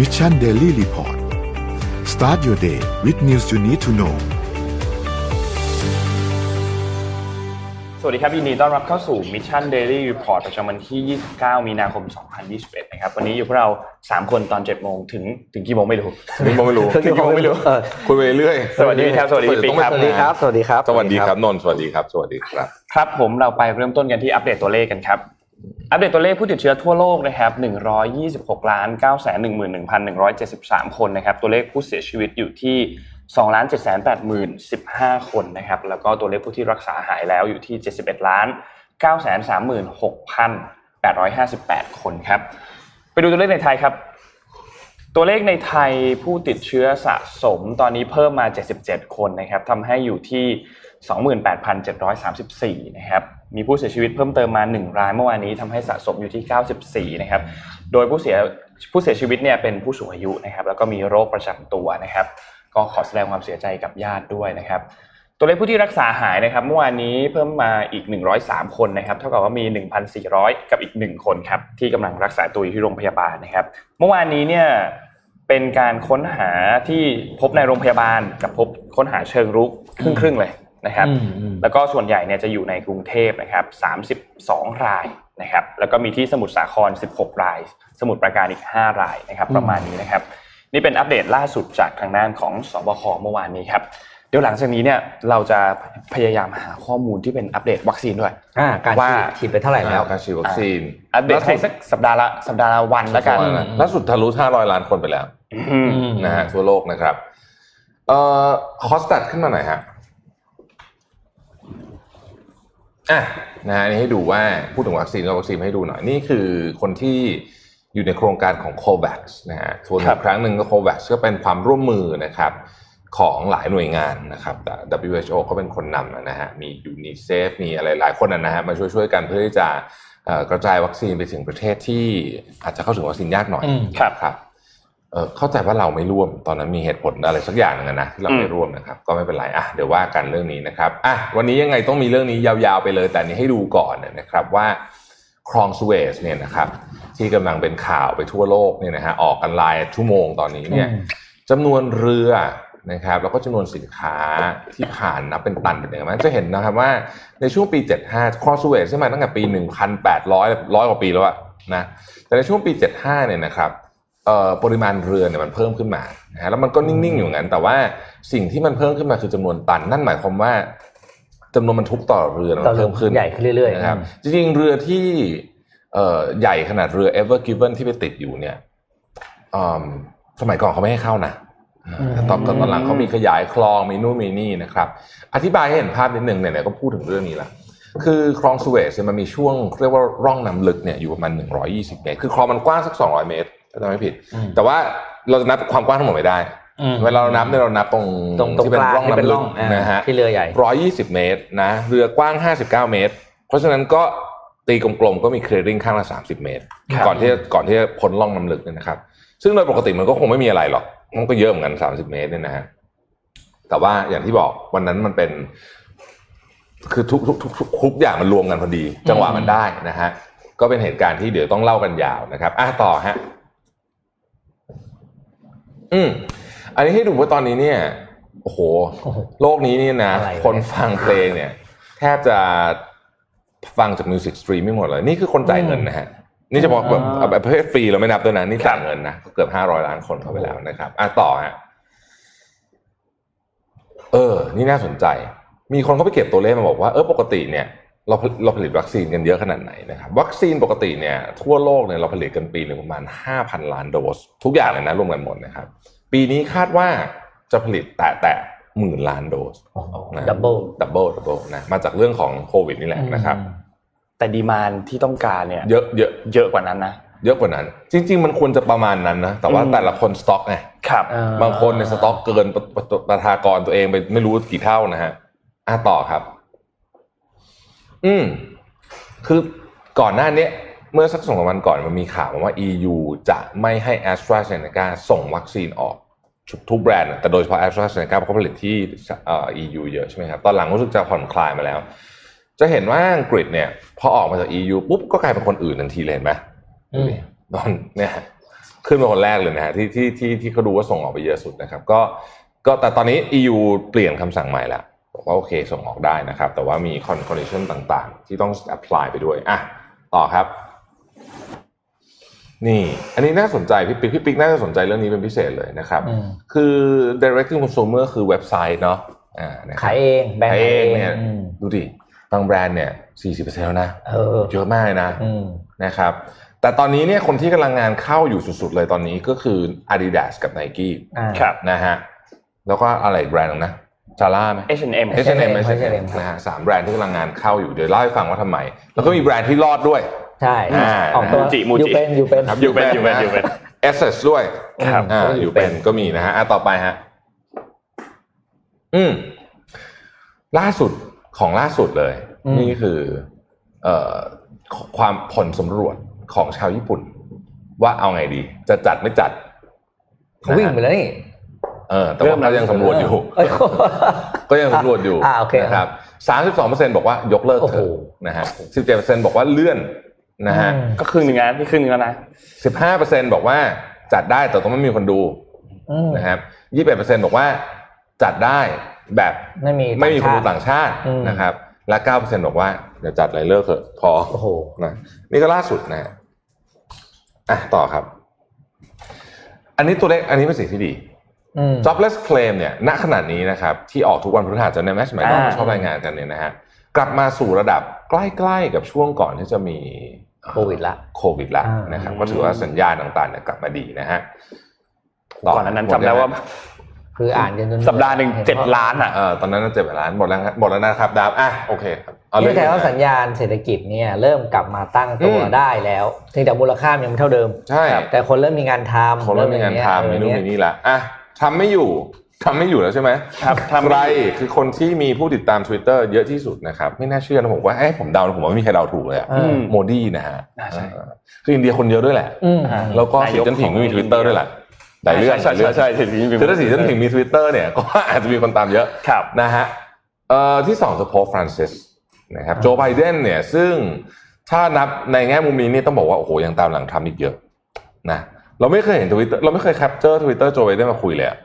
Mission Daily Report start your day with news you need to know สวัสดีครับยินดีต้อนรับเข้าสู่ Mission Daily Report ประจำวันที่ 29 มีนาคม 2021 นะครับ วันนี้อยู่พวกเรา 3 คนตอน 7 โมงถึงถึงกี่โมงไม่รู้ ถึงผมไม่รู้ ถึงกี่โมงไม่รู้ เออ คุยไปเรื่อย สวัสดีครับ สวัสดี สวัสดี ปิ๊ก ค ค รั รั บบ สวัสดีครับ สวัสดีครับ สวัสดีครับนนท์สวัสดีครับ สวัสดีครับ ครับผมเราไปเริ่มต้นกันที่อัปเดตตัวเลขกันครับ อัปเดตตัวเลขผู้ติดเชื้อทั่วโลกนะครับ 126ล้าน9 1 1 1 7 3 คนนะครับ ตัวเลขผู้เสียชีวิตอยู่ที่2ล้าน7 8 0 1 5 คนนะครับ แล้วก็ตัวเลขผู้ที่รักษาหายแล้วอยู่ที่ 71ล้าน9 3 6 8 5 8 คนครับ ไปดูตัวเลขในไทยครับ ตัวเลขในไทยผู้ติดเชื้อสะสมตอนนี้เพิ่มมา 77 คนนะครับทำให้อยู่ที่ 28,734 นะครับ มีผู้เสียชีวิตเพิ่มเติมมา 1 รายเมื่อวานนี้ทำให้สะสมอยู่ที่ 94 นะครับ โดยผู้เสียผู้เสียชีวิตเนี่ยเป็นผู้สูงอายุนะครับ แล้วก็มีโรคประจำตัวนะครับ ก็ขอแสดงความเสียใจกับญาติด้วยนะครับ ตัวเลขผู้ที่รักษาหายนะครับ เมื่อวานนี้เพิ่มมาอีก 103 คนนะครับ เท่ากับว่ามี 1,400 กับอีก 1 คนครับที่กำลังรักษาตัวอยู่ที่โรงพยาบาลนะครับ เมื่อวานนี้เนี่ยเป็นการค้นหาที่พบในโรงพยาบาลกับพบค้นหาเชิงรุกครึ่งครึ่งๆเลยนะครับ อืมอืม แล้วก็ส่วนใหญ่เนี่ยจะอยู่ในกรุงเทพนะครับ 32 รายนะครับ แล้วก็มีที่สมุทรสาคร 16 ราย สมุทรปราการอีก 5 รายนะครับ ประมาณนี้นะครับ นี่เป็นอัปเดตล่าสุดจากทางด้านของสบคเมื่อวานนี้ครับ เดี๋ยวหลังจากนี้เนี่ยเราจะพยายามหาข้อมูลที่เป็นอัปเดตวัคซีนด้วย อ่าการ ว่า ฉีดฉีดไปเท่าไหร่ แล้ แล้วว การฉีดวัคซีน อัปเดตให้สักสัปดาห์ละสัปดาห์ละวันละกัน อืม ล่าสุดทะลุ500 ล้านคนไปแล้ว อืม นะฮะทั่วโลกนะครับ เอ่อคอสตัดขึ้นมาหน่อยฮะอ่ะนะฮะอันนี่ให้ดูว่าพูดถึงวัคซีนเราวัคซีนให้ดูหน่อย นี่คือคนที่อยู่ในโครงการของ COVAX นะฮะทวน ครั อี บ กครั้งหนึ่งก็ COVAX ก็เป็นความร่วมมือนะครับ ของหลายหน่วยงานนะครับแต่ WHO ก็เป็นคนนำนะฮะ มี UNICEF มีอะไรหลายคนนะฮะ มาช่วยช่วยๆกันเพื่อที่จะเอ่อกระจายวัคซีนไปถึงประเทศที่อาจจะเข้าถึงวัคซีนยากหน่อย อืม ครับ ครับเอ่อเข้าใจว่าเราไม่ร่วม ตอนนั้นมีเหตุผลอะไรสักอย่างหนึงอะนะที่เราไม่ อืม ร่วมนะครับ ก็ไม่เป็นไรอ่ะเดี๋ยวว่ากันเรื่องนี้นะครับอ่ะวันนี้ยังไงต้องมีเรื่องนี้ยาวๆไปเลย แต่อันนี้ให้ดูก่อนนะครับว่าคลองสเวสเนี่ยนะครับ ที่กำลังเป็นข่าวไปทั่วโลกเนี่ยนะฮะออกกันรายชั่วโมงตอนนี้เนี่ย จำนวนเรือนะครับแล้วก็จำนวนสินค้าที่ผ่านนับเป็นตันเป็นอย่างนั้นจะเห็นนะครับว่าในช่วงปี 75 Crossway ใช่ไหมตั้งแต่ปี 1,800ร้อยกว่าปีแล้วอะนะแต่ในช่วงปี 75 เนี่ยนะครับเอ่อปริมาณเรือเนี่ยมันเพิ่มขึ้นมานะฮะแล้วมันก็นิ่ง ๆ อยู่อย่างนั้น แต่ว่าสิ่งที่มันเพิ่มขึ้นมาคือจำนวนตัน นั่นหมายความว่าจำนวนบรรทุกต่อเรือเนี่ย ต่อ มัน เรือ เพิ่มขึ้น ใหญ่ขึ้นเรื่อยๆ นะครับ อืม จริงๆเรือที่เอ่อใหญ่ขนาดเรือ Ever Given ที่ไปติดอยู่เนี่ย อืมสมัยก่อนเขาไม่ให้เข้านะ อืม แต่ตอนตอนหลังเขามีขยายคลองมีนู่นมีนี่นะครับ อธิบายให้เห็นภาพนิดหนึ่งเนี่ยเนี่ยก็พูดถึงเรื่องนี้ละคือคลองสเวซเนี่ยมันมีช่วงเรียกว่าร่องน้ำลึกเนี่ยอยู่ประมาณ 120 เมตร คือคลองมันกว้างสัก 200 เมตรถ้าจำไม่ผิด แต่ว่าเราจะนับความกว้างทั้งหมดไม่ได้ อืม เวลาเรานับเนี่ยเรานับตรง ตรงตรง ที่เป็ ก น ลาง ร่อง ที่เป็น น้ำลึ ร่อก งอ่า นะฮะ ที่เรือใหญ่ 120 เมตรนะเรือกว้าง 59 เมตร เพราะฉะนั้นก็ตีกลมๆก็มีเคลียร์ริงข้างละ 30 เมตร ครับ ก่อนที่จะก่อนที่จะพ้นล่องน้ำลึกเนี่ยนะครับ ซึ่งโดยปกติมันก็คงไม่มีอะไรหรอก มันก็เยอะเหมือนกัน 30 เมตรเนี่ยนะฮะแต่ว่าอย่างที่บอกวันนั้นมันเป็น คือทุกทุกทุกทุกทุกอย่างมันรวมกันพอดี จังหวะมันได้นะฮะก็เป็นเหตุการณ์ที่เดี๋ยวต้องเล่ากันยาวนะครับอ่ะต่อฮะ อืม อันนี้ให้ดูว่าตอนนี้เนี่ย โอ้โห โอ้โห โลกนี้เนี่ยนะ อะไรวะ คนฟังเพลงเนี่ย แทบจะฟังจากมิวสิกสตรีมไม่หมดเลย นี่คือคนจ่ายเงินนะฮะ นี่เฉพาะแบบ อ่า แบบประเภทฟรีเราไม่นับด้วยนะนี่จ่ายเงินนะเกือบห้าร้อยล้านคนเข้าไปแล้วนะครับอ่ะต่อฮะ เออ นี่น่าสนใจ มีคนเขาไปเก็บตัวเลขมาบอกว่า เออ ปกติเนี่ย เราผลิตเราผลิตวัคซีนกันเยอะขนาดไหนนะครับ วัคซีนปกติเนี่ย ทั่วโลกเนี่ยเราผลิตกันปีหนึ่งประมาณ 5,000 ล้านโดส ทุกอย่างเลยนะรวมกันหมดนะครับ ปีนี้คาดว่าจะผลิตแต่แต่หมื่นล้านโดส นะ ดับเบิล ดับเบิลดับเบิลนะ มาจากเรื่องของโควิดนี่แหละนะครับ แต่ดีมานที่ต้องการเนี่ย เยอะเยอะ เยอะกว่านั้นนะ เยอะกว่านั้น จริง ๆ มันควรจะประมาณนั้นนะ แต่ว่า อืม แต่ละคนสต็อกไง ครับ อ่ บางคนในยสต็อกเกินประประประประทากรตัวเองไปไม่รู้กี่เท่านะฮะอ่ะต่อครับ อืม คือก่อนหน้าเนี้ยเมื่อสักสองสามวันก่อนมันมีข่าวมาว่า EU จะไม่ให้ a s t r a z e ซ e c a ส่งวัคซีนออกทุกทุกแบรนด์อะแต่โดยเฉพาะ a s t r a z e ซ e c a เพราะเขาผลิตที่เอ่อ EU เยอะใช่ไหมครับ ตอนหลังรู้สึกจะผ่อนคลายมาแล้ว จะเห็นว่าอังกฤษเนี่ย พอออกมาจาก EU ปุ๊บก็กลายเป็นคนอื่นทันทีเลยเห็นไหม อืม นอนเนี่ย ขึ้นมาคนแรกเลยนะฮะที่ที่ที่ที่เขาดูว่าส่งออกไปเยอะสุดนะครับก็ก็แต่ตอนนี้ EU เปลี่ยนคำสั่งใหม่ละบอกว่าโอเคส่งออกได้นะครับ แต่ว่ามีคอนคอนดิชันต่างๆ ที่ต้อง apply ไปด้วยอ่ะต่อครับ นี่ อันนี้น่าสนใจพี่ปิ๊กพี่ปิ๊กน่าจะสนใจเรื่องนี้เป็นพิเศษเลยนะครับ อืม คือ direct to consumer คือเว็บไซต์เนาะอ่านะครับ ขายเองแบรนด์ ขาย ขายเองเอง เนี่ย อืม ดูดิบางแบรนด์เนี่ย 40%แล้วนะ เออ เยอะมากเลยนะ อืม นะครับ แต่ตอนนี้เนี่ยคนที่กำลังงานเข้าอยู่สุดๆเลยตอนนี้ก็คือ Adidas กับ Nike อ่า ครับ นะฮะ แล้วก็อะไรอีกแบรนด์หนึ่งนะ ซาร่าไหม H&M H&M H&M ไม่ใช่ H&M ครับ นะฮะสามแบรนด์ที่กำลังงานเข้าอยู่ เดี๋ยวเล่าให้ฟังว่าทำไม แล้วก็มีแบรนด์ที่รอดด้วย ใช่ อ่า ออกตัว มูจิมูจิ อยู่เป็นอยู่เป็น ครับ อยู่เป็นอยู่เป็นอยู่เป็น เอสเสด้วย ครับ อ่าอยู่เป็นก็มีนะฮะอ่ะต่อไปฮะ อืม ล่าสุดของล่าสุดเลย นี่คือ เอ่อความผลสำรวจของชาวญี่ปุ่น ว่าเอาไงดี จะจัดไม่จัด เขาวิ่งไปแล้วนี่ เออ แต่ว่าเขายังสำรวจอยู่ เออ ก็ยังสำรวจอยู่ อ่าโอเค นะครับสามสิบสองเปอร์เซ็นบอกว่ายกเลิกโอ้เถอะโห นะฮะสิบเจ็ดเปอร์เซ็นบอกว่าเลื่อนนะฮะ ก็ครึ่งหนึ่งนะนี่ครึ่งหนึงแล้วนะ สิบห้าเปอร์เซ็นบอกว่าจัดได้แต่ต้องไม่มีคนดู อืม นะครับยี่สิบเปอร์เซ็นบอกว่าจัดได้แบบ ไม่มี ไม่มีคน ต่างชาติดูต่างชาติ อืม นะครับ และเก้าเปอร์เซ็นบอกว่าเดี๋ยวจัดอะไรเลิกเถอะพอ โอ้โห นะนี่ก็ล่าสุดนะฮะอ่ะต่อครับ อันนี้ตัวเลขอันนี้เป็นสิ่งที่ดี อืม jobless claim เนี่ยณขณะนี้นะครับ ที่ออกทุกวันพฤหัสจะในแมสมัยก่อน อ่า เราชอบรายงานกันเนี่ยนะฮะกลับมาสู่ระดับใกล้ๆกับช่วงก่อนที่จะมี โควิดละ โควิดละ อ่าน นะครับ อืม ก็ถือว่าสัญญาณต่างๆเนี่ยกลับมาดีนะฮะ ก่อนอันนั้นจำได้ว่า คืออ่านจนจน สัปดาห์หนึ่งเจ็ดล้านอ่ะ เออตอนนั้นเจ็บล้านหมดแล้วครับหมดแล้วนะครับดาวอ่ะโอเคครับเอาเรื่อ นี่ ง แต่ นี้ ว่าสัญญาณเศรษฐกิจเนี่ยเริ่มกลับมาตั้งตัวได้แล้วเพียงแต่มูลค่ามันยังไม่เท่าเดิม ใช่ แต่คนเริ่มมีงานทำ คนเริ่มมีงานทำ เริ่ มี ม นู่น อย่าง มี เงี้ย นี่ละอ่ะทำไม่อยู่ทำไม่อยู่แล้วใช่ไหม ครับทำ ใค ไม่ ร อยู่ คือคนที่มีผู้ติดตาม Twitter เยอะที่สุดนะครับ ไม่น่าเชื่อนะผมว่าเอ้ผมเดาผมว่าไม่มีใครเดาถูกเลยอะ เออ โมดีนะฮะ อ่าใช่ เออคืออินเดียคนเดียวด้วยแหละ อืม แล้วก็สีจิ้นผิงไม่มี Twitter ด้วยแหละแต่เรื่อง ใช่ แต่เรื่ ใช่ อง ใช่ใช่จริงๆ คือถ้าสีจิ้นผิงมี Twitter เนี่ยก็ อาจจะมีคนตามเยอะ ครับ นะฮะเอ่อที่สองคือโพฟรานซิสนะครับ อ่า โจไบเดนเนี่ยซึ่งถ้านับในแง่มุมนี้นี่ต้องบอกว่า โอ้โห ยังตามหลังทรัมป์อีกเยอะนะเราไม่เคยเห็นทวิตเตอร์เราไม่เคยแคปเจอร์ทวิตเตอร์โจไบเดนมาคุยเลยอะ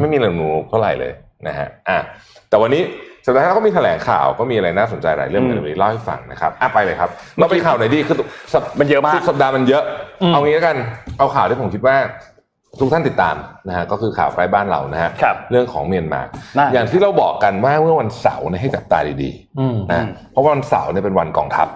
ไม่มีเรื่องหนูเท่าไหร่เลยนะฮะอ่ะแต่วันนี้สัปดาห์หน้าก็มีแถลงข่าวก็มีอะไรน่าสนใจหลายเรื่อง อืม เดี๋ยววันนี้เล่าให้ฟังนะครับอ่ะไปเลยครับ เราไปข่าวไหนดีคือสัป มันเยอะมาก สัปดาห์มันเยอะ เอางี้แล้วกันเอาข่าวที่ผมคิดว่า ทุกท่านติดตามนะฮะก็คือข่าวใกล้บ้านเรานะฮะ ครับ เรื่องของเมียนมา น่า อย่างที่เราบอกกันว่าเมื่อวันเสาร์เนี่ยให้จับตาดี อืม ๆนะเพราะวันเสาร์เนี่ยเป็นวันกองทัพ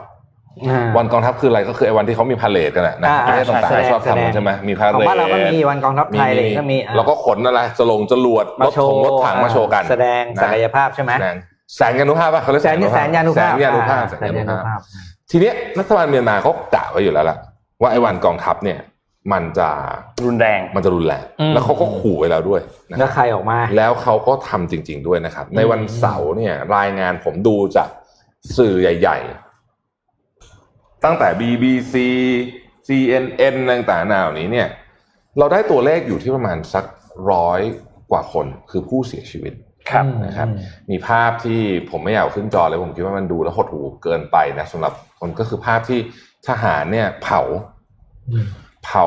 อ่า วันกองทัพคืออะไรก็คือไอ้วันที่เขามีพาเลทกันอะนะ อ่า ประเทศต่าง ใช่ ๆชอบ แสดง ทำใช่ไหมมีพา ข เล อง ท บ้านเราก็มีวันกองทัพไทยอะไรอย่างเงี้ยก็มีอ่ะ เราก็ขนอะไรจะลงจรวดร มา ถ โช ถ ว์ งรถถังมาโชว์กัน แสดงศักย ภาพ ภาพใช่ไหม แสดงแสนยานุภาพป่ะเขาเรียก แสนนี่แสนยานุภาพ แสนยานุภาพ อ่ แสนยานุภาพ ภาพ ทีเนี้ยรัฐบาลเมียนมาเขากะไว้อยู่แล้วล่ะว่าไอ้วันกองทัพเนี่ยมันจะ รุนแรง มันจะรุนแรง อืม แล้วเขาก็ขู่ไว้แล้วด้วยนะ แล้วใครออกมา แล้วเขาก็ทำจริง ๆ ด้วยนะครับ ในวันเสาร์เนี่ยรายงานผมดูจากสื่อใหญ่ ๆ ตั้งแต่ BBC CNN ต่างๆนาเหล่านี้เนี่ย เราได้ตัวเลขอยู่ที่ประมาณสักร้อยกว่าคนคือผู้เสียชีวิต ครับ นะครับ มีภาพที่ผมไม่อยากเอาขึ้นจอเลยผมคิดว่ามันดูแล้วหดหูเกินไปนะสำหรับคนก็คือภาพที่ทหารเนี่ยเผา อืม เผา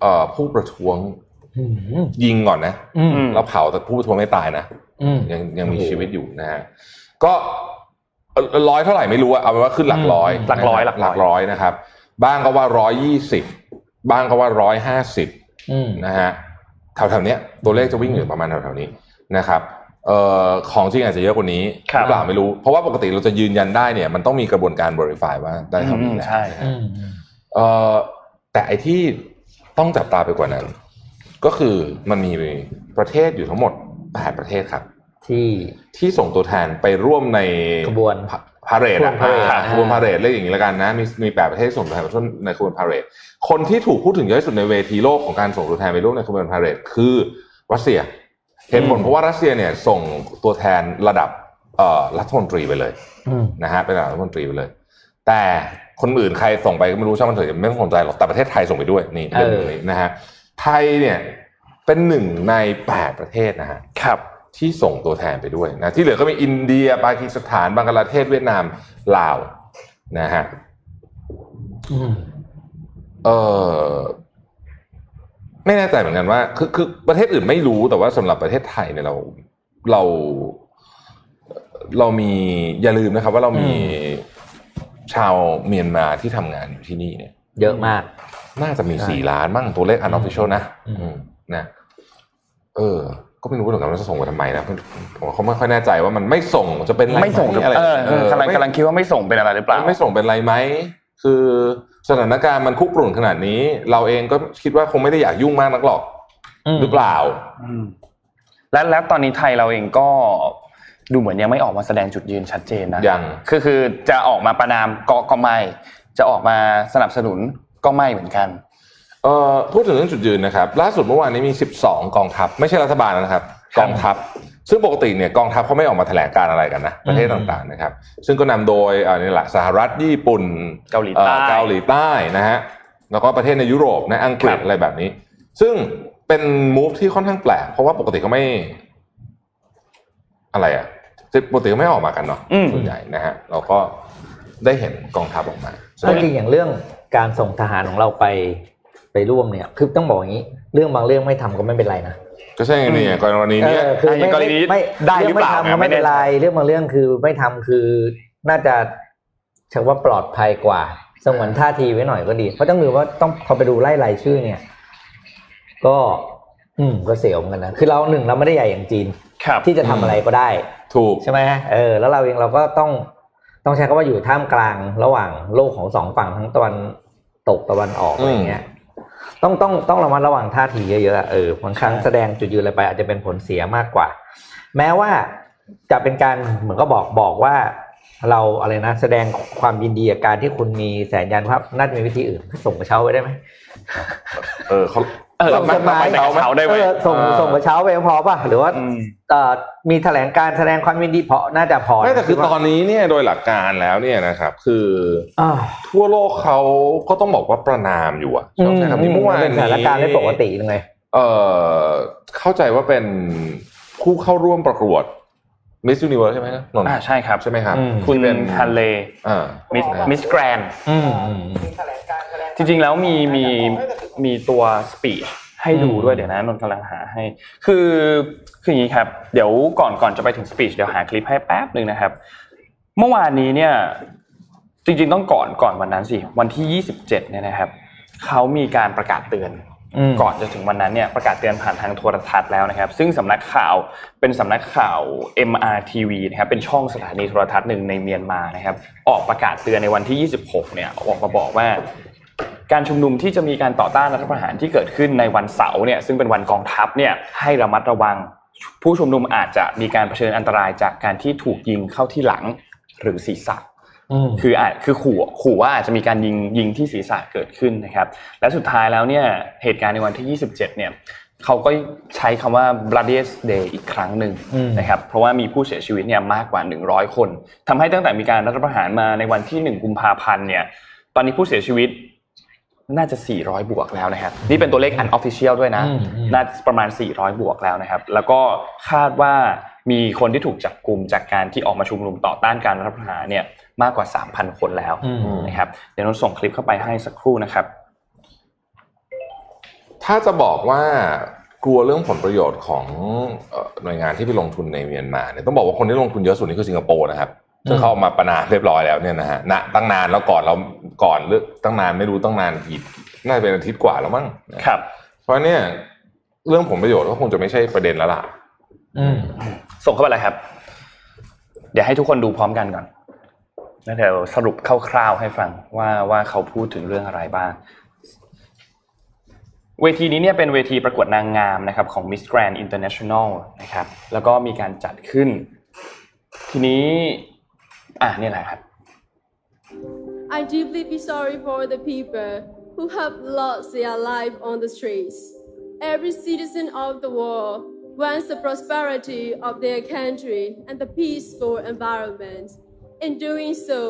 เอ่อผู้ประท้วง อืมอืม ยิงก่อนนะ อืม อืม แล้วเผาแต่ผู้ประท้วงไม่ตายนะ อืม ยังยังมี โอ้โห ชีวิตอยู่นะฮะก็เอ่อร้อยเท่าไหร่ไม่รู้อะเอาเป็นว่าขึ้นหลักร้อย อืม หลักร้อย นะคบ ห ห ลั ลั ก ก ร้ ร้ อ อย ยนะครับ บ้างก็ว่าร้อยยี่สิบบ้างก็ว่าร้อยห้าสิบ อืม นะฮะแถวๆเนี้ยตัวเลขจะวิ่งอยู่ประมาณแถวๆนี้นะครับเอ่อของจริงอาจจะเยอะกว่านี้ ครับหรือเปล่าไม่รู้ เพราะว่าปกติเราจะยืนยันได้เนี่ย มันต้องมีกระบวนการ verify ว่าได้เท่านี้แหละ อืมใช่ อืม เอ่อแต่ไอที่ต้องจับตาไปกว่านั้น ก็คือมันมีประเทศอยู่ทั้งหมดแปดประเทศครับ ที่ ที่ส่งตัวแทนไปร่วมใน ขบวน พาพาเหรดอะ ขบวนพาเหรด อ่า อ่า ขบวนพาเหรดเรียกอย่างนี้แล้วกันนะ มีมีแปดประเทศส่งตัวแทนไปร่วมในขบวนพาเหรดคนที่ถูกพูดถึงเยอะที่สุดในเวทีโลกของการส่งตัวแทนไปร่วมในขบวนพาเหรดคือรัสเซียเหตุผลเพราะว่ารัสเซียเนี่ยส่งตัวแทนระดับเอ่อรัฐมนตรีไปเลย อืม นะฮะเป็นระดับรัฐมนตรีไปเลย แต่คนอื่นใครส่งไปก็ไม่รู้ช่างมันเถอะไม่ต้องสนใจหรอกแต่ประเทศไทยส่งไปด้วยนี่ประเด็นตรงนี้นะฮะไทยเนี่ยเป็นหนึ่งในแปดประเทศนะฮะ ครับ ที่ส่งตัวแทนไปด้วยนะที่เหลือก็มีอินเดียปากีสถานบังกลาเทศเวียดนามลาวนะฮะ อืม เออ ไม่แน่ใจเหมือนกันว่าคือคือประเทศอื่นไม่รู้แต่ว่าสำหรับประเทศไทยเนี่ยเราเราเรามีอย่าลืมนะครับ ว่าเราอมีื ชาวเมียนมาที่ทำงานอยู่ที่นี่เนี่ย เยอะมาก น่าจะมี ใช่ สี่ล้านมั้งตัวเลข unofficial นะ อืม อืมนะเออ ก็ไม่รู้เหมือนกันว่าจะส่งไปทำไมนะผมเขาไม่ค่อยแน่ใจว่ามันไม่ส่งจะเป็นอะรห ไม่ส่งหรือ อะไร เออ เออก ำลัง ไม่ กำลังคิดว่าไม่ส่งเป็นอะไรหรือเปล่า ไม่ส่งเป็นไรไหมคือสถานการณ์มันคุกรุ่นขนาดนี้ เราเองก็คิดว่าคงไม่ได้อยากยุ่งมากนักหรอก หรือเปล่า และแล้วตอนนี้ไทยเราเองก็ดูเหมือนยังไม่ออกมาแสดงจุดยืนชัดเจนนะ ยัง คือคือจะออกมาประนามก็ก็ไม่ จะออกมาสนับสนุนก็ไม่เหมือนกัน เอ่อพูดถึงเรื่องจุดยืนนะครับ ล่าสุดเมื่อวานนี้มี 12 กองทัพ ไม่ใช่รัฐบาลนะครับ ครับ กองทัพ ซึ่งปกติเนี่ยกองทัพเขาไม่ออกมาแถลงการอะไรกันนะประเทศ อืม ต่างๆนะครับ ซึ่งก็นำโดยเอ่อนี่แหละสหรัฐญี่ปุ่น เกาหลี เอ่ ใต้ อเกาหลีใต้นะฮะแล้วก็ประเทศในยุโรปนะอังกฤ ครั ษ บ อะไรแบบนี้ ซึ่งเป็นมูฟที่ค่อนข้างแปลก เพราะว่าปกติเขาไม่ อะไรอะ่ะปกติเขาไม่ออกมากันเนาะ อืม ส่วนใหญ่นะฮะเราก็ได้เห็นกองทัพออกมา ก็จริงอย่างเรื่องการส่งทหารของเราไปไปร่วมเนี่ย คือต้องบอกอย่างนี้ เรื่องบางเรื่องไม่ทำก็ไม่เป็นไรนะ ก็ใช่ไงเนี่ยกรณีเนี้ย เออคือไม่ อย่างกรณีนี้ ไม่ ได้หรือเปล่า องไม่ทำก็ไม่เป็นไรเรื่องบางเรื่องคือไม่ทำคือน่าจะเชื่อว่าปลอดภัยกว่า สงวนท่าทีไว้หน่อยก็ดี เพราะต้องรู้ว่าต้องพอไปดูไล่รายชื่อเนี่ย ก็ อืมก็เสียวเหมือนกันนะคือเราหนึ่งเราไม่ได้ใหญ่อย่างจีน ครับ ที่จะทำอะไรก็ได้ ถูก ใช่ไหมฮะเออ แล้วเราเองเราก็ต้องต้องใช้คำว่าอยู่ท่ามกลางระหว่างโลกของสองฝั่งทั้งตะวันตกตะวันออก อืม อะไรเงี้ย ต้องต้องต้องระมัดระวังท่าทีเยอะๆอะเออบางครั้งแสดงจุดยืนอะไรไปอาจจะเป็นผลเสียมากกว่า แม้ว่าจะเป็นการเหมือนก็บอกบอกว่า เราอะไรนะ แสดงความยินดีกับการที่คุณมีแสนยานภาพน่าจะมีวิธีอื่นส่งกระเช้าไปได้ไหม เออเขา เออ รับ ส่งจดหมาย รักบระเช้ได้ไหม เออส่งส่งกระเช้าไปพอป่ะหรือว่า อืม เอ่อมีแถลงการแสดงความยินดีพอน่าจะพอนะ ไม่แต่คือ ว่า ตอนนี้เนี่ยโดยหลักการแล้วเนี่ยนะครับ คือ อ่า ทั่วโลกเขาก็ต้องบอกว่าประนามอยู่อะต้องใช้คำนี้เมื่อวาน เป็ นี้ สถานการณ์ไม่ปกติยังไง เอ่อเข้าใจว่าเป็นผู้เข้าร่วมประกวด Miss Universe ใช่ไหมนะนนท์ อ่าใช่ครับ ใช่ไหมครับ อืม คุณ ที่เป็น คันเล อ่า มิสมิสแกรนด์ อืม จริงๆ แล้วมีมีมีตัวสปีชให้ดู อืม ด้วยเดี๋ยวนะนนท์กำลังหาให้ คือคืออย่างนี้ครับ เดี๋ยวก่อนก่อนจะไปถึงสปีชเดี๋ยวหาคลิปให้แป๊บหนึ่งนะครับ เมื่อวานนี้เนี่ย จริงๆต้องก่อนก่อนวันนั้นสิ วันที่ 27เนี่ยนะครับเขามีการประกาศเตือน ก่อนจะถึงวันนั้นเนี่ยประกาศเตือนผ่านทางโทรทัศน์แล้วนะครับ ซึ่งสำนักข่าวเป็นสำนักข่าว MRTV นะครับเป็นช่องสถานีโทรทัศน์หนึ่งในเมียนมานะครับ ออกประกาศเตือนในวันที่ 26 เนี่ยออกมาบอกว่า การชุมนุมที่จะมีการต่อต้านรัฐประหารที่เกิดขึ้นในวันเสาร์เนี่ยซึ่งเป็นวันกองทัพเนี่ยให้ระมัดระวัง ผู้ชุมนุมอาจจะมีการเผชิญอันตรายจากการที่ถูกยิงเข้าที่หลังหรือศีรษะ อืม คืออาจคือขู่ขู่ว่าอาจจะมีการยิงยิงที่ศีรษะเกิดขึ้นนะครับ และสุดท้ายแล้วเนี่ยเหตุการณ์ในวันที่ 27 เนี่ยเขาก็ใช้คำว่า bloodiest day อีกครั้งหนึ่งนะครับเพราะว่ามีผู้เสียชีวิตเนี่ยมากกว่า 100 คนทำให้ตั้งแต่มีการรัฐประหารมาในวันที่ 1 กุมภาพันธ์เนี่ยตอนนี้ผู้เสียชีวิตน่าจะ 400 บวกแล้วนะครับ นี่เป็นตัวเลข unofficial ด้วยนะ อืมอืม น่าจะประมาณ 400 บวกแล้วนะครับ แล้วก็คาดว่ามีคนที่ถูกจับกลุ่มจากการที่ออกมาชุมนุมต่อต้านการรัฐประหารเนี่ยมากกว่า 3,000 คนแล้ว อืม นะครับ เดี๋ยวนนท์ส่งคลิปเข้าไปให้สักครู่นะครับ ถ้าจะบอกว่ากลัวเรื่องผลประโยชน์ของเอ่อหน่วยงานที่ไปลงทุนในเมียนมาเนี่ยต้องบอกว่าคนที่ลงทุนเยอะสุดนี่คือสิงคโปร์นะครับซึ่งเขาออกมาประนามเรียบร้อยแล้วเนี่ยนะฮะณตั้งนานแล้วก่อนเราก่อนเลือกตั้งนานไม่รู้ตั้งนานกี่น่าจะเป็นอาทิตย์กว่าแล้วมั้งนะ ครับ เพราะเนี่ยเรื่องผลประโยชน์ก็คงจะไม่ใช่ประเด็นแล้วล่ะ อืม ส่งเข้าไปเลยครับ เดี๋ยวให้ทุกคนดูพร้อมกันก่อนแล้วเดี๋ยวสรุปคร่าวๆให้ฟังว่าว่าเขาพูดถึงเรื่องอะไรบ้าง เวทีนี้เนี่ยเป็นเวทีประกวดนางงามนะครับของ Miss Grand International นะครับ แล้วก็มีการจัดขึ้น ทีนี้ อ่ะนี่แหละครับ I deeply be sorry for the people who have lost their life on the streets. Every citizen of the world wants the prosperity of their country and the peaceful environment. In doing so,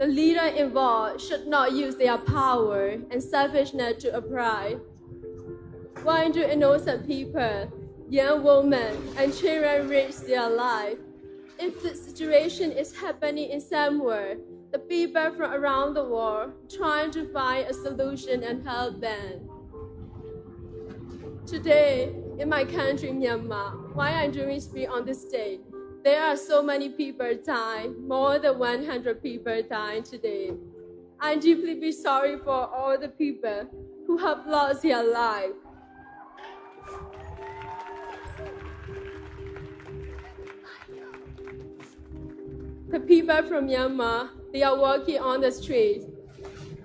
the leader involved should not use their power and selfishness to apply. Why do innocent people, young women, and children risk their life? If the situation is happening in somewhere, the people from around the world trying to find a solution and help them. Today, in my country, Myanmar, why I'm doing speak on this day, there are so many people dying, more than 100 people dying today. I deeply be sorry for all the people who have lost their life. The people from Myanmar, they are walking on the streets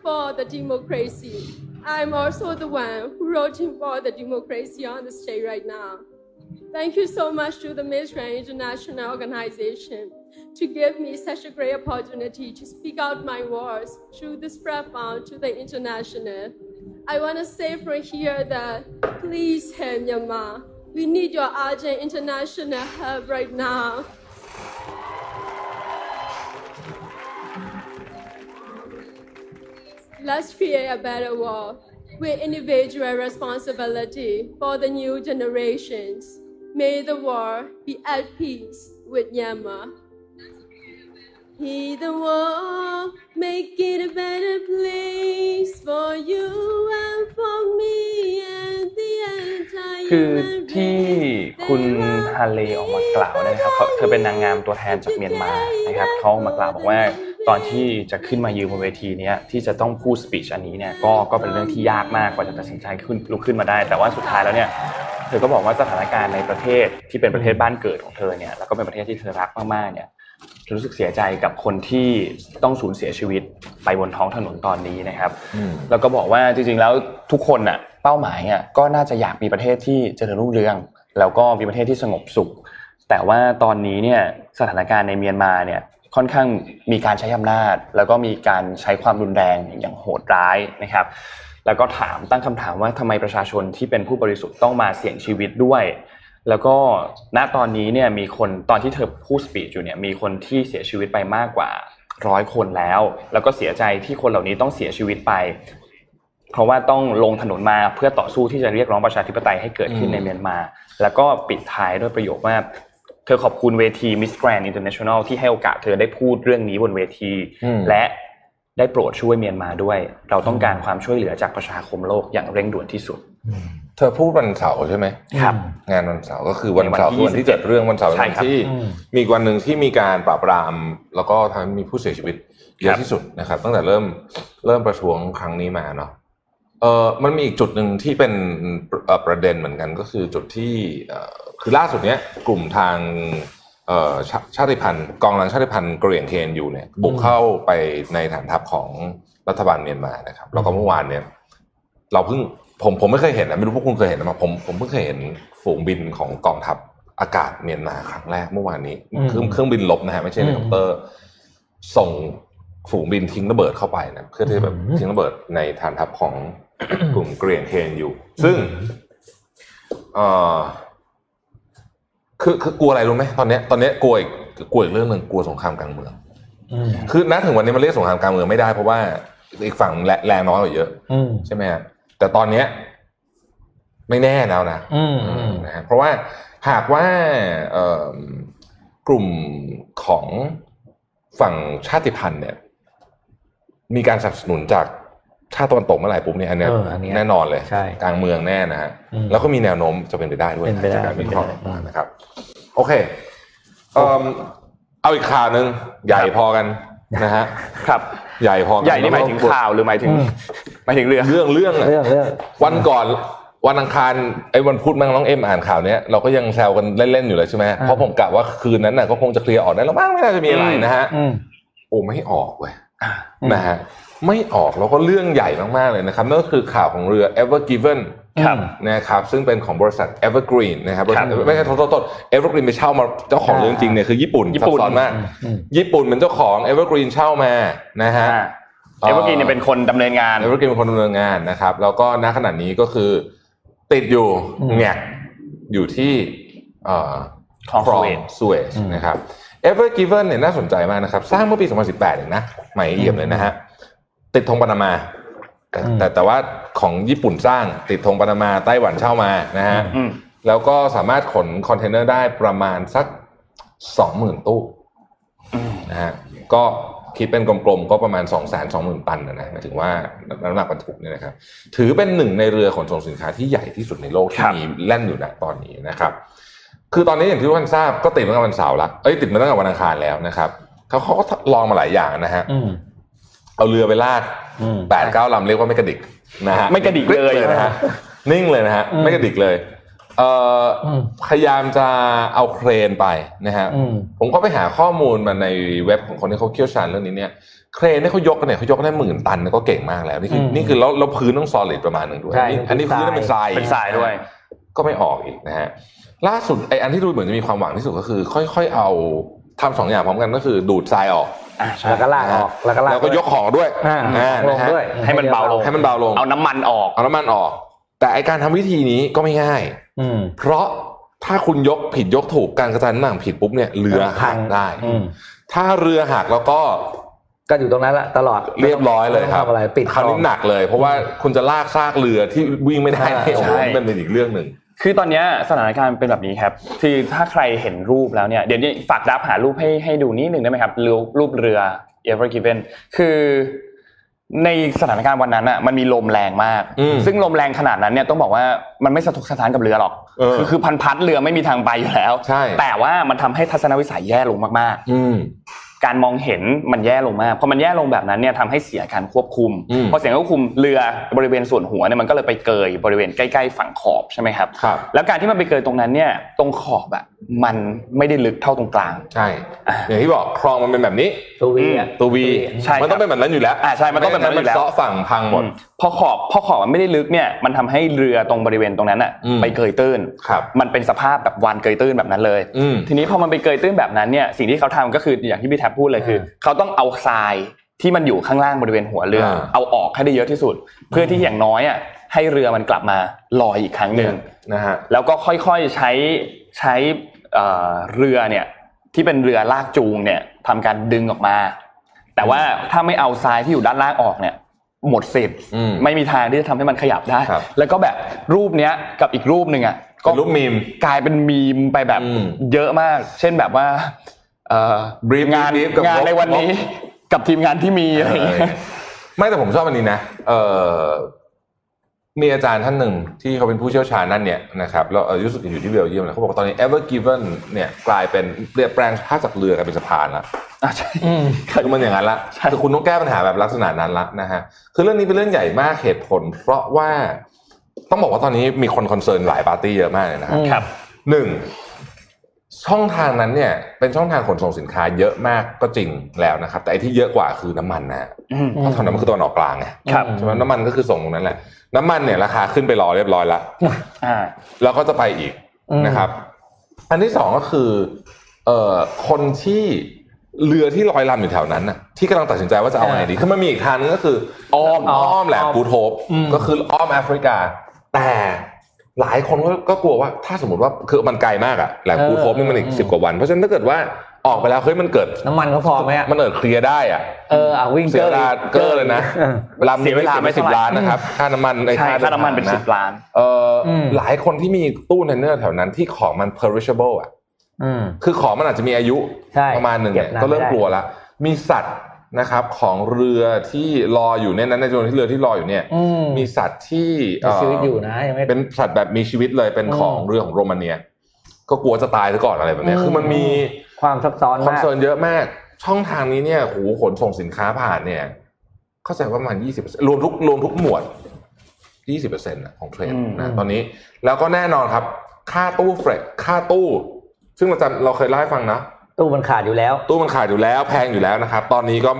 for the democracy. I'm also the one who wrote him for the democracy on the stage right now. Thank you so much to the Midrand International Organization to give me such a great opportunity to speak out my words through this platform to the international. I want to say from here that please help Myanmar. We need your urgent international help right now. Let's create a better world with individual responsibility for the new generations. May the world be at peace with Myanmar. He the world, make it a better place for you and for me and the entire คือ human ที่ race. คุณฮาเลออกมากล่าวนะครับเขาเธอเป็นนางงามตัวแทนจากเมียนมานะครับเขาออกมากล่าวบอกว่าตอนที่จะขึ้นมายืนบนเวทีเนี้ยที่จะต้องพูดสปีชอันนี้เนี่ยก็ก็เป็นเรื่องที่ยากมากกว่าจะตัดสินใจขึ้นลุกขึ้นมาได้ แต่ว่าสุดท้ายแล้วเนี่ยเธอก็บอกว่าสถานการณ์ในประเทศที่เป็นประเทศบ้านเกิดของเธอเนี่ยแล้วก็เป็นประเทศที่เธอรักมากๆเนี่ยรู้สึกเสียใจกับคนที่ต้องสูญเสียชีวิตไปบนท้องถนนตอนนี้นะครับ อืม แล้วก็บอกว่าจริงๆแล้วทุกคนน่ะเป้าหมายอ่ะก็น่าจะอยากมีประเทศที่เจริญรุ่งเรือง แล้วก็มีประเทศที่สงบสุข แต่ว่าตอนนี้เนี่ยสถานการณ์ในเมียนมาเนี่ยค่อนข้างมีการใช้อำนาจ แล้วก็มีการใช้ความรุนแรงอย่างโหดร้ายนะครับ แล้วก็ถามตั้งคำถามว่าทำไมประชาชนที่เป็นผู้บริสุทธิ์ต้องมาเสี่ยงชีวิตด้วย แล้วก็ณตอนนี้เนี่ยมีคนตอนที่เธอพูดสปีดอยู่เนี่ยมีคนที่เสียชีวิตไปมากกว่าร้อยคนแล้ว แล้วก็เสียใจที่คนเหล่านี้ต้องเสียชีวิตไป เพราะว่าต้องลงถนนมาเพื่อต่อสู้ที่จะเรียกร้องประชาธิปไตยให้เกิดขึ้นใน อืม เมียนมา แล้วก็ปิดท้ายด้วยประโยคว่า เธอขอบคุณเวที Miss Grand International ที่ให้โอกาสเธอได้พูดเรื่องนี้บนเวที อืม และได้โปรดช่วยเมียนมาด้วย เราต้องการความช่วยเหลือจากประชาคมโลกอย่างเร่งด่วนที่สุด เธอพูดวันเสาร์ใช่ไหม ครับ งานวันเสาร์ก็คือวันเสาร์ ใน คือ วั วัน น ที่ ที่เกิดเรื่องวันเสาร์ ใช่ วัน ครับ ที่ อืม มีอีกวันหนึ่งที่มีการปราบปรามแล้วก็ทำให้มีผู้เสียชีวิตเย ครั อะ บ ที่สุดนะครับ ตั้งแต่เริ่มเริ่มประท้วงครั้งนี้มาเนาะเออมันมีอีกจุดหนึ่งที่เป็นเอ่อประเด็นเหมือนกันก็คือจุดที่เอ่อคือล่าสุดเนี้ยกลุ่มทางเอ่อชาชาติพันธุ์กองกำลังชาติพันธุ์กะเหรี่ยงเคนอยู่เนี่ยบุกเข้าไปในฐานทัพของรัฐบาลเมียนมานะครับ แล้วก็เมื่อวานเนี่ย เราเพิ่งผมผมไม่เคยเห็นนะไม่รู้พวกคุณเคยเห็นหรือเปล่าผมผมเพิ่งเคยเห็นฝูงบินของกองทัพอากาศเมียนมาครั้งแรกเมื่อวานนี้ อืม เครื่องเครื่องบินลบนะฮะไม่ใช่ อื เฮ ม ลิคอปเตอร์ ส่งฝูงบินทิ้งระเบิดเข้าไปนะเพื่อที่จะแบบ อืม ทิ้งระเบิดในฐานทัพของ กลุ่มเกรียนเคนอยู่ ซึ่งเออคือคือกลัวอะไรรู้ไหมตอนเนี้ยตอนเนี้ยกลัวอีกกลัวอีกเรื่องหนึ่งกลัวสงครามกลางเมือง อืม คือณถึงวันนี้มันเรียกสงครามกลางเมืองไม่ได้เพราะว่าอีกฝั่งแรแรงน้อยกว่าเยอะ อืม ใช่ไหมฮะแต่ตอนเนี้ยไม่แน่แล้วนะ อืมอืม นะฮะเพราะว่าหากว่าเอิ่มกลุ่มของฝั่งชาติพันธุ์เนี่ย มีการสนับสนุนจากชาติตะวันตกเมื่อไหร่ปุ๊บเนี่ยอันเนี้ย เอออันเนี้ย แน่นอนเลย ใช่ กลางเมืองแน่นะฮะ อืม แล้วก็มีแนวโน้มจะเป็นไปได้ด้วย เป็นไปได้ จากการวิเคราะห์ เป็นไปได้ นะครับ โอเคเอิ่มเอาอีกข่าวหนึ่งใหญ่พอกันนะฮะ ครับ ใหญ่พอกั ใหญ่นี่หมายถึงข่าวหรือหมายถึง อืม หมายถึงเรื่อง เรื่องเรื่องอะ เรื่องเรื่อง วันก่อนวันอังคารไอ้วันพุธมั่งน้องเอ็มอ่านข่าวเนี้ยเราก็ยังแซวกันเล่นๆอยู่เลยใช่ไหมเพราะผมกะว่าคืนนั้นน่ะก็คงจะเคลียร์ออกได้แล้วบ้างไม่น่าจะมีอะไรนะฮะ อืม โอ้ไม่ออกเว้ยนะฮะไม่ออกแล้วก็เรื่องใหญ่มากๆเลยนะครับนั่นก็คือข่าวของเรือ Ever Given ครับ นะครับซึ่งเป็นของบริษัท Evergreen นะครับบริษัท ครับ ไม่ใช่โทษโทษโทษ Evergreen ไปเช่ามาเจ้าของ อ่า เรื่องจริงเนี่ยคือญี่ปุ่น ญี่ปุ่น ซับซ้อนมาก อืม ญี่ปุ่นเป็นเจ้าของ Evergreen เช่ามานะฮะ เอเวอร์กรีนเนี่ยเป็นคนดำเนินงาน นายธุรกิจเป็นคนดำเนินงานนะครับ แล้วก็ณขณะนี้ก็คือ ติดอยู่ อืม แงกอยู่ที่เอ่อ คลอง คลอง Suez สเวส อืม นะครับ Ever Given เนี่ยน่าสนใจมากนะครับ สร้างเมื่อปี 2018เองนะใหม่เอี่ยมเลยนะฮะ ติดธงปานามาแต่แต่แต่ว่าของญี่ปุ่นสร้างติดธงปานามาไต้หวันเช่ามานะฮะ อืม แล้วก็สามารถขนคอนเทนเนอร์ได้ประมาณสัก 20,000 ตู้นะฮะก็ คิดเป็นกลมๆ ก็ประมาณ 2 2 0 0 0 0 ตันนะนะหมายถึงว่าน้ำหนักบรรทุกเนี่ยนะครับ ถือเป็นหนึ่งในเรือขนส่งสินค้าที่ใหญ่ที่สุดในโลก ค ที่ รับ มีแล่นอยู่ณตอนนี้นะครับ คือตอนนี้อย่างที่ทุกท่านทราบก็ติดมาตั้งแต่วันเสาร์ละเอ้ยติดมาตั้งแต่วันอังคารแล้วนะครับเขาเขาก็ลองมาหลายอย่างนะฮะ อืม เอาเรือไปลาก อืม แปดเก้าลำเรียกว่าไม่กระดิกนะฮะ ไม่กระดิกเลย นิ่งนะฮะนิ่งเลยนะฮะ อืม ไม่กระดิกเลยเอ่อ อืม พยายามจะเอาเครนไปนะฮะ อืม ผมก็ไปหาข้อมูลมาในเว็บของคนที่เขาเชี่ยวชาญเรื่องนี้เนี่ยเครนเนี่ยเขายกกันเนี่ยเขายกได้หมื่นตันเนี่ยก็เก่งมากแล้วนี่คือ อืม นี่คือแล้วแล้วพื้นต้อง solid ประมาณหนึ่งด้วย ใช่ นี่อันนี้ เป็น พื้นเนี่ยเป็นทราย เป็นทรายด้วย ก็ไม่ออกอีกนะฮะล่าสุดไออันที่ดูเหมือนจะมีความหวังที่สุดก็คือ ค่อยๆเอาทำสองอย่างพร้อมกันก็คือดูดทรายออก อ่ะใช่ แล้วก็ลากออกแล้วก็ลาก แล้วก็ยกของด้วย อ่า อ่า ลง นะฮะ ด้วย ให้มันเบาลง ให้มันเบาลง เอาน้ำมันออก เอาน้ำมันออก แต่ไอการทำวิธีนี้ก็ไม่ง่าย อืม เพราะถ้าคุณยกผิดยกถูกการกระจายน้ำหนักผิดปุ๊บเนี่ยเรือหักได้ อืม ถ้าเรือหักแล้วก็ ก็อยู่ตรงนั้นแหละตลอด เรียบร้อยเลยครับ ไม่ต้องทำอะไรปิด คราวนี้ กอง หนักเลย เพราะว่าคุณจะลากซากเรือที่วิ่งไม่ได้เนี่ยโอ้โห ใช่ มันเป็นอีกเรื่องหนึ่ง คือตอนเนี้ยสถานการณ์เป็นแบบนี้ครับคือถ้าใครเห็นรูปแล้วเนี่ยเดี๋ยวนี้ฝากดับหารูปให้ให้ดูนิดหนึ่งได้ไหมครับรูปรูปเรือ Ever Given คือในสถานการณ์วันนั้นอ่ะมันมีลมแรงมาก อืม ซึ่งลมแรงขนาดนั้นเนี่ยต้องบอกว่ามันไม่สะทกสะท้านกับเรือหรอก เออ คือคือพันพัดเรือไม่มีทางไปอยู่แล้ว ใช่ แต่ว่ามันทำให้ทัศนวิสัยแย่ลงมาก อืม ๆ การมองเห็นมันแย่ลงมากพอมันแย่ลงแบบนั้นเนี่ยทำให้เสียการควบคุม อืม พอเสียการควบคุมเรือบริเวณส่วนหัวเนี่ยมันก็เลยไปเกยบริเวณใกล้ๆฝั่งขอบใช่ไหมครับ ครับ แล้วการที่มันไปเกิดตรงนั้นเนี่ยตรงขอบอะมันไม่ได้ลึกเท่าตรงกลาง ใช่ อย่างที่บอกคลองมันเป็นแบบนี้ ตัววีอะ ตัววี ใช่ครับ มันต้องเป็นแบบนั้นอยู่แล้ว อ่าใช่มันต้องเป็นแบบนั้นอยู่แล้ว มัเซาะฝั่งพังหมด อืพอขอบพอขอบมันไม่ได้ลึกเนี่ยมันทำให้เรือตรงบริเวณตรงนั้นอะ อืม ไปเกยตื้น ครับ มันเป็นสภาพแบบวานเกยตื้นแบบนั้นเลย อืม ทีนี้พอมันไปเกยตื้นแบบนั้นเนี่ยสิ่งที่เขาทำก็คืออย่างที่พี่แท็บพูดเลยคือ อ่า เขาต้องเอาทรายที่มันอยู่ข้างล่างบริเวณหัวเรืออา เอาออกให้ได้เยอะที่สุด เพื่อที่อย่างน้อยอะให้เรือมันกลับมาลอยอีกครั้งหนึ่ง นะฮะ แล้วก็ค่อยๆใช้ใช้เอ่อเรือเนี่ยที่เป็นเรือลากจูงเนี่ยทำการดึงออกมา แต่ว่าถ้าไม่เอาทรายที่อยู่ด้านล่างออกเนี่ยหมดสิทธิ์ อืม ไม่มีทางที่จะทำให้มันขยับได้ ครับ แล้วก็แบบรูปเนี้ยกับอีกรูปหนึ่งอ่ะก็ เป็นรูปมีม กลายเป็นมีมไปแบบ อืม เยอะมาก เช่นแบบว่าเอ่อ Brief งาน brief กับ งานในวันนี้ ง กับทีมงานที่มีอะไรอย่าง เอ เงี้ อย ไม่แต่ผมชอบอันนี้นะ เออมีอาจารย์ท่านหนึ่งที่เขาเป็นผู้เชี่ยวชาญนั่นเนี่ยนะครับแล้วอายุสุดอยู่ที่เบลเยียมเลยเขาบอกว่าตอนนี้ Ever Given เนี่ยกลายเป็นเปลี่ยนแปลงสภาพจากเรือกลายเป็นสะพานละ อ่ะใช่ คือมันอย่างนั้นละ ใช่ คือคุณต้องแก้ปัญหาแบบลักษณะนั้นละนะฮะ คือเรื่องนี้เป็นเรื่องใหญ่มากเหตุผล เพราะว่าต้องบอกว่าตอนนี้มีคนคอนเซิร์นหลายปาร์ตี้เยอะมากเลยนะฮะ ครับ หนึ่งช่องทางนั้นเนี่ย เป็นช่องทางขนส่งสินค้าเยอะมากก็จริงแล้วนะครับ แต่ไอ้ที่เยอะกว่าคือน้ำมันนะฮะ อืม เพราะตอนนั้นมันคือตอนออกกลางไง ครับ ใช่ไหมน้ำมันก็คือส่งตรงนั้นแหละ น้ำมันเนี่ยราคาขึ้นไปรอเรียบร้อยละ อ่า แล้วก็จะไปอีก อืม นะครับ อันที่สองก็คือ เอ่อคนที่เรือที่ลอยลำอยู่แถวนั้นน่ะที่กำลังตัดสินใจว่าจะเอาไงดีคือมันมีอีกทางนึงก็คืออ้อมอ้อมแหลมกูโทบก็คืออ้อมแอฟริกา แต่หลายคนก็ก็กลัวว่าถ้าสมมติว่าคือมันไกลมากอะแหลมกูโทบนี่มันอีกสิบกว่าวัน เพราะฉะนั้นถ้าเกิดว่าออกไปแล้วเฮ้ยมันเกิด น้ำมันก็พอไหมอะ มันเกิดเคลียร์ได้อะ เอออ่ะวิ่ง เสียเวลาเกอร์เลยนะ ออ ลำ เสียเวลาไม่ สิบ เท่าไหร่ ล้านนะครับค่าน้ำมันไอ้ ใช่ ค่าเดิ ค่าน้ำมันเป็น ทงะ สิบล้าน เอ่ออ ม หลายคนที่มีตู้เทนเนอร์แถวนั้นที่ของมัน perishable อ่ะ อืม คือของมันอาจจะมีอายุ ใช่ ประมาณหนึ่งเนี่ย เก็บนาน ก็เริ่ม ไม่ได้ กลัวละ มีสัตว์นะครับของเรือที่รออยู่เนี่ยนะในจำนวนที่เรือที่รออยู่เนี่ย อืม มีสัตว์ที่เ มีชีวิตอยู่นะยังไม่ เป็นสัตว์แบบมีชีวิตเลยเป็น อืม ของเรือของโรมาเนีย ก็กลัวจะตายซะก่อนอะไรแบบเนี้ย อืม คือมันมี ความซับซ้อน คอน มาก เซิร์นเยอะมาก ช่องทางนี้เนี่ยโหขนส่งสินค้าผ่านเนี่ย เข้าใจว่าประมาณยี่สิบรวมทุกรวมทุกหมวดยี่สิบเปอร์เซ็นต์ของเทรนด์นะตอนนี้ แล้วก็แน่นอนครับ ค่าตู้เฟรดค่าตู้ ซึ่งเราจำเราเคยเล่าให้ฟังนะ ตู้มันขาดอยู่แล้ว ตู้มันขาดอยู่แล้วแพงอยู่แล้วนะครับ ตอนนี้ก็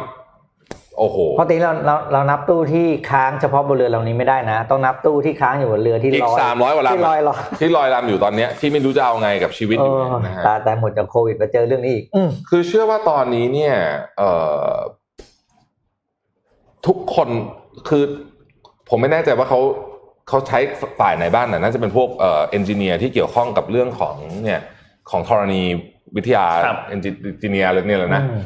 โอ้โห เพราะตีเราเราเรานับตู้ที่ค้างเฉพาะบนเรือลำนี้ไม่ได้นะ ต้องนับตู้ที่ค้างอยู่บนเรือที่ อีก ลอย สามร้อยกว่าลำ ที่ลอยลอย ที่ลอยลำอยู่ตอนเนี้ยที่ไม่รู้จะเอาไงกับชีวิต เอ อยู่ อ เนี่ยนะฮะ ตายตายหมดจากโควิดมาเจอเรื่องนี้อีก อืม คือเชื่อว่าตอนนี้เนี่ยเอ่อทุกคนคือ ผมไม่แน่ใจว่าเขาเขาใช้ฝ่ายไหนบ้างนะน่าจะเป็นพวกเอ่อเอนจิเนียร์ที่เกี่ยวข้องกับเรื่องของเนี่ยของธรณีวิทยา ครับ เอนจิเนียร์อะไรเนี่ยแหละนะ อืม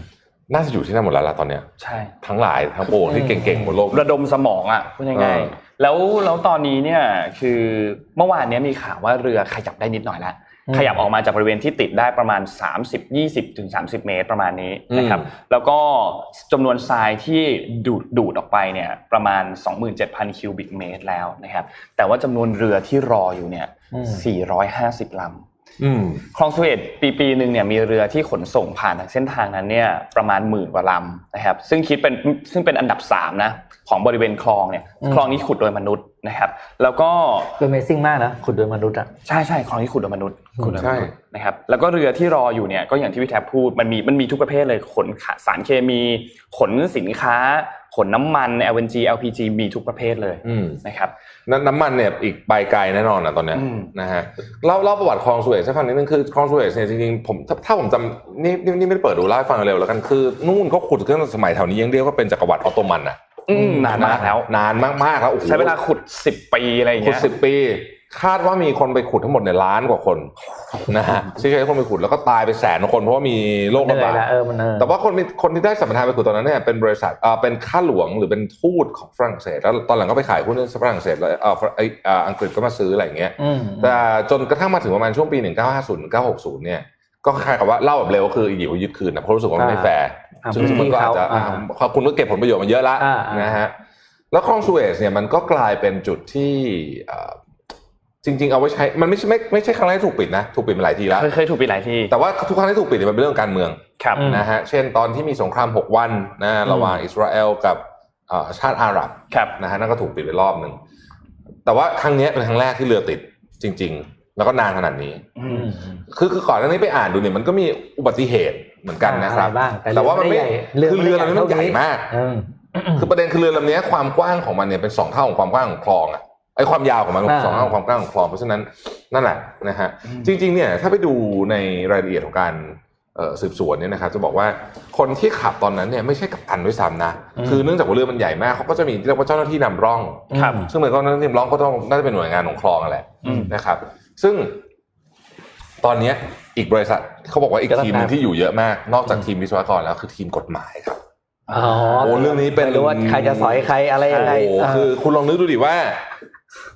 น่าจะอยู่ที่นั่นหมดแล้วล่ะตอนเนี้ย ใช่ ทั้งหลายทั้งโอ้ที่เก่งๆบนโลก ระดมสมองอ่ะพูด เอ ง่าย อ ๆแล้วแล้วตอนนี้เนี่ยคือเมื่อวานเนี้ยมีข่าวว่าเรือขยับได้นิดหน่อยแล้ว อืม ขยับออกมาจากบริเวณที่ติดได้ประมาณ 30 20ถึง30 เมตรประมาณนี้นะครับ แล้วก็จำนวนทรายที่ดูดดูดออกไปเนี่ยประมาณ 27,000 คิวบิกเมตรแล้วนะครับ แต่ว่าจำนวนเรือที่รออยู่เนี่ย อืม 450ลำ อืม คลองสุเอตปีปีหนึ่งเนี่ยมีเรือที่ขนส่งผ่านทางเส้นทางนั้นเนี่ยประมาณหมื่นกว่าลำนะครับซึ่งคิดเป็นซึ่งเป็นอันดับสามนะของบริเวณคลองเนี่ย อืม คลองนี้ขุดโดยมนุษย์นะครับ แล้วก็ คือ Amazing มากนะขุดโดยมนุษย์อ่ะ ใช่ใช่คลองนี้ขุดโดยมนุษย์ขุดโดย ใช่ มนุษย์นะครับแล้วก็เรือที่รออยู่เนี่ยก็อย่างที่พี่แทบพูดมันมีมันมีทุกประเภทเลยขนขาสารเคมี ขนสินค้า ขนน้ำมัน LNG LPG มีทุกประเภทเลย อืม นะครับ น้ำน้ำมันเนี่ยอีกไปไกลแน่นอนอ่ะตอนเนี้ย อืม นะฮะเล่าเล่าประวัติคลองสวยให้ฟังนิดนึงคือคลองสวยเนี่ยจริงๆผมถ้าถ้าผมจำนี่นี่นี่ไม่ได้เปิดดูเล่าให้ฟังเร็วๆแล้วกันคือนู่นเขาขุดขึ้นสมัยแถวนี้ยังเรียกว่าเป็นจักรวรรดิออตโตมันอ่ะ อืมนานมากแล้ว นานมากๆแล้วโอ้โห ใช้เวลาขุด 10 ปีอะไรอย่าง ขุ เงี้ ด ย สิบปี คาดว่ามีคนไปขุดทั้งหมดเนี่ยล้านกว่าคน นะฮะที่ใช้คนไปขุดแล้วก็ตายไปแสนคนเพราะว่ามีโรค เหนื่อบระาย ด ละเออมันเออ แต่ว่าคนมีคนที่ได้สัมปทานไปขุดตอนนั้นเนี่ยเป็นบริษัทเอ่อเป็นข้าหลวงหรือเป็นทูตของฝรั่งเศส แล้วตอนหลังก็ไปขายหุ้นให้ฝรั่งเศสแล้วเอ่อฝรั่งเอ่อเอ่ออังกฤษก็มาซื้ออะไรอย่างเงี้ย อืม แต่จนกระทั่งมาถึงประมาณช่วงปี 1950 1960 เนี่ยก็คล้ายๆกับว่าเล่าแบบเร็วคืออียิวยึดคืนนะเพราะรู้สึกว่ามันไม่แฟร์ อ่ะ ซึ่งซึ่งมันก็อาจจะ อ่า ขอบคุณก็เก็บผลประโยชน์มาเยอะละ อ่าอ่าน นะฮะแล้วคลองสุเอซเนี่ยมันก็กลายเป็นจุดที่เอ่อจริง ๆ เอาไว้ใช้มันไม่ใช่ไม่ไม่ใช่ครั้งแรกที่ถูกปิดนะ ถูกปิดมาหลายทีแล้ว เคยเคยถูกไปหลายที่ แต่ว่าทุกครั้งที่ถูกปิดเนี่ยมันเป็นเรื่องการเมือง ครับ อืม นะฮะเช่นตอนที่มีสงคราม 6 วันนะระหว่างอิสราเอลกับเอ่อชาติอาหรับ ครับ นะฮะนั่นก็ถูกปิดไปรอบหนึ่งแต่ว่าครั้งเนี้ยเป็นครั้งแรกที่เรือติดจริง ๆ แล้วก็นานขนาดนี้ อืม คือคือก่อนหน้านี้ไปอ่านดูเนี่ยมันก็มีอุบัติเหตุเหมือนกันนะครับ อไบ้าง แต่ว่ามันไม่ เรื คือเรือ ไม่ได้ลำนี้มันใหญ่มาก เออ คือประเด็นคือเรือลำนี้ความกว้างของมันเนี่ยเป็นสองเท่าของความกว้างของคลองอ่ะไอความยาวของมัน อ่า สองเท่าของความกว้างของคลองเพราะฉะนั้นนั่นแหละนะฮะจริง ๆ เนี่ยถ้าไปดูในรายละเอียดของการเอ่อสืบสวนเนี่ยนะครับจะบอกว่าคนที่ขับตอนนั้นเนี่ยไม่ใช่กัปตันด้วยซ้ำนะคือเนื่องจากว่าเรือมันใหญ่มากเขาก็จะมีเรียกว่าเจ้าหน้าที่นำร่อง ครับ ซึ่งเหมือนกับนั้นทีมร้องก็ต้องน่าจะเป็นหน่วยงานของคลองนั่นแหละ อืม นะครับ ซึ่งตอนเนี้ยอีกบริษัทเขาบอกว่าอีกทีมหนึงที่อยู่เยอะมาก นอกจากทีมวิศวกรแล้วคือทีมกฎหมายครับ อ๋อ โอ้เรื่องนี้เป็น ไม่รู้ว่าใครจะสอยใครอะไรยังไง โอ้โห เออ คือคุณลองนึกดูดิว่า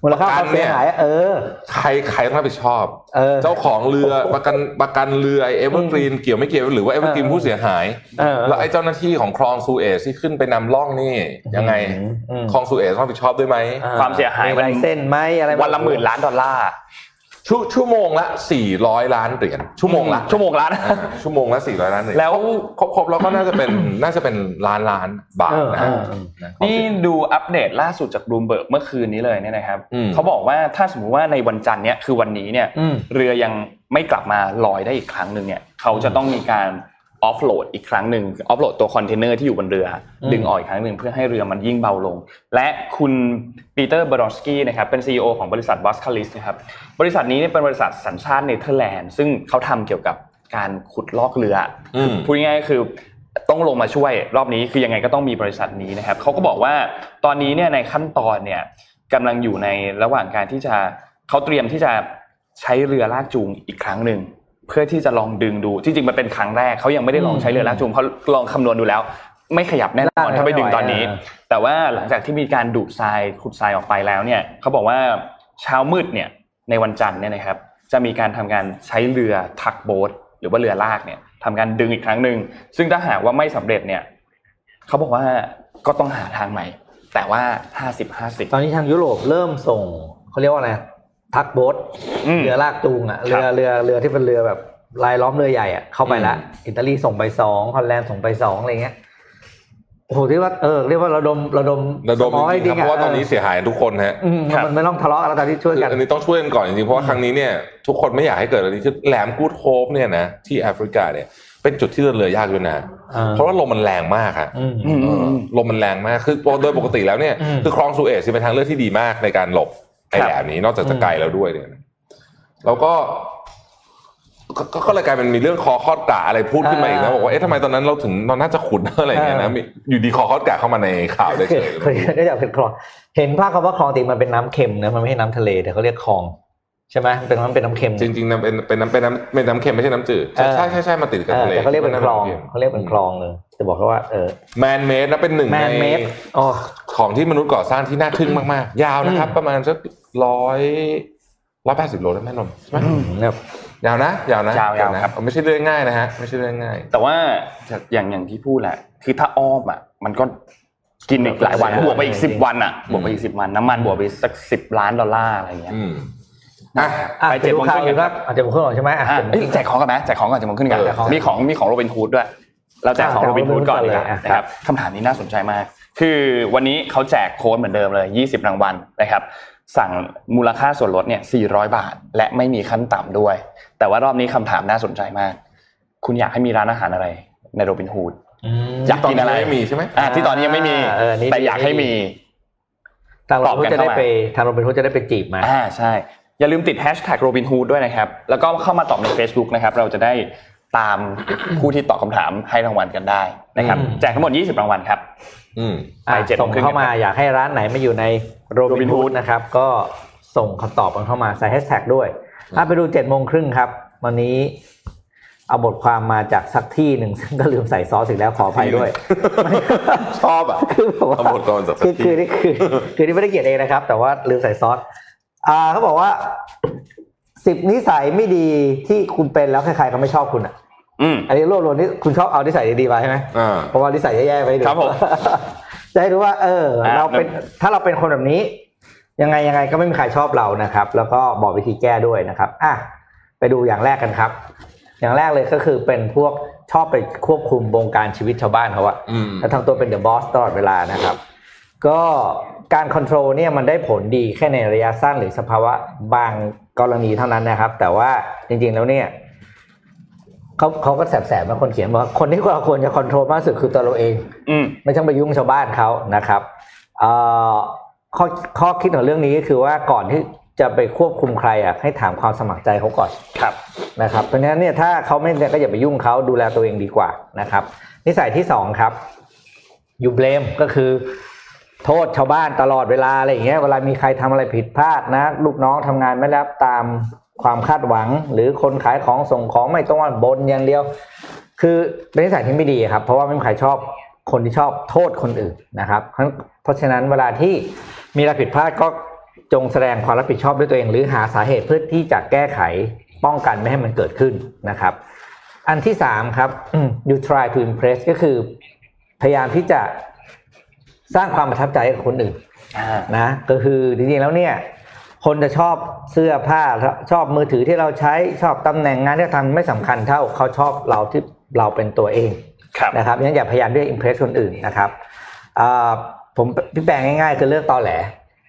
มูลค่าความเสียหายเออ ใครใครต้องรับผิดชอบ เออ เจ้าของเรือประกันประกันเรือเอเวอร์กรีนเกี่ยวไม่เกี่ยวหรือว่าเอเวอร์กรีน เออ ผู้เสียหาย เออ แล้วไอ้เจ้าหน้าที่ของคลองซูเอซที่ขึ้นไปนำล่องนี่ยังไง อืม คลองซูเอซต้องรับผิดชอบด้วยไหม อ่ ความเสียหายมัน มีลเส้นไหมอะไร วันละหมื่นล้านดอลลาร์ ชั่วชั่วโมงละ 400 ล้านเหรียญชั่วโมงละ ชั่วโมงละ อ่าชั่วโมงละ400ล้านเหรียญ แล้ว ครบครบแล้วก็น่าจะเป็น น่าจะเป็นล้านล้านบาท เออ นะ เอ ฮะ อเอ อ ะนี่ดูอัปเดตล่าสุดจากบลูมเบิร์กเมื่อคืนนี้เลยเนี่ยนะครับ อืม เขาบอกว่าถ้าสมมุติว่าในวันจันทร์เนี่ยคือวันนี้เนี่ย อืม เรือยังไม่กลับมาลอยได้อีกครั้งหนึ่งเนี่ยเขาจะต้องมีการออฟโหลดอีกครั้งหนึ่งออฟโหลดตัวคอนเทนเนอร์ที่อยู่บนเรืออดึงออกอีกครั้งหนึ่งเพื่อให้เรือมันยิ่งเบาลง และคุณปีเตอร์บรอสกี้นะครับเป็น CEO ของบริษัทวัสคาลิสนะครับบริษัทนี้เนี่ยเป็นบริษัทสัญชาติเนเธอร์แลนด์ซึ่งเขาทำเกี่ยวกับการขุดลอกเรือ อืม พูดง่ายๆคือต้องลงมาช่วยรอบนี้คือยังไงก็ต้องมีบริษัทนี้นะครับเขาก็บอกว่าตอนนี้เนี่ยในขั้นตอนเนี่ยกำลังอยู่ในระหว่างการที่จะเขาเตรียมที่จะใช้เรือลากจูงอีกครั้งหนึ่งเพื่อที่จะลองดึงดูที่จริงมันเป็นครั้งแรกเขายังไม่ได้ลองใช้เรือลากจูงเขาลองคำนวณดูแล้ว ไม่ขยับแน่นอนถ้าไปดึงตอนนี้ แต่ว่าหลังจากที่มีการดูดทรายขุดทรายออกไปแล้วเนี่ยเขาบอกว่าเช้ามืดเนี่ยในวันจันทร์เนี่ยนะครับจะมีการทำการใช้เรือทักโบ๊ทหรือว่าเรือลากเนี่ยทำการดึงอีกครั้งหนึ่งซึ่งถ้าหากว่าไม่สำเร็จเนี่ยเขาบอกว่าก็ต้องหาทางใหม่ แต่ว่าห้าสิบห้าสิบ ตอนนี้ทางยุโรปเริ่มส่งเขาเรียกว่าอะไรทักโบ๊ท อืม เรือลากจูงอ่ะ ครั เรื บ อเรือเรือที่เป็นเรือแบบลายล้อมเรือใหญ่อ่ะเข้าไปละ อื อิตาลีส่งไปสองฮอลแลนด์ส่งไปสองอะไรเงี้ยโอ้โหที่ว่าเออเรียกว่าระดมระดม ระดม สมอง จ ให้ ริงๆคงรับเพราะว่าตอนนี้ เ เสียหายทุกคนฮะ อืม ครับ มันไม่ต้องทะเลาะกันแล้วตอนที่ช่วย คือ กัน อันนี้ต้องช่วยกันก่อนจริงๆเพราะว่าครั้งนี้เนี่ยทุกคนไม่อยากให้เกิดอะไรนี้คือแหลมกูดโฮปเนี่ยนะที่แอฟริกาเนี่ยเป็นจุดที่เดินเรือยากด้วยนะ อ่า เพราะว่าลมมันแรงมากอะ อืม อืม เออลมมันแรงมากคือโดยปกติแล้วเนี่ย อืม คือคลองสุเอซเนี่ยเป็นทางเลือกที่ดีมากในการหลบไอ้แหลมนี้นอกจากจะไกลแล้วด้วยเนี่ยนะแล้วก็ก็ก็ก็เลยกลายเป็นมีเรื่องคอคอดกะอะไรพูดขึ้นมาอีกนะบอกว่าเอ๊ะทำไมตอนนั้นเราถึงเราน่าจะขุดอะไรอย่างเงี้ยนะมีอยู่ดีคอคอดกะเข้ามาในข่าวได้ เค เฉ ย ยเลย เคยได้จากเป็นคลอง เห็นภาพคำว่าคลองจริงมันเป็นน้ำเค็มนะมันไม่ใช่น้ำทะเลแต่เขาเรียกคลอง ใช่ไหมมันเป็นมันเป็นน้ำเค็ม จริงๆน้ำเป็นเป็นน้ำเป็นน้ำเป็นน้ำเค็มไม่ใช่น้ำจืด เอ ใช่ อ ใช่ใช่ใช่มาติดกับ เออ ทะเล แต่เขาเรียกเป็นคลองเขาเรียกเป็นคลองเลยจะบอกเขาว่าเออ แมนเมดนะเป็นหนึ่ง แมน ใน เมดอ๋อ ของที่มนุษย์ก่อสร้างที่น่าทึ่งมากๆ ยาวนะครับ ประมาณสักร้อยร้อยแปดสิบโลได้ไหมนนท์ใช่ไหม แบบ ยาวนะยาวนะ ยาวๆ เดี๋นะครับ ไม่ใช่เรื่องง่ายนะฮะไม่ใช่เรื่องง่าย แต่ว่าอย่างอย่างที่พูดแหละ คือถ้าอ้อมอ่ะมันก็กินอีกหลายวัน ใช่ บวกไปอีกสิบวันอ่ะบวกไปอีกสิบวันน้ำมันบวกไปสักสิบล้านดอลลาร์อะไรอย่างเงี้ย อืมอ่ะ อ่ะ ไป ไป เจ็ด เจ็ด โมง ข่าว ครึ่ง อยู่ครับอาจจะเป็นคนหรอกใช่ไหมอ่ะ อ่ะ เจ็ดโมง เอ้ย ครึ่ง แจกของกันไหมแจกของก่อนจะมงขึ้นกัน เออแจกของ มีของมีของโรบินฮูดด้วย เราแจกของ อ่ะ โรบินฮูดก่อน แจกขอดีกง Robinhood ว่า ก่อนเลยอ่ะ นะครับคำถามนี้น่าสนใจมาก คือวันนี้เขาแจกโค้ดเหมือนเดิมเลย 20 รางวัลนะครับ สั่งมูลค่าส่วนลดเนี่ย 400 บาท และไม่มีขั้นต่ำด้วย แต่ว่ารอบนี้คำถามน่าสนใจมาก คุณอยากให้มีร้านอาหารอะไรในโรบินฮูด ม อยาก ตอน กิน นี้ อะไร ไม่มีใช่ไหม อ่ะที่ตอนนี้ยังไม่มี เออนี่ดี แต่อยากให้มี ทางโรบินฮูดจะได้ไป ตอบกันเข้ ทางโรบินฮูดจะได้ไปจีบมา อ่าใช่ อย่าลืมติดแฮชแท็กโรบินฮูดด้วยนะครับ แล้วก็เข้ามาตอบใน Facebook นะครับ เราจะได้ตาม ผู้ที่ตอบคำถามให้รางวัลกันได้นะครับ อืม แจกทั้งหมด 20 รางวัลครับ อืม อ่ะ ไปเจ็ดโม ส่ ง ง ครึ่ง เข้ามาอยากให้ร้านไหนมาอยู่ในโรบินฮูด Robinhood นะครับ ก็ส่งคำตอบกันเข้ามาใส่แฮชแท็กด้วยอ่ะไปดูเจ็ดโมงครึ่งครับ วันนี้เอาบทความมาจากสักที่หนึ่ง ซึ่งก็ลืมใส่ซอสอีกแล้วขออภัยด้วย ชอบอ่ะ คือแบบว่า เอาบทความจากสักที่ คือคือนี่คือคือนี่ไม่ได้เขียนเองนะครับ แต่ว่าลืมใส่ซอสอ่าเขาบอกว่าสิบนิสัยไม่ดีที่คุณเป็นแล้วใครๆก็ไม่ชอบคุณอ่ะ อืม อันนี้รวบรวมที่คุณชอบเอานิสัยดีๆมาใช่ไหม อ่า เพราะว่านิสัยแย่ๆไปดู ครับผม จะให้รู้ว่า เออ อ่ะ เราเป็น แล้ว ถ้าเราเป็นคนแบบนี้ ยังไงยังไงก็ไม่มีใครชอบเรานะครับ แล้วก็บอกวิธีแก้ด้วยนะครับ อ่ะไปดูอย่างแรกกันครับ อย่างแรกเลยก็คือเป็นพวกชอบไปควบคุมบงการชีวิตชาวบ้านเขาอะ อืม แล้วทำตัวเป็นเดอะบอสตลอดเวลานะครับ ก็การคอนโทรลเนี่ยมันได้ผลดีแค่ในระยะสั้นหรือสภาวะบางกรณีเท่านั้นนะครับ แต่ว่าจริงๆแล้วเนี่ย เขาเขาก็แสบๆมาคนเขียนบอกว่าคนที่เราควรจะคอนโทรลมากที่สุดคือตัวเราเอง อืม ไม่ต้องไปยุ่งชาวบ้านเขานะครับเอ่อข้อข้อคิดของเรื่องนี้ก็คือว่าก่อนที่จะไปควบคุมใครอ่ะให้ถามความสมัครใจเขาก่อน ครับ นะครับ เพราะฉะนั้นเนี่ยถ้าเขาไม่เนี่ยก็อย่าไปยุ่งเขาดูแลตัวเองดีกว่านะครับ นิสัยที่สองครับยูเบลมก็คือ โทษชาวบ้านตลอดเวลาอะไรอย่างเงี้ยเวลามีใครทำอะไรผิดพลาดนะ ลูกน้องทำงานไม่ได้รับตามความคาดหวัง หรือคนขายของส่งของไม่ต้องวันบนอย่างเดียว คือเป็นนิสัยที่ไม่ดีครับ เพราะว่าไม่มีใครชอบคนที่ชอบโทษคนอื่นนะครับเพราะฉะนั้นเพราะฉะนั้นเวลาที่มีอะไรผิดพลาดก็จงแสดงความรับผิดชอบด้วยตัวเอง หรือหาสาเหตุเพื่อที่จะแก้ไขป้องกันไม่ให้มันเกิดขึ้นนะครับ อันที่สามครับอืม you try to impress ก็คือ พยายามที่จะสร้างความประทับใจให้กับคนอื่น อ่า นะก็คือจริงๆแล้วเนี่ย คนจะชอบเสื้อผ้าชอบมือถือที่เราใช้ชอบตำแหน่งงานที่เราทำไม่สำคัญเท่าเขาชอบเราที่เราเป็นตัวเอง ครับ นะครับงั้นอย่าพยายามด้วยอิมเพรสคนอื่นนะครับอ่าผมพี่แปลงง่ายๆ คือเลือกตอแหล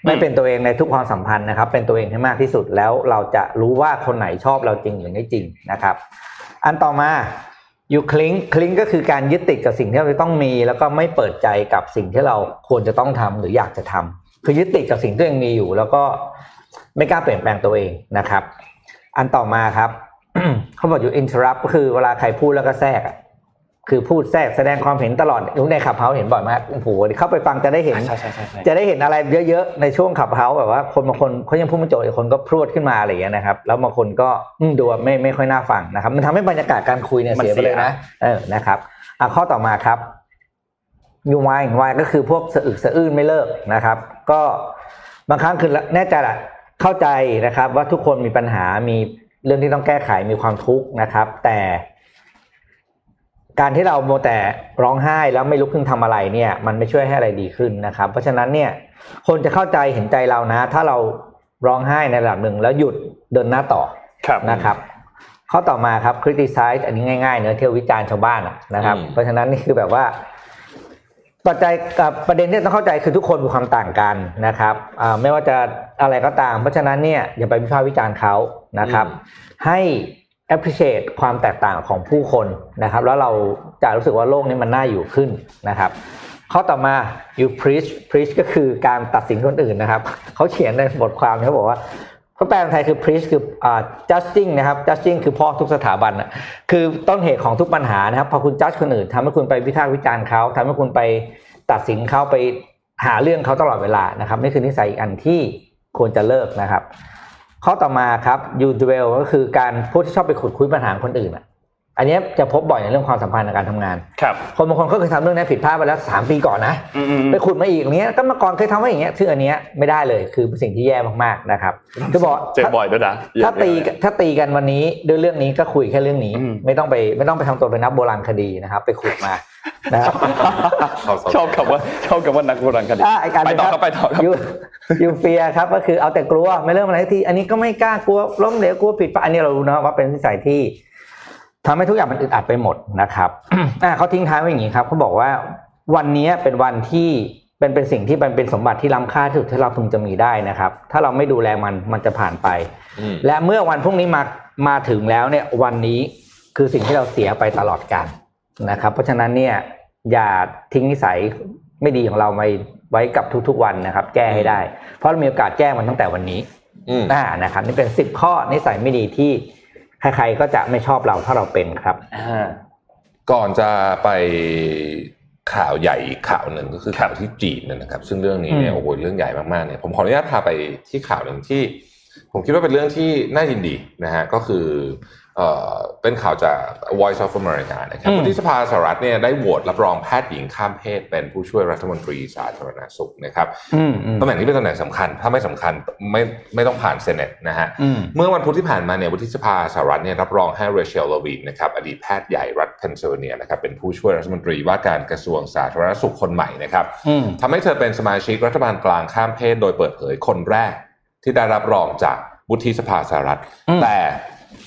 ไม่เป็นตัวเองในทุกความสัมพันธ์นะครับ เป็นตัวเองให้มากที่สุดแล้วเราจะรู้ว่าคนไหนชอบเราจริงหรือไม่จริงนะครับ อันต่อมาอยู่คลิงคลิงก็คือการยึดติดกับสิ่งที่เราจะต้องมี แล้วก็ไม่เปิดใจกับสิ่งที่เราควรจะต้องทำหรืออยากจะทำคือยึดติดกับสิ่งที่ตัวเองมีอยู่ แล้วก็ไม่กล้าเปลี่ยนแปลงตัวเองนะครับ อันต่อมาครับ เขาบอกอยู่ interrupt ก็คือเวลาใครพูดแล้วก็แทรกอะคือพูดแทรกแสดงความเห็นตลอดอยู่ในขับเฮาเห็นบ่อยมากโอ้โหเข้าไปฟังจะได้เห็น ใช่ใช่ใช่ใช่ จะได้เห็นอะไรเยอะๆ ในช่วงขับเฮาส์แบบว่าคนบางคนเขายังพูดไม่จบอีกคนก็พรวดขึ้นมาอะไรอย่างเงี้ยนะครับ แล้วบางคนก็อืมดูว่าไม่ไม่ค่อยน่าฟังนะครับ มันทำให้บรรยากาศการคุยเนี่ยเสียไปเลยนะเออนะครับอ่ะข้อต่อมาครับยูวายยูวายก็คือพวกสะอึกสะอื้นไม่เลิกนะครับ ก็บางครั้งคือแน่ใจแหละเข้าใจนะครับ ว่าทุกคนมีปัญหามีเรื่องที่ต้องแก้ไขมีความทุกข์นะครับ แต่ การที่เราโมวแต่ร้องไห้แล้วไม่ลุกขึ้นทำอะไรเนี่ย มันไม่ช่วยให้อะไรดีขึ้นนะครับ เพราะฉะนั้นเนี่ย คนจะเข้าใจเห็นใจเรานะ ถ้าเราร้องไห้ในระดับหนึ่งแล้วหยุดเดินหน้าต่อ ครับ นะครับข้อต่อมาครับ criticize อันนี้ง่ายๆเนื้อะเที่ยววิจารณ์ชาวบ้านอะนะครับ อืม เพราะฉะนั้นนี่คือแบบว่า ปัจจัยกับประเด็นที่ต้องเข้าใจคือทุกคนมีความต่างกันนะครับอ่าไม่ว่าจะอะไรก็ตาม เพราะฉะนั้นเนี่ยอย่าไปวิพากษ์วิจารณ์เขานะครับ อืม ให้ appreciate ความแตกต่างของผู้คนนะครับ แล้วเราจะรู้สึกว่าโลกนี้มันน่าอยู่ขึ้นนะครับ ข้อต่อมา you preach preach ก็คือการตัดสินคนอื่นนะครับ เขาเขียนในบทความเขาบอกว่าเขาแปลเป็นไทยคือ preach คืออ่า judging นะครับ judging คือพ่อทุกสถาบันนะคือต้นเหตุของทุกปัญหานะครับพอคุณ judge คนอื่นทำให้คุณไปวิพากษ์วิจารณ์เขาทำให้คุณไปตัดสินเขาไปหาเรื่องเขาตลอดเวลานะครับนี่คือนิสัยอีกอันที่ควรจะเลิกนะครับ ข้อต่อมาครับ you dwell ก็คือการพูดที่ชอบไปขุดคุยปัญหาคนอื่นอะ อันเนี้ยจะพบบ่อยในเรื่องความสัมพันธ์ในการทำงาน ครับ คนบางคนก็เคยทำเรื่องนี้ผิดพลาดไปแล้วสามปีก่อนนะ อืมอืม ไปขุดมาอีกอย่างเงี้ยก็เมาก่อนเคยทำไว้อย่างเงี้ยซึ่งอันเนี้ยไม่ได้เลยคือเป็นสิ่งที่แย่มากๆนะครับคือบอก เจ็บบ่อยด้วยนะ ถ้าตีถ้าตีกันวันนี้ด้วยเรื่องนี้ก็คุยแค่เรื่องนี้ อืม ไม่ต้องไปไม่ต้องไปทำตัวเป็นนักโบราณคดีนะครับ ไปขุดมานะครับ ชอบคำว่าชอบคำว่านักโบราณคดี อ่ะไอการ ไปต่อครับไปต่อครับ ยูยูเฟียครับก็คือเอาแต่กลัวไม่เริ่มอะไรสักทีอันนี้ก็ไม่กล้ากลัวล้มเหลวกลัวผิดไปอันนี้เรารู้นะว่าเป็นนิสัยที่ทำให้ทุกอย่างมันอึดอัดไปหมดนะครับ อ่ะเขาทิ้งท้ายไว้อย่างนี้ครับเขาบอกว่าวันนี้เป็นวันที่เป็นเป็นสิ่งที่มันเป็นสมบัติที่ล้ำค่าที่สุดที่เราพึงจะมีได้นะครับ ถ้าเราไม่ดูแลมันมันจะผ่านไป อืม และเมื่อวันพรุ่งนี้มามาถึงแล้วเนี่ยวันนี้คือสิ่งที่เราเสียไปตลอดกันนะครับ เพราะฉะนั้นเนี่ยอย่าทิ้งนิสัยไม่ดีของเราไว้ไว้กับทุกๆวันนะครับ แก้ให้ได้ เพราะเรามีโอกาสแก้มันตั้งแต่วันนี้ อืม อ่านะครับ นี่เป็นสิบข้อนิสัยไม่ดีที่ใครๆก็จะไม่ชอบเราถ้าเราเป็นครับ อ่า ก่อนจะไปข่าวใหญ่อีกข่าวหนึ่งก็คือข่าวที่จีนเนยนะครับ ซึ่งเรื่องนี้เนี่ย อืม โอ้โหเรื่องใหญ่มากๆเนี่ยผมขออนุญาตพาไปที่ข่าวหนึ่งที่ ผมคิดว่าเป็นเรื่องที่น่ายินดีนะฮะก็คือเอ่อเป็นข่าวจาก Voice of America นะครับ อืม วุฒิสภาสหรัฐเนี่ยได้โหวตรับรองแพทย์หญิงข้ามเพศ เป็นผู้ช่วยรัฐมนตรีสาธารณสุขนะครับ อืมอืม ตำแหน่งนี้เป็นตำแหน่งสำคัญ ถ้าไม่สำคัญไม่ไม่ต้องผ่านเซเนตนะฮะ อืม เมื่อวันพุธที่ผ่านมาเนี่ยวุฒิสภาสหรัฐเนี่ยรับรองให้เรเชลโลวีนนะครับอดีตแพทย์ใหญ่รัฐเพนซิลเวเนียนะครับเป็นผู้ช่วยรัฐมนตรีว่าการกระทรวงสาธารณสุขคนใหม่นะครับ อืม ทำให้เธอเป็นสมาชิกรัฐบาลกลางข้ามเพศโดยเปิดเผยคนแรก ที่ได้รับรองจากวุฒิสภาสหรัฐ อืม แต่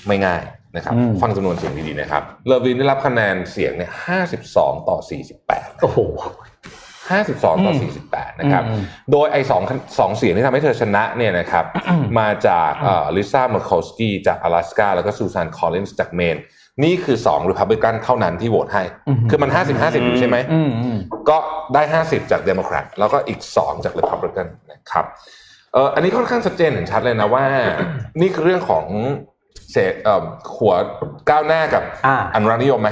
ไม่ง่ายนะครับ อืม ฟังจำนวนเสียงดีๆนะครับเลวินได้รับคะแนนเสียงเนี่ย52 ต่อ 48 โอ้โห 52 ต่อ อืม 48 นะครับ อืม โดยไอ้สองสองเสียงที่ทำให้เธอชนะเนี่ยนะครับ มาจากลิซ่าเมอร์ค s สกี้จาก阿拉สกาแล้วก็ซูซานคอลลินส์จากเมน นี่คือ2 r e พับ l ิกันเท่านั้นที่โหวตให้ อืม คือมัน 50 50 อยู่ใช่ไหม อืมอืม ก็ได้ 50 จากเดโมแครตแล้วก็อีก 2 จากเ e พับลิกันนะครับเอ่ออันนี้ค่อนข้างชัดเจนเห็นชัดเลยนะ ว่า นี่คือเรื่องของเศษเอ่อหัวก้าวหน้ากับ อ่า นุรักษ์นิยมไหม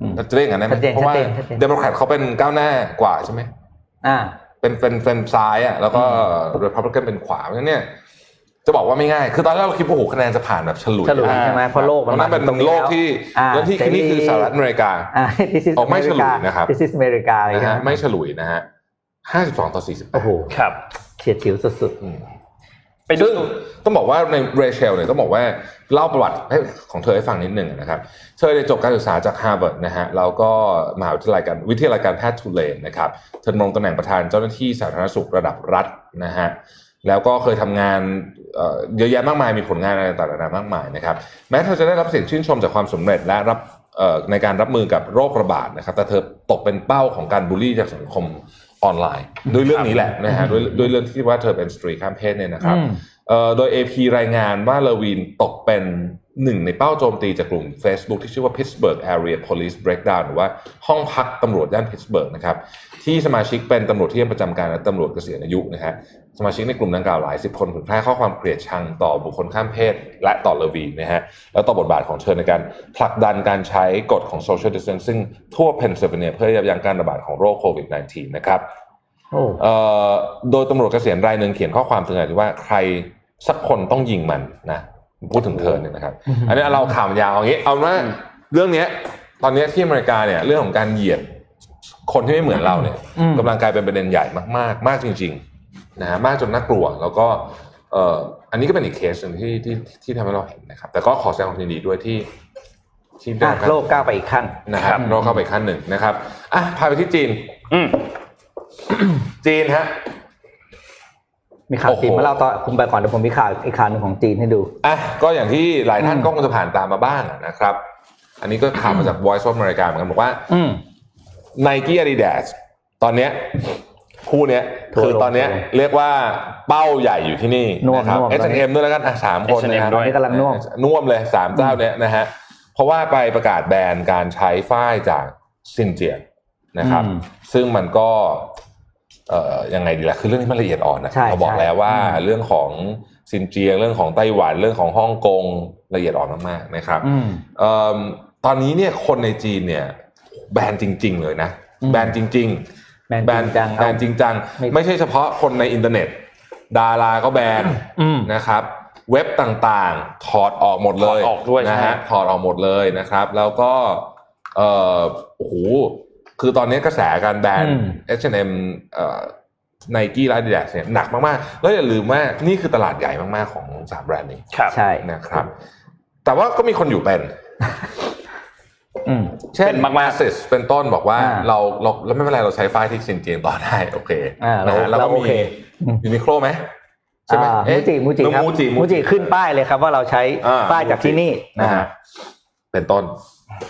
อืม จะเรียกอย่างนั้นได้ไหม ชัดเจน เพราะว่า ชัดเจนชัดเจน เดโมแครตเขาเป็นก้าวหน้ากว่าใช่ไหม อ่า เป็นเป็นเป็นซ้ายอ่ะแล้วก็ร e พับลิกันเป็นขวาเพราะฉะนั้นเนี่ยจะบอกว่าไม่ง่าย คือตอนแรกเราคิดว่าโอ้โหคะแนนจะผ่านแบบฉลุย ฉลุย อ่ ใช่ไหมเพราะโลกมัน เพราะนั่นเป็น มาถึงตรงนี้ โลก แล้ว ที่ อ่า แล้วที่ เสรี นี่คือสหรัฐอเมริกา อ่า this is ออกไม่ฉลุย America นะครับ this is America อะไร นะ เงี้ ฮะ ย ไม่ฉลุยนะฮะห้าสิบสองต่อสี่สิบ โอ้โห ครับ เฉียดฉิวสุด อืม ไปดู ซึ่งต้องบอกว่าในเรเชลเนี่ยต้องบอกว่าเล่าประวัติให้ของเธอให้ฟังนิดหนึ่งนะครับ เธอได้จบการศึกษาจากฮาร์วาร์ดนะฮะแล้วก็มหาวิทยาลัยการวิทยาลัยการแพทย์ทูเลนนะครับเธอดำรงตำแหน่งประธานเจ้าหน้าที่สาธารณสุขระดับรัฐนะฮะ แล้วก็เคยทำงานเอ่อเยอะแยะมากมายมีผลงานอะไรต่างๆนานามากมายนะครับ แม้เธอจะได้รับเสียงชื่นชมจากความสำเร็จและรับเอ่อในการรับมือกับโรคระบาดนะครับ แต่เธอตกเป็นเป้าของการบูลลี่จากสังคมออนไลน์ ด้วยเรื่องนี้แหละนะฮะด้วยด้วยเรื่องที่ว่าเธอเป็นสตรีข้ามเพศเนี่ย ๆ นะครับ อืม เอ่อโดย AP รายงานว่าเลวินตกเป็นหนึ่งในเป้าโจมตีจากกลุ่ม Facebook ที่ชื่อว่า Pittsburgh Area Police Breakdown หรือว่าห้องพักตำรวจย่าน Pittsburgh นะครับที่สมาชิกเป็นตำรวจที่ยังประจำการและตำรวจเกษียณอายุนะฮะ สมาชิกในกลุ่มดังกล่าวหลายสิบคนเผยแพร่ข้อความเกลียดชังต่อบุคคลข้ามเพศ และต่อเลวีนะฮะแล้วต่อบทบาทของเธอในการผลักดันการใช้กฎของ social distancing ทั่วเพนซิลเวเนียเพื่อยับยั้งการระบาดของโรคโควิด -19 นะครับ โอ้ เอ่อโดยตำรวจเกษียณรายหนึ่งเขียนข้อความถึงอาที่ว่าใครสักคนต้องยิงมันนะพูดถึงเธอเนี่ยนะครับ อันนี้เราข่าวยาวอย่างนี้ เอาว่าเรื่องเนี้ยตอนเนี้ยที่อเมริกาเนี่ยเรื่องของการเหยียดคนที่ไม่เหมือนเราเนี่ย อืม กำลังกลายเป็นประเด็นใหญ่มากๆ มากจริง ๆ นะฮะมากจนน่ากลัวแล้วก็เอ่ออันนี้ก็เป็นอีกเคสหนึ่งที่ที่ที่ทำให้เราเห็นนะครับ แต่ก็ขอแสดงความยินดีด้วยที่ ที่ได้ อ่ะ รับการ โลกก้าวไปอีกขั้น นะครับเราเข้าไปขั้นหนึ่งนะครับอ่ะพาไปที่จีน อืม จีนฮะ มีข่าว โอ้โห จีนมาเล่าต่อคุณไปก่อนเดี๋ยวผมมีข่าวอีกข่าวหนึ่งของจีนให้ดู อ่ะก็อย่างที่หลายท่าน อืม ก็คงจะผ่านตามมาบ้างอะนะครับ อันนี้ก็ข่าวมาจาก Voice of America เหมือนกันบอกว่า อืม n i กี้อาดิดาสตอนเนี้ยคู่เนี้ย ทัวร์ คือตอนเนี้ย ลง เรียกว่าเป้าใหญ่อยู่ที่นี่ น่วม นะครับ น่วม H&M ด้วยแล้วกันอ่ะสามคนนะครับ ด้ ตอ วย นนี้กำลังน่วม น่วมเลยสามเจ้าเนี่ยนะฮะเพราะว่าไปประกาศแบนการใช้ฝ้ายจากซินเจียงนะครับ อืม ซึ่งมันก็เอ่อยังไงดีล่ะคือเรื่องนี้มันละเอียดอ่อนนะ ใช่ เราบอก ใช่ แล้วว่า อืม เรื่องของซินเจียง เรื่องของไต้หวันเรื่องของฮ่องกงละเอียดอ่อนมากๆนะครับ อืม เอมตอนนี้เนี่ยคนในจีนเนี่ยแบนจริง ๆ เลยนะ อืม แบนจริง แบน ๆ แบ จริงจังเอานแบนจริงจัง ไม่ ไม่ใช่เฉพาะคนในอินเทอร์เน็ต ดาราก็แบน อืม นะครับ เว็บต่างๆ ถอดออกหมดเลย ถอดออกด้วย นะ ใช่ไห ฮะ ม ถอดออกหมดเลยนะครับ แล้วก็เอ่อโอ้โหคือตอนนี้กระแสการแบน อืม H&M เอ่อไนกี้และดิดาสเนี่ยหนักมากๆ แล้วอย่าลืมว่านี่คือตลาดใหญ่มากๆของสามแบรนด์นี้ ครับ ใช่ นะครับ แต่ว่าก็มีคนอยู่เป็น อืม เช่น เป็นมากๆ ซิสเป็นต้นบอกว่า อ่า เราเราแล้วไม่เป็นไรเราใช้ไฟล์ที่ซินเจียงต่อได้ โอเค อ่า นะฮะ เรา แล้วก็ เราโอ มี เค ยูนิโคลไหมใช่ไหม อ่า เอ๊ะ มูจิมูจิครับ มูจิ มูจิขึ้นป้ายเลยครับว่าเราใช้ อ่ ป้ายจากที่นี่ นะ นะ ฮะ ฮะ เป็นต้น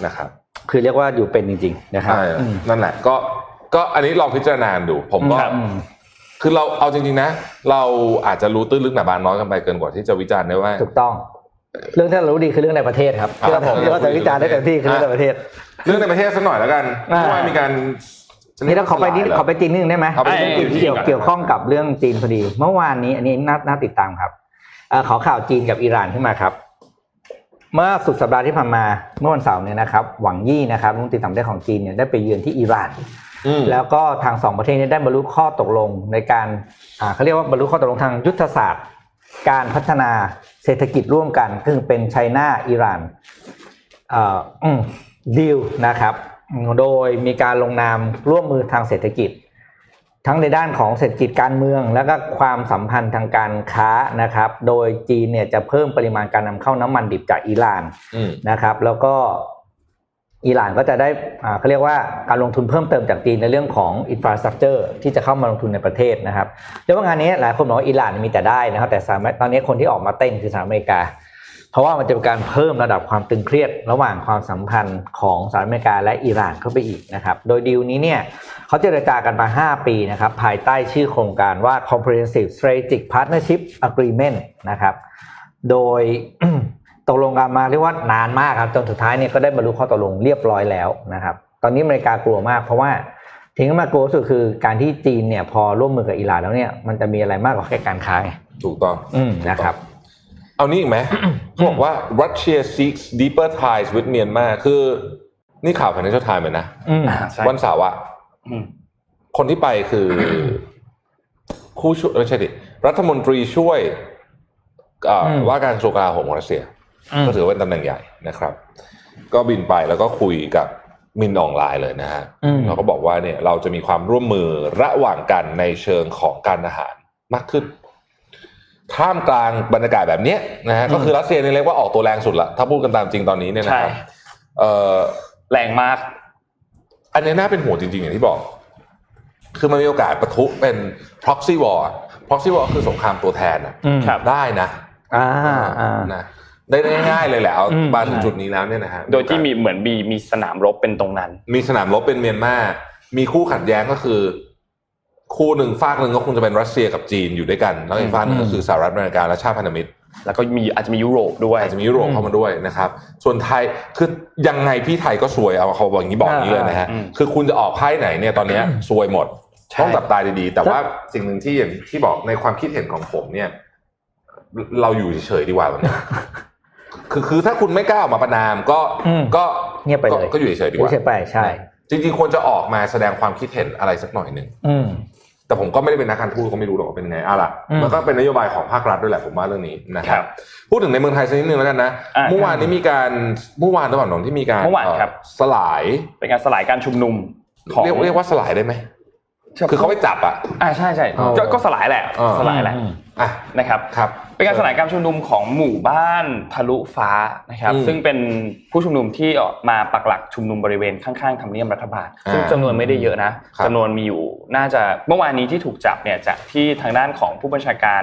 นะครับ คือเรียกว่าอยู่เป็นจริง ๆ นะครับ อ่า อืม นั่นแหละก็ก็อันนี้ลองพิจารณาดู ผมก็ ครับ อืม คือเราเอาจริง ๆ นะ เราอาจจะรู้ตื้นลึกหนาบางน้อยกันไปเกินกว่าที่จะวิจารณ์ได้ว่า ถูกต้อง เรื่องที่เรารู้ดีคือเรื่องในประเทศครับ ครับ เรื่องผม ผม ที่เราจะวิจารณ์ได้เต็มที่คือเรื่องในประเทศ เรื่องในประเทศสักหน่อยแล้วกันเพ อ่า ราะว่ามีการ นี่เราขอไปนิดขอไปจีนนิดนึงได้ไหม เอาไป เรื่องจีน จีน ที่เกี่ยว ก่อน เกี่ยวข้องกับเรื่องจีนพอดี เมื่อวานนี้ อันนี้น่าน่าติดตามครับเอ่อขอข่าวจีนกับอิหร่านขึ้นมาครับ เมื่อสุดสัปดาห์ที่ผ่านมาเมื่อวันเสาร์เนี่ยนะครับหวังยี่นะครับรัฐมนตรีต่างประเทศของจีนเนี่ยได้ไปเยือนที่อิหร่าน อืม แล้วก็ทางสองประเทศนี้ได้บรรลุข้อตกลงในการอ่าเขาเรียกว่าบรรลุข้อตกลงทางยุทธศาสตร์ การพัฒนาเศรษฐกิจร่วมกันซึ่งเป็นไชน่าอิหร่านดีลนะครับอืมโดยมีการลงนามร่วมมือทางเศรษฐกิจ ทั้งในด้านของเศรษฐกิจการเมือง และก็ความสัมพันธ์ทางการค้านะครับ โดยจีนเนี่ยจะเพิ่มปริมาณการนำเข้าน้ำมันดิบจากอิหร่าน อืม นะครับแล้วก็อิหร่านก็จะได้อ่าเขาเรียกว่าการลงทุนเพิ่มเติมจากจีนในเรื่องของอินฟราสตรักเจอร์ที่จะเข้ามาลงทุนในประเทศนะครับเรื่องว่างานนี้หลายคนบอกว่าอิหร่านมีแต่ได้นะครับแต่สหรัฐตอนนี้คนที่ออกมาเต้นคือสหรัฐอเมริกา เพราะว่ามันจะเป็นการเพิ่มระดับความตึงเครียดระหว่างความสัมพันธ์ของสหรัฐอเมริกาและอิหร่านเข้าไปอีกนะครับโดยดีลนี้เนี่ยเขาเจรจากันมา 5 ปีนะครับภายใต้ชื่อโครงการว่า Comprehensive Strategic Partnership Agreement นะครับ โดย ตกลงกันมาเรียกว่านานมากครับจนสุดท้ายเนี่ยก็ได้บรรลุข้อตกลงเรียบร้อยแล้วนะครับ ตอนนี้อเมริกากลัวมาก เพราะว่าทิ้งมากลัวที่สุดคือการที่จีนเนี่ยพอร่วมมือกับอิหร่านแล้วเนี่ยมันจะมีอะไรมากกว่าแค่การค้าไง ถูกต้อง อืมนะครับ เอานี่อีกไหม เขาบอกว่า Russia seeks deeper ties with Myanmar คือ นี่ข่าว Financial Times เลยนะ อืม ใช่ วันเสาร์อะ อืม คนที่ไปคือ คู่ช่วยไม่ใช่ดิรัฐมนตรีช่วยเอ่ออ ม ว่าการกระทรวงกลาโหมของรัสเซีย อืม ก็ถือว่าเป็นตำแหน่งใหญ่นะครับ ก็บินไปแล้วก็คุยกับมินอองไลน์เลยนะฮะ อืม เราก็บอกว่าเนี่ยเราจะมีความร่วมมือระหว่างกันในเชิงของการทหารมากขึ้น ท่ามกลางบรรยากาศแบบเนี้ยนะฮะก็คือรัสเซียเนี่ยเรียกว่าออกตัวแรงสุดละถ้าพูดกันตามจริงตอนนี้เนี่ยนะครับ ใช่ เอ่อ แรงมาก อันนี้น่าเป็นห่วงจริง ๆ อย่างที่บอก คือมันมีโอกาสปะทุเป็น proxy war อะ proxy war คือสงครามตัวแทนอะ อืม ได้นะ อ่าอ่า นะได้ง่ายๆเลยแหละเอา อืม มาถึงจุดนี้แล้วเนี่ยนะฮะ โดยที่มีเหมือนมีมีสนามรบเป็นตรงนั้น มีสนามรบเป็นเมียนมา มีคู่ขัดแย้งก็คือ คู่หนึ่งฝากหนึ่งก็คงจะเป็นรัสเซียกับจีนอยู่ด้วยกัน แล้วอีกฝากหนึ่งก็คือสหรัฐอเมริกาและชาติพันธมิตร แล้วก็มีอาจจะมียุโรปด้วย อาจจะมียุโรปเข้ามาด้วยนะครับ ส่วนไทยคือยังไงพี่ไทยก็ซวยเอาเขาบอกอย่างนี้บอกอย่างนี้เลยนะฮะ อืม คือคุณจะออกไพ่ไหนเนี่ยตอนเนี้ยซวยหมด ใช่ ต้องจับตาดีๆ แต่ว่าสิ่งหนึ่งที่อย่างที่บอกในความคิดเห็นของผมเนี่ย เราอยู่เฉยๆดีกว่าตอนเนี้ ยคือคือถ้าคุณไม่กล้าออกมาประนามก็ อืม ก็ เงียบไปเลย ก็ก็อยู่เฉยๆดีกว่า เฉยๆไปใช่ จริงๆควรจะออกมาแสดงความคิดเห็นอะไรสักหน่อยหนึ่ง อืม แต่ผมก็ไม่ได้เป็นนักการทูตก็ไม่รู้หรอกว่าเป็นไงเอาล่ะ อืม มันก็เป็นนโยบายของภาครัฐด้วยแหละผมว่าเรื่องนี้นะคครัรับ บ พูดถึงในเมืองไทยสักนิดนึงแล้วกันนะ อ่า เมื่อวานนี้มีการเมื่อวานระหว่างนนที่มีการ เมื่อวานครับ สลาย เป็นการสลายการชุมนุมของ เรียกเรียกว่าสลายได้ไหมคือเขาไปจับอ่ะ อ่าใช่ใช่ อ๋อ ก็ก็สลายแหละ อ่า สลายแหละ อ่ะ นะครับ ครับ เป็นการสลายการชุมนุมของหมู่บ้านทะลุฟ้านะครับ อืม ซึ่งเป็นผู้ชุมนุมที่ออกมาปักหลักชุมนุมบริเวณข้างๆทำเนียบรัฐบาล อ่า ซึ่งจำนวนไม่ได้เยอะนะครับ จำนวนมีอยู่น่าจะเมื่อวานนี้ที่ถูกจับเนี่ยจากที่ทางด้านของผู้บัญชาการ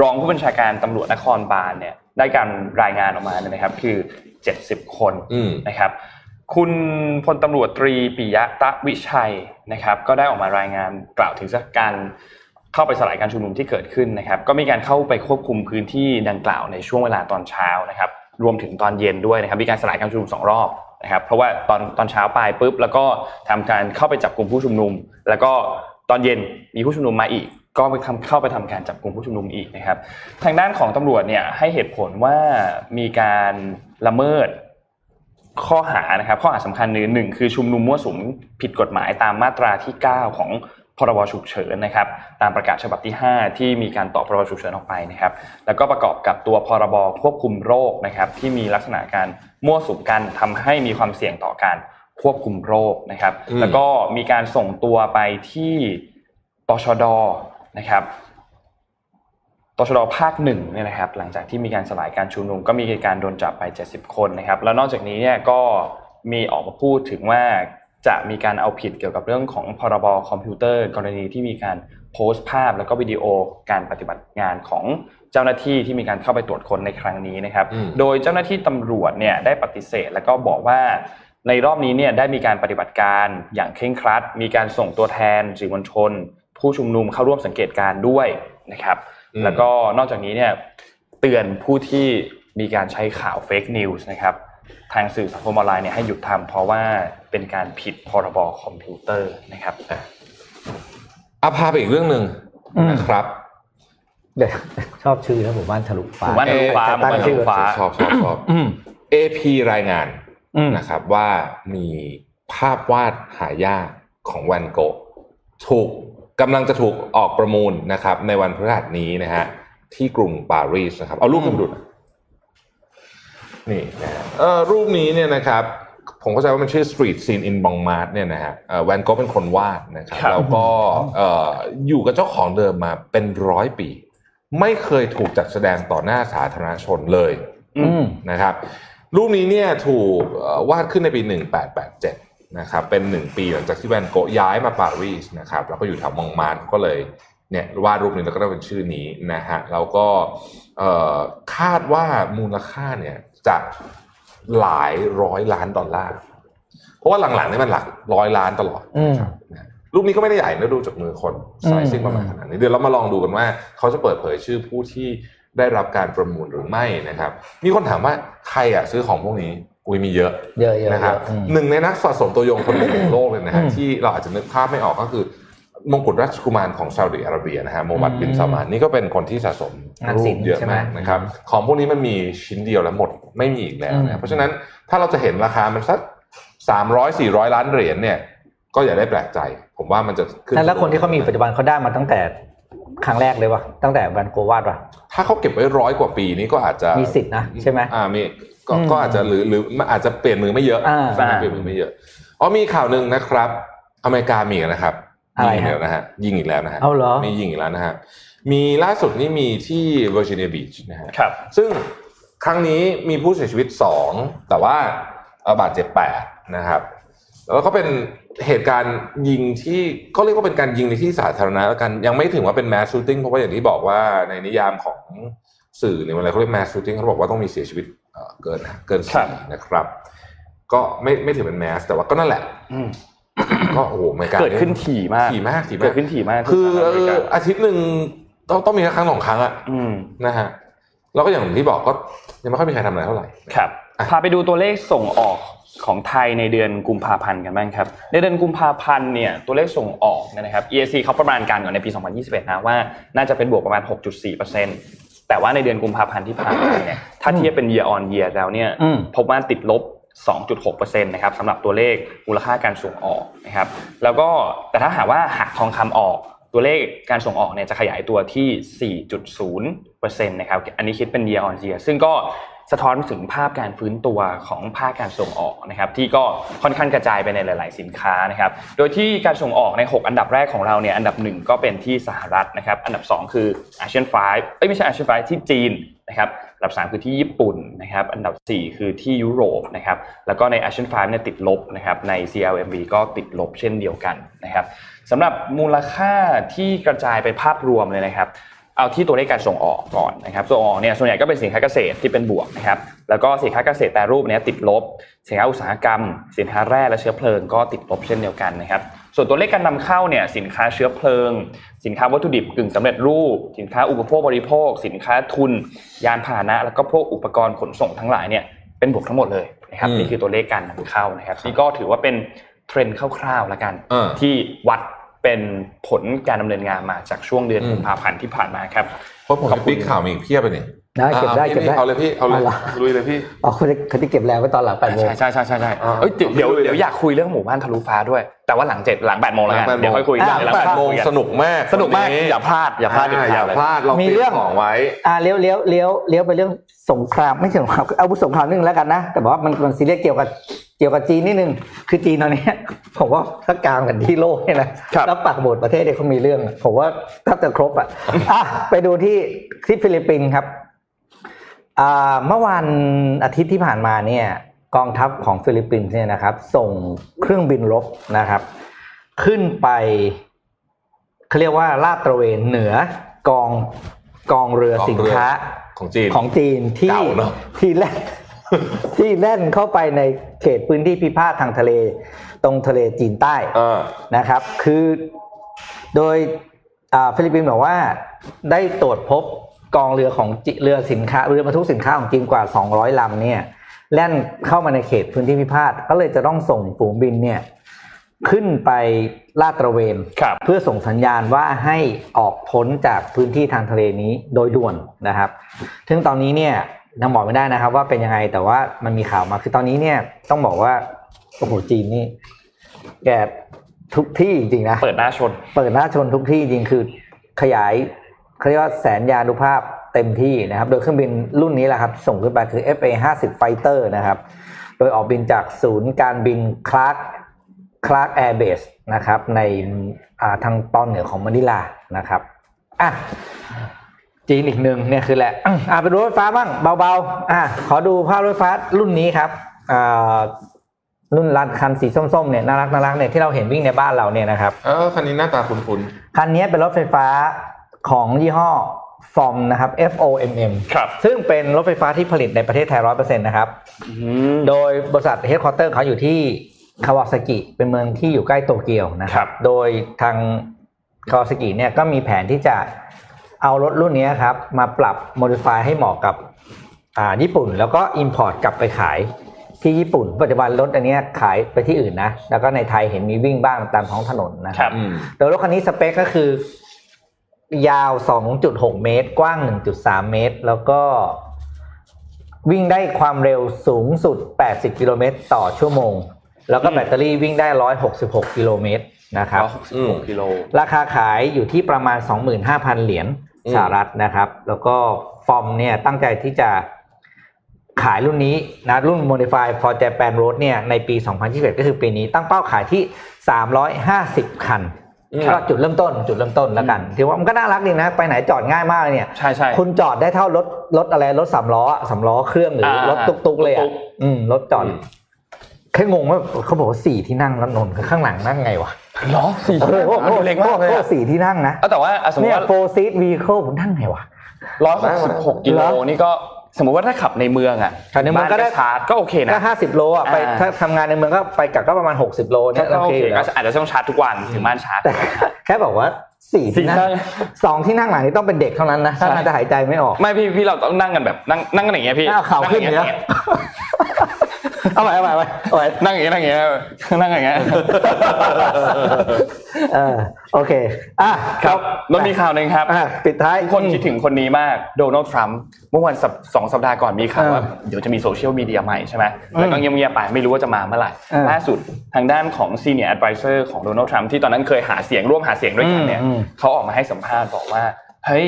รองผู้บัญชาการตำรวจนครบาลเนี่ยได้การรายงานออกมาเนี่ยนะครับคือ 70 คน อืม นะครับคุณพลตำรวจตรีปิยะตะวิชัยนะครับก็ได้ออกมารายงานกล่าวถึงสถานการณ์เข้าไปสลายการชุมนุมที่เกิดขึ้นนะครับก็มีการเข้าไปควบคุมพื้นที่ดังกล่าวในช่วงเวลาตอนเช้านะครับรวมถึงตอนเย็นด้วยนะครับมีการสลายการชุมนุมสองรอบนะครับเพราะว่าตอนตอนเช้าไปปุ๊บแล้วก็ทำการเข้าไปจับกลุ่มผู้ชุมนุม แล้วก็ตอนเย็นมีผู้ชุมนุมมาอีก ก็ไปทำเข้าไปทำการจับกลุ่มผู้ชุมนุมอีกนะครับ ทางด้านของตำรวจเนี่ยให้เหตุผลว่ามีการละเมิดข้อหานะครับ ข้อหาสำคัญหนึ่งหนึ่งคือชุมนุมมั่วสุมผิดกฎหมายตามมาตราที่ 9 ของ พรบฉุกเฉินนะครับ ตามประกาศฉบับที่ 5 ที่มีการต่อพรบฉุกเฉินออกไปนะครับ แล้วก็ประกอบกับตัวพรบควบคุมโรคนะครับ ที่มีลักษณะการมั่วสุมกันทำให้มีความเสี่ยงต่อการควบคุมโรคนะครับ อืม แล้วก็มีการส่งตัวไปที่ตชดนะครับ ตชดภาคหนึ่งเนี่ยนะครับหลังจากที่มีการสลายการชุมนุมก็มีการโดนจับไป 70 คนนะครับ แล้วนอกจากนี้เนี่ยก็มีออกมาพูดถึงว่าจะมีการเอาผิดเกี่ยวกับเรื่องของพรบคอมพิวเตอร์ กรณีที่มีการโพสต์ภาพ แล้วก็วิดีโอการปฏิบัติงานของเจ้าหน้าที่ที่มีการเข้าไปตรวจค้นในครั้งนี้นะครับ อืม โดยเจ้าหน้าที่ตำรวจเนี่ยได้ปฏิเสธ แล้วก็บอกว่าในรอบนี้เนี่ยได้มีการปฏิบัติการอย่างเคร่งครัด มีการส่งตัวแทนสื่อมวลชน ผู้ชุมนุมเข้าร่วมสังเกตการณ์ด้วยนะครับ อืม แล้วก็นอกจากนี้เนี่ยเตือนผู้ที่มีการใช้ข่าวเฟกนิวส์นะครับทางสื่อสังคมออนไลน์เนี่ยให้หยุดทำเพราะว่าเป็นการผิดพรบคอมพิวเตอร์นะครับ อาพาไปอีกเรื่องหนึ่ง อืม นะครับ เดี๋ยวชอบชื่อนะหมู่บ้านทะลุ ห ฟ้า มู่บ้านทะลุฟ้าหมู่บ้านทะลุฟ้า ชอบชอบชอบ AP รายงาน อืม นะครับว่ามีภาพวาดหายากของวันโกะถูกกำลังจะถูกออกประมูลนะครับ ในวันพฤหัสนี้นะฮะที่กรุงปารีสนะครับ เอารูปมาดูหน่อยนี่นะฮะเอ่อรูปนี้เนี่ยนะครับ ผมเข้าใจว่ามันชื่อ Street Scene in b o n g m a r t เนี่ยนะฮะแวนโกะเป็นคนวาดนะครับ ครับ แล้วก็เอ่ออยู่กับเจ้าของเดิมมาเป็นร้อยปี ไม่เคยถูกจัดแสดงต่อหน้าสาธารณชนเลย อืม นะครับรูปนี้เนี่ยถูกเอ่อวาดขึ้นในปี 1887 นะครับเป็น 1 ปีหลังจากที่แวนโกะย้ายมาปารีสนะครับแล้วก็อยู่แถวมองมาร์ทก็เลยเนี่ยวาดรูปนี้แล้วก็ได้เป็นชื่อนี้นะฮะแล้วก็เอ่อคาดว่ามูลค่าเนี่ยจะหลายร้อยล้านดอลลาร์ เพราะว่าหลังๆนี่มันหลักร้อยล้านตลอด อืม รูปนี้ก็ไม่ได้ใหญ่นะดูจากมือคนไซซิ่ง อืม ประมาณขนาดนี้เดี๋ยวเรามาลองดูกันว่า เขาจะเปิดเผยชื่อผู้ที่ได้รับการประมูลหรือไม่นะครับ มีคนถามว่าใครอ่ะซื้อของพวกนี้ อุ้ยมีเยอะ เยอะๆเยอะ นะครับ ๆอืม หนึ่งในนักสะสมตัวยงคนหนึ่งของโลกเลยนะฮะ อืม ที่เราอาจจะนึกภาพไม่ออกก็คือ มงกุฎราชกุมารของซาอุดิอาระเบียนะฮะโมบัดบิน อืม ซามานนี่ก็เป็นคนที่สะสม งาน รู ศิ ป ลป์ เยอะ ใช่ไหม มากนะครับ ของพวกนี้มันมีชิ้นเดียวแล้วหมดไม่มีอีกแล้วนะเพราะฉะนั้นถ้าเราจะเห็นราคามันสักสามร้อยสี่ร้อยล้านเหรียญเนี่ย ก็อย่าได้แปลกใจ ผมว่ามันจะขึ้น แล้วคนที่เขามีปัจจุบันเขาได้มาตั้งแต่ครั้งแรกเลยวะตั้งแต่แวนโกวาดวะ ถ้าเขาเก็บไว้ร้อยกว่าปีนี้ก็อาจจะ มีสิทธิ์นะใช่ไหม อ่ามีก็ อืม ก็อาจจะหรือหรือมันอาจจะเปลี่ยนมือไม่เยอะ อ่า ใช่ไหมเปลี่ยนมือไม่เยอะอ๋อมีข่าวหนึ่งนะครับ อเมริกามีอีกแล้วนะครับ อะไร ยิงอีก ฮะ แล้วนะฮะยิงอีกแล้วนะฮะ เอาเหรอ มียิงอีกแล้วนะฮะมีล่าสุดนี่มีที่เวอร์จิเนียบีชนะฮะ ครับ ซึ่งครั้งนี้มีผู้เสียชีวิต 2 แต่ว่าเอ่อบาดเจ็บ8นะครับ แล้วก็เป็นเหตุการณ์ยิงที่ก็เรียกว่าเป็นการยิงในที่สาธารณะแล้วกันยังไม่ถึงว่าเป็นแมสชูตติ้งเพราะว่าอย่างที่บอกว่าในนิยามของสื่อเนี่ยเวลาเขาเรียกแมสชูตติ้งเขาบอกว่าต้องมีเสียชีวิตเอ่อเกินเกิน ครั สี่ บ นะครับ ก็ไม่ไม่ถือเป็นแมสแต่ว่าก็นั่นแหละ อืม ก็โอ้โหไม่กล้า เกิดขึ้นถี่มาก ถี่มากถี่มา เกิ ก ดขึ้นถี่มากที่ คือ สหรัฐอเมริกา อาทิตย์หนึ่งต้องต้องมีสักครั้งสองครั้งอะ ืม นะฮะแล้วก็อย่างที่บอกก็ยังไม่ค่อยมีใครทำอะไรเท่าไหร่ ครับ อ่ะ พาไปดูตัวเลขส่งออกของไทยในเดือนกุมภาพันธ์กันบ้างครับ ในเดือนกุมภาพันธ์เนี่ยตัวเลขส่งออกเนี่ยนะครับ EAC เขาประมาณการก่อนในปี 2021 นะว่าน่าจะเป็นบวกประมาณ 6.4%แต่ว่าในเดือนกุมภาพันธ์ที่ผ่านมาเนี่ยถ้าเทียบเป็น year on year แล้วเนี่ย อืม พบว่าติดลบ 2.6%นะครับสำหรับตัวเลขมูลค่าการส่งออกนะครับ แล้วก็แต่ถ้าหากว่าหักทองคำออกตัวเลขการส่งออกเนี่ยจะขยายตัวที่ 4.0%นะครับ อันนี้คิดเป็น year on year ซึ่งก็สะท้อนถึงภาพการฟื้นตัวของภาคการส่งออกนะครับ ที่ก็ค่อนข้างกระจายไปในหลาย ๆ สินค้านะครับ โดยที่การส่งออกใน 6 อันดับแรกของเราเนี่ยอันดับ 1 ก็เป็นที่สหรัฐนะครับ อันดับ 2 คืออาเซียนไฟเอ้ยไม่ใช่อาเซียนไฟที่จีน นะครับอันดับ 3 คือที่ญี่ปุ่นนะครับอันดับ 4 คือที่ยุโรปนะครับแล้วก็ใน a s i a n 5เนี่ยติดลบนะครับใน CLMB ก็ติดลบเช่นเดียวกันนะครับสำหรับมูลค่าที่กระจายไปภาพรวมเลยนะครับ เอาที่ตัวเลขการส่งออกก่อนนะครับส่งออกเนี่ยส่วนใหญ่ก็เป็นสินค้าเกษตรที่เป็นบวกนะครับแล้วก็สินค้าเกษตรแปรรูปเนี่ยติดลบ สินค้าอุตสาหกรรม สินค้าแร่และเชื้อเพลิงก็ติดลบเช่นเดียวกันนะครับส่วนตัวเลขการนำเข้าเนี่ยสินค้าเชื้อเพลิง สินค้าวัตถุดิบกึ่งสำเร็จรูป สินค้าอุปโภคบริโภค สินค้าทุน ยานพาหนะ แล้วก็พวกอุปกรณ์ขนส่งทั้งหลายเนี่ยเป็นบวกทั้งหมดเลยนะครับ อืม นี่คือตัวเลขการนำเข้านะครับนี่ก็ถือว่าเป็นเทรนด์คร่าวๆละกัน อ่า ที่วัดเป็นผลการดำเนินงานมาจากช่วงเดือนกุมภาพันธ์ที่ผ่านมาครับ เพราะผม ขอบคุณ ปิ๊กข่าวมีอีกเพียบเลยนี่ ได้เก็บได้ อ่ะ เก็บ พี่ ได้ เอาเลยพี่เอาเลย หร ลุยเลยพี่ อ๋อคนที่คนที่เก็บแล้วไว้ตอนหลังแปดโมง ใช่ใช่ใช่ใช่ใช่ อ่า เอ้ยเดี๋ยวเดี๋ยว คุยเลย เดี๋ยวอยากคุยเรื่องหมู่บ้านทะลุฟ้าด้วย แต่ว่าหลังเจ็ดหลังแปดโมงแล้วกัน หลัง เดี๋ยวค่อยคุย หลัง เยว แปดโมง ค่อยคุย สนุกมาก สนุกมากอย่าพลาดอย่าพลาดเด็ด อ่ ขาด อย่า เลย พลาดเรา มี มี เรื่อง ของไว้ อ่าเลี้ยวเลี้ยวเลี้ยวเลี้ยวไปเรื่องสงครามไม่ใช่ สงครามคืออาวุธสงครามนิดนึงแล้วกันนะแต่บอกว่ามันมันซีเรียสเกี่ยวกับเกี่ยวกับจีนนิดนึงคือจีนตอนเนี้ย ผมว่าถ้ากลางกันที่โลกเนี่ยนะครับ แล้วปากบทประเทศเนี่ยเขามีเรื่องอะผมว่าถ้าจะครบ อ่ะอ่ะไปดูที่ที่ฟิลิปปินส์ครับอ่าเมื่อวันอาทิตย์ที่ผ่านมาเนี่ย กองทัพของฟิลิปปินส์เนี่ยนะครับ ส่งเครื่องบินรบนะครับ ขึ้นไป เขาเรียกว่าลาดตระเวนเหนือกองกองเรือก องเรือ สินค้า ของจีน ของจีนที่ เก่าเนอะ ที่แล่น ที่แล่นเข้าไปในเขตพื้นที่พิพาททางทะเล ตรงทะเลจีนใต้ เออ นะครับ คือโดยอ่าฟิลิปปินส์บอกว่าได้ตรวจพบกองเรือของจีเรือสินค้าเรือบรรทุกสินค้าของจีนกว่า 200ลำเนี่ยแล่นเข้ามาในเขตพื้นที่พิพาทก็เลยจะต้องส่งฝูงบินเนี่ยขึ้นไปลาดตระเวน ครับ เพื่อส่งสัญญาณว่าให้ออกพ้นจากพื้นที่ทางทะเลนี้โดยด่วนนะครับ ซึ่งตอนนี้เนี่ยยังบอกไม่ได้นะครับ ว่าเป็นยังไงแต่ว่ามันมีข่าวมา คือตอนนี้เนี่ยต้องบอกว่าโอ้โหจีนนี่แกทุกที่จริงๆนะ เปิดหน้าชน เปิดหน้าชนทุกที่จริงคือขยายเขาเรียกว่าแสนยานุภาพเต็มที่นะครับ โดยเครื่องบินรุ่นนี้แหละครับส่งขึ้นไปคือ FA 50 Fighter นะครับ โดยออกบินจากศูนย์การบินคลาร์กคลาร์กแอร์เบสนะครับ ในอ่าทางตอนเหนือของมะนิลานะครับอ่ะจีนอีกหนึ่งเนี่ยคือแหละอ่ะไปดูรถไฟฟ้าบ้างเบาๆอ่ะขอดูภาพรถไฟฟ้ารุ่นนี้ครับอ่ารุ่นรันคันสีส้มๆเนี่ยน่ารักน่ารักๆเนี่ยที่เราเห็นวิ่งในบ้านเราเนี่ยนะครับ เออคันนี้หน้าตาคุ้น คันนี้เป็นรถไฟฟ้าของยี่ห้อฟอมนะครับ F O M M ครับ ซึ่งเป็นรถไฟฟ้าที่ผลิตในประเทศไทยร้อยเปอร์เซ็นต์นะครับ โดยบริษัทเฮดคอร์เตอร์เขาอยู่ที่คาวาซากิเป็นเมืองที่อยู่ใกล้โตเกียวนะค ครั รับ บ โดยทางคาวาซากิเนี่ยก็มีแผนที่จะเอารถรุ่นนี้ครับ มาปรับโมดิฟายให้เหมาะกับอ่าญี่ปุ่น แล้วก็ Import กลับไปขายที่ญี่ปุ่น ปัจจุบันรถอันเนี้ยขายไปที่อื่นนะ แล้วก็ในไทยเห็นมีวิ่งบ้างตามท้องถนนนะค ครับ รับ ๆอืม โดยรถคันนี้สเปคก็คือ ยาว 2.6 เมตร กว้าง 1.3 เมตร แล้วก็วิ่งได้ความเร็วสูงสุด 80 กิโลเมตรต่อชั่วโมง แล้วก็แบตเตอรี่วิ่งได้ 166 กิโลเมตรนะครับ อืม กิโล ราคาขายอยู่ที่ประมาณ 25,000 เหรียญ อืม สหรัฐนะครับ แล้วก็ฟอร์มเนี่ยตั้งใจที่จะขายรุ่นนี้นะรุ่น Modify for Japan Road เนี่ยในปี 2021 ก็คือปีนี้ตั้งเป้าขายที่ 350 คันก็จุดเริ่มต้นจุดเริ่มต้นแล้วกันถือว่ามันก็น่ารักดีนะ ไปไหนจอดง่ายมากเลยเนี่ย ใช่ใช่ คุณจอดได้เท่ารถรถอะไรรถสามล้อสามล้อเครื่องหรืออาถตุกตุกๆเลย ตุ๊ อ่ะ ก อืมรถจอดแค่งงว่าเขาบอกว่าสี่ที่นั่งแล้วนนท์ข้างหลังนั่งไงวะ เหรอสี่ เอ ชั่วโม องโอ้โห โอ้โหเล็กมากเลย โอ้ อะ โหสี่ที่นั่งนะ เอาแต่ว่าอ่ะสมม เนี่ ติ ย ว่า four seat vehicle ผมนั่งไงวะ ร้อยหกสิบหกกิโลนี่ก็สมมุติว่าถ้าขับในเมืองอ่ะ ขับในเมืองก็ได้ บ้าชาร์จก็โอเคนะ ก็ห้าสิบโลอ่ะไป อ่า ถ้าทำงานในเมืองก็ไปกลับก็ประมาณหกสิบโลเนี่ย ก็โอ โอเค เค อยู่ ก็ แล้ว อาจจะต้องชาร์จทุกวันถึงบ้านชาร์จ แต่ แค่บอกว่าสี่ สี่ ที่นั่ นั่ ง ง สองที่นั่งหลังนี่ต้องเป็นเด็กเท่านั้นนะถ้า ใช่ น่าจะหายใจไม่ออก ไม่พี่พี่เราต้องนั่งกันแบบนั่งนั่งกันอย่างเงี้ยพี่ เอาข่าวขึ้น งอยเลย่าง นะ เงี้ย เอาไปเอาไปเอาไปเอาไป นั่งอย่างเงี้ยนั่งอย่างเงี้ยนั่งอย่างเงี้ย เออโอเคอ่ะ ครับแล้วมีข่าวหนึ่งครับ อ่ะปิดท้าย ทุกคนคิดถึงคนนี้มาก โดนัลด์ทรัมป์เมื่อวันสัปสองสัปดาห์ก่อนมีข่าว เออ ว่าเดี๋ยวจะมีโซเชียลมีเดียใหม่ใช่ไหมแล้วก็เงียบๆไปไม่รู้ว่าจะมาเมื่อไหร่ เออ ล่าสุดทางด้านของ Senior Advisor ของโดนัลด์ทรัมป์ที่ตอนนั้นเคยหาเสียงร่วมหาเสียงด้วยกันเนี่ย อืมอืม เขาออกมาให้สัมภาษณ์บอกว่า เฮ้ย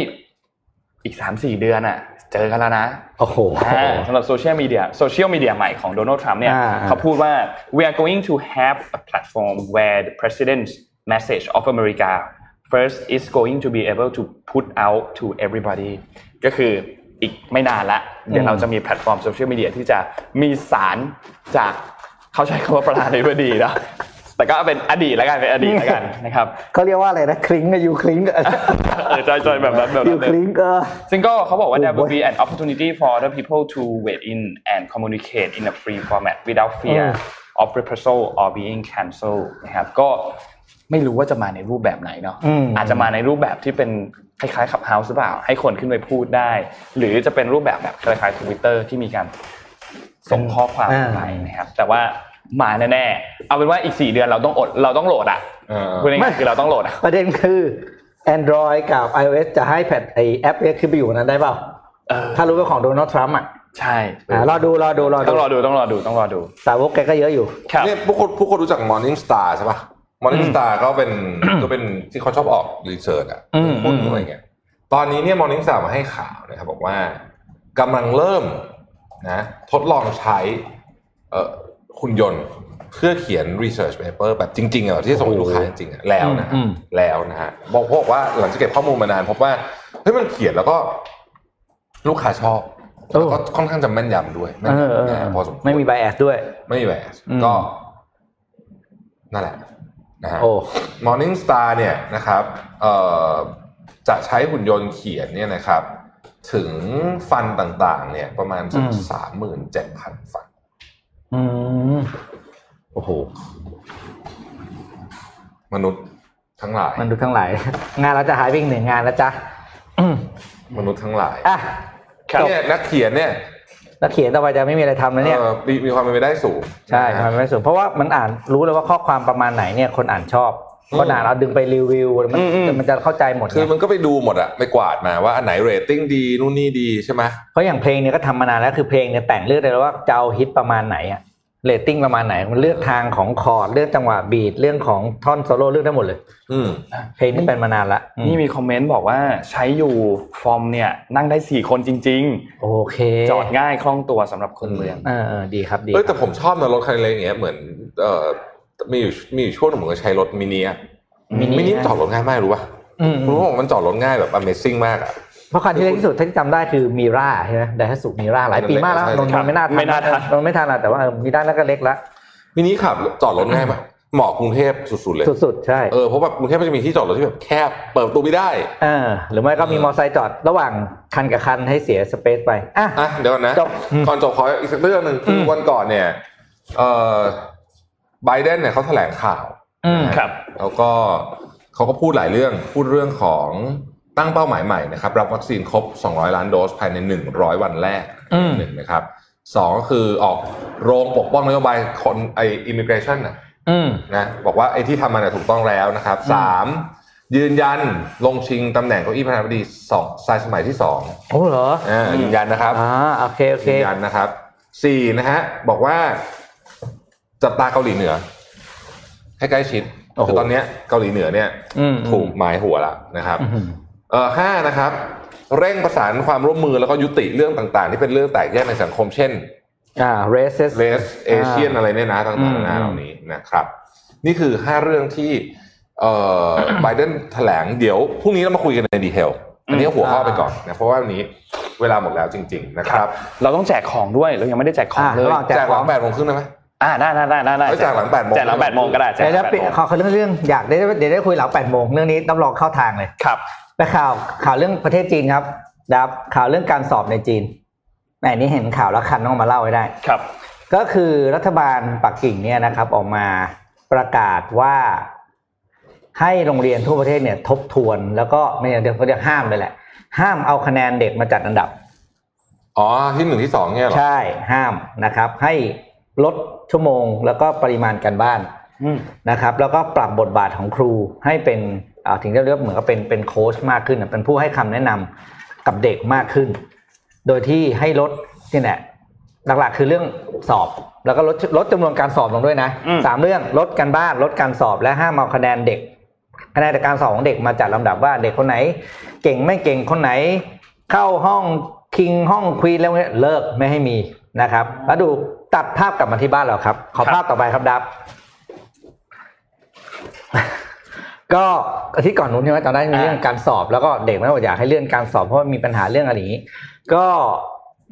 อีก 3-4 เดือนอ่ะ เจอกันแล้วนะ โอ้โห อ่าสำหรับโซเชียลมีเดียโซเชียลมีเดียใหม่ของโดนัลด์ทรัมป์เนี่ย อ่าอ่า เขาพูดว่า we are going to have a platform where the president's message of America first is going to be able to put out to everybody ก็คืออีกไม่นานละ เดี๋ยวเราจะมีแพลตฟอร์มโซเชียลมีเดียที่จะมีสารจากเขาใช้คำว่าประธานาธิบดีนะแต่ก็เป็นอดีตแล้วกันเป็นอดีตแล้วกันนะครับ เขาเรียกว่าอะไรนะคลิงกับยูคลิงกับ เออจอยๆแบบนั้นแบบ ยู นั้นเลยคลิงเออ ซึ่งก็เขาบอกว่า โอ้โห there will be an opportunity for other people to wait in and communicate in a free format without fear อื of reprisal or being cancelled นะครับก็ไม่รู้ว่าจะมาในรูปแบบไหนเนาะ อืม อาจจะมาในรูปแบบที่เป็นคล้ายๆขับเฮาส์หรือเปล่า ให้คนขึ้นไปพูดได้ หรือจะเป็นรูปแบบแบบคล้ายๆทวิตเตอร์ที่มีการส่งข้อความไปนะครับ แต่ว่ามาแน่ๆ เอาเป็นว่าอีก 4 เดือนเราต้องอดเราต้องโหลดอ่ะ เออ พูดง่ายๆคือเราต้องโหลดอ่ะ ประเด็นคือ Android กับ iOS จะให้แพทไอแอปเนี้ยขึ้นไปอยู่บนนั้นได้เปล่า เอ ถ้ารู้เป็นของโดนัลด์ทรัมป์อ่ะ ใช่ อ่ารอดูรอดูรอ ต้ ดู องรอดูต้องรอดูต้องรอดู สาวกแกก็เยอะอยู่ ครับ เนี่ยพวกคนพวกคนรู้จัก Morning Star ใช่ปะ Morning Star ก็เป็นก็เป็นที่เขาชอบออกรีเสิร์ชอะคนอะไรเงี้ยตอนนี้เนี่ย Morning Star มาให้ข่าวนะครับบอกว่ากำลังเริ่มนะทดลองใช้เอ่อหุ่นยนต์เพื่อเขียน research paper แบบจริงๆอะที่ส่งให้ลูกค้าจริงๆอะแล้วนะฮะแล้วนะฮะบอกพวกว่าหลังจากเก็บข้อมูลมานานพบว่าเฮ้ยมันเขียนแล้วก็ลูกค้าชอบแล้วก็ค่อนข้างจะแม่นยำด้วยแม่ เอน อเออเอย ำ อ นะพอสมควร ไม่มีไบแอสด้วย ไม่มีแหวน อืม ก็ นั่นแหละนะฮะ โอ้ Morning Star เนี่ยนะครับเอ่อจะใช้หุ่นยนต์เขียนเนี่ยนะครับ ถึงฟันต่างๆ เนี่ย ประมาณสัก อืม สามหมื่นเจ็ดพันฟัน อืมโอ้โห มนุษย์ทั้งหลาย มันดูทั้งหลาย งานเราจะหายไปอีกหนึ่งงานแล้วจ้ะ อืม มนุษย์ทั้งหลาย อ่ะ ครับ เนี่ยนักเขียนเนี่ย นักเขียนต่อไปจะไม่มีอะไรทำแล้วเนี่ย เอ่อมีมีความเป็นไปได้สูง ใช่ นะฮะ มันไม่สูงเพราะว่ามันอ่านรู้เลยว่าข้อความประมาณไหนเนี่ยคนอ่านชอบ อืม คนอ่านเราดึงไปรีวิวมัน อืมอืม มันจะเข้าใจหมด คือ ไง มันก็ไปดูหมดอะไปกวาดมาว่าอันไหนเรตติ้งดีนู่นนี่ดีใช่ไหม เพราะอย่างเพลงเนี่ยก็ทำมานานแล้วคือเพลงเนี่ยแต่งเลือกได้เลยว่าจะเอาฮิตประมาณไหนอะเรตติ้งประมาณไหนมันเลือกทางของคอร์ดเลือกจังหวะบีทเรื่องของท่อนโซโล่เลือกได้หมดเลย อืม เพลงนี่เป็นมานานละ นี่มีคอมเมนต์บอกว่าใช้อยู่ฟอร์มเนี่ยนั่งได้สี่คนจริง โอเค ๆ จอดง่ายคล่องตัวสำหรับคนเมือง เออเออดีครับดี เอ้ยแต่ผมชอบนะรถคันเล็กอย่างเงี้ยเหมือนเอ่อมีอยู่มีอยู่ช่วงหนึ่งผมก็ใช้รถมินิอะ มิ มินิ นิ จอดรถง่ายมากรู้ป่ะ อืม รู้ว่ามันจอดรถง่ายแบบ Amazing มากอะ เพราะคันที่เล็กที่สุดที่จำได้คือมีราใช่ไหมไดฮัตสุมีราหลายปีมากแล้ว ใช่ น ใช่ นท์ไม่น่าทัน ไม่น่าทัน นนท์ไม่ทันอะแต่ว่าเออมีด้านแล้วก็เล็กละ มินิขับจอดรถง่ายปะเหมาะกรุงเทพสุดๆเลย สุดๆใช่ เออเพราะแบบกรุงเทพมันจะมีที่จอดรถที่แบบแคบเปิดประตูไม่ได้ เออหรือไม่ก็มีมอเตอร์ไซค์จอดระหว่างคันกับคันให้เสียสเปซไปอ่ะ อ่ะเดี๋ยวก่อนนะ จบอืม ก่อนจบขออีกสักเรื่องหนึ่งคือวันก่อนเนี่ยเอ่อไบเดนเนี่ยเขาแถลงข่าว อืม นะฮะ ครับ แล้วก็เขาก็พูดหลายเรื่องพูดเรื่องของตั้งเป้าหมายใหม่นะครับรับวัคซีนครบ 200 ล้านโดสภายใน 100 วันแรก อืม หนึ่งนะครับสองก็คือออกโรงปกป้องนโยบายคนไออิมิเกรชันนะ อืม นะบอกว่าไอ้ที่ทำมาเนี่ยถูกต้องแล้วนะครับสามยืนยันลงชิงตำแหน่งเก้าอี้ประธานาธิบดีสองสายสมัยที่สอง โอ้เหรอ อ่ายืนยันนะครับ อ่าโอเคโอเค ยืนยันนะครับสี่นะฮะบอกว่าจับตาเกาหลีเหนือ ให้ใกล้ชิดคือตอนเนี้ยเกาหลีเหนือเนี่ย อืม ถูกหมายหัวแล้วนะครับ อืม เอ่อห้านะครับ เร่งประสานความร่วมมือแล้วก็ยุติเรื่องต่างๆ ที่เป็นเรื่องแตกแยกในสังคมเช่น อ่าเรสเซส เลสเอเชียนอะไรเนี่ยนะต่างๆ อื นาม นาเหล่านี้นะครับ นี่คือ 5 เรื่องที่เอ่อ ไบเดนแถลงเดี๋ยวพรุ่งนี้เรามาคุยกันในดีเทลอันนี้หัวข้อไปก่อนนะเพราะว่าวันนี้เวลาหมดแล้วจริง ๆ นะครับ เราต้องแจกของด้วยเรายังไม่ได้แจกของเลย อ่ะระหว่าง แจก แจกหลั ข ง อง แปดโมงครึ่งได้ไหม อ่าได้ได้ได้ได้ได้ เอ้ยแจกหลังแปดโมง แจกหลังแปดโมงก็ได้แจก เดี๋ยว หลังจะแปด ปิด โมง ขอเขาเรื่องเรื่องอยากได้เดี๋ยวได้คุยหลังแปดโมงเรื่องนี้รับรองเข้าทางเลย ครับ ไปข่าวข่าวเรื่องประเทศจีนครับนะครับ ข่าวเรื่องการสอบในจีนแหมนี่เห็นข่าวแล้วคันต้องเอามาเล่าให้ได้ ครับ ก็คือรัฐบาลปักกิ่งเนี่ยนะครับออกมาประกาศว่าให้โรงเรียนทั่วประเทศเนี่ยทบทวนแล้วก็ไม่ใช่เดี๋ยวเขาเรียกห้ามเลยแหละ ห้ามเอาคะแนนเด็กมาจัดอันดับ อ๋อที่หนึ่งที่สองเนี่ยเหรอ ใช่ห้ามนะครับ ให้ลดชั่วโมงแล้วก็ปริมาณการบ้าน อืม นะครับ แล้วก็ปรับบทบาทของครูให้เป็นอ่าถึงจะเรียกเหมือนกับเป็นเป็นโค้ชมากขึ้นนะเป็นผู้ให้คำแนะนำกับเด็กมากขึ้น โดยที่ให้ลดนี่แหละหลักๆคือเรื่องสอบ แล้วก็ลดลดจำนวนการสอบลงด้วยนะ อืม สามเรื่องลดการบ้านลดการสอบและห้ามเอาคะแนนเด็ก คะแนนจากการสอบของเด็กมาจัดลำดับว่าเด็กคนไหน เก่งไม่เก่งคนไหน เข้าห้องคิงห้องควีนแล้วเนี่ยเลิกไม่ให้มีนะครับ แล้วดูตัดภาพกลับมาที่บ้านเราครับ ขอภาพต่อไปครับดับ ก็อาทิตย์ก่อนนู้นใช่ไหมตอนนั้นมีเรื่องการสอบแล้วก็เด็กไม่บอกอยากให้เลื่อนการสอบเพราะว่ามีปัญหาเรื่องอะไรอย่างนี้ ก็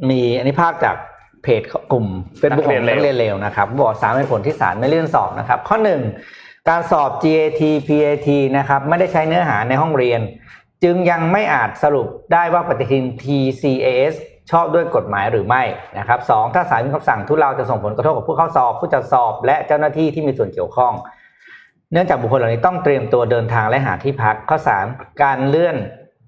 มีอันนี้ภาพจากเพจกลุ่มเฟซบุ๊กของ นั นั ก ก เรี เรี ย ย น น เล เล ว วนะครับบอกสามเหตุผลที่ศาลไม่เลื่อนสอบนะครับ ข้อหนึ่งการสอบ GAT PAT นะครับไม่ได้ใช้เนื้อหาในห้องเรียน จึงยังไม่อาจสรุปได้ว่าปฏิทิน TCAS ชอบด้วยกฎหมายหรือไม่นะครับสองถ้าศาลมีคำสั่งทุเลาจะส่งผลกระทบกับผู้เข้าสอบ ผู้จัดสอบ และเจ้าหน้าที่ที่มีส่วนเกี่ยวข้อง เนื่องจากบุคคลเหล่านี้ต้องเตรียมตัวเดินทางและหาที่พัก ข้อ 3 การเลื่อน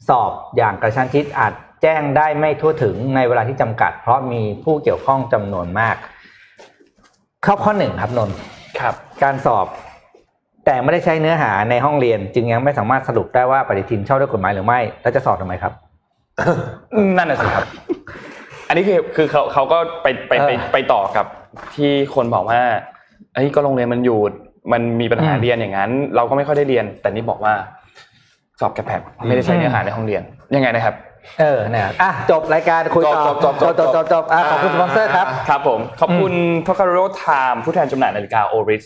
สอบอย่างกระชั้นชิดอาจแจ้งได้ไม่ทั่วถึงในเวลาที่จำกัด เพราะมีผู้เกี่ยวข้องจำนวนมาก ข้อข้อหนึ่งครับนนท์ ครับ การสอบ แต่ไม่ได้ใช้เนื้อหาในห้องเรียน จึงยังไม่สามารถสรุปได้ว่าปฏิทินชอบด้วยกฎหมายหรือไม่ แล้วจะสอบทำไมครับ นั่นน่ะสิครับ อันนี้คือคือเขาเขาก็ไปไปไป เออ ไปต่อกับที่คนบอกว่าไอ้ยก็โรงเรียนมันหยุดมันมีปัญหา อืม เรียนอย่างนั้น เราก็ไม่ค่อยได้เรียน แต่นี่บอกว่า สอบแกะแผดไม่ได้ใช้เนื้อหาในห้องเรียนยังไงนะครับ เออเนี่ยอ่ะจบรายการคุยต่อ จบจบจบ จบ จ จ บบ จบอ่ะขอบคุณสปอนเซอร์ครับ ครับผม ขอบคุณท o คาโร Time ผู้แทนจำหน่ายนาฬิกา Oris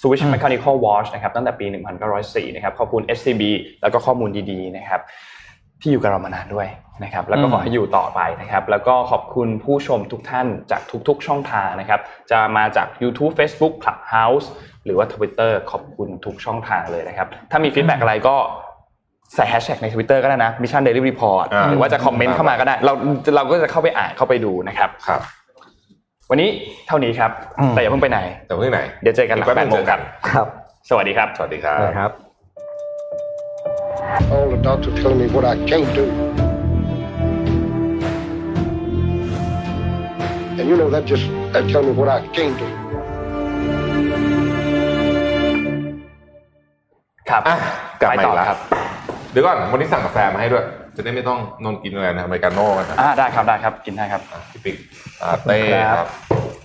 Swiss อืม Mechanical Watch นะครับตั้งแต่ปี 1904 นะครับ ขอบคุณ SCB แล้วก็ข้อมูลดีๆนะครับ ที่อยู่กับเรามานานด้วยนะครับ แล้วก็ขอให้อยู่ต่อไปนะครับ แล้วก็ขอบคุณผู้ชมทุกท่านจากทุกๆช่องทางนะครับ จะมาจาก YouTube Facebook Clubhouse หรือว่า Twitter ขอบคุณทุกช่องทางเลยนะครับ ถ้ามีฟีดแบ็อะไรก็ใส่แฮชแท็กใน Twitter ก็ได้นะ Mission Daily Report อ่า หรือว่าจะคอมเมนต์เข้ามาก็ได้ เราเราก็จะเข้าไปอ่านเข้าไปดูนะครับ ครับ วันนี้เท่านี้ครับ อืม แต่อย่าเพิ่งไปไหน แต่ว่าที่ไหน เดี๋ยวเจอกันหลัง แป๊บ แปด ง โมงเจอ ครักัน บ ครับ สวัสดีครับ สวัสดีครับ นะครับ all the doctor telling me what I can't do. And you know that just that telling me what I can't do. ครับ อ่ะกลับมา ไป อี ต่อก แล้ว ครับ เดี๋ยวก่อนวันนี้สั่งกาแฟมาให้ด้วย จะได้ไม่ต้องนอนกินอะไรนะอเมริกาโน่กันนะ อ่าได้ครับได้ครับ กินได้ครับ อ่ะพี่ปิ๊กอ่าเต้ ครับ ครับ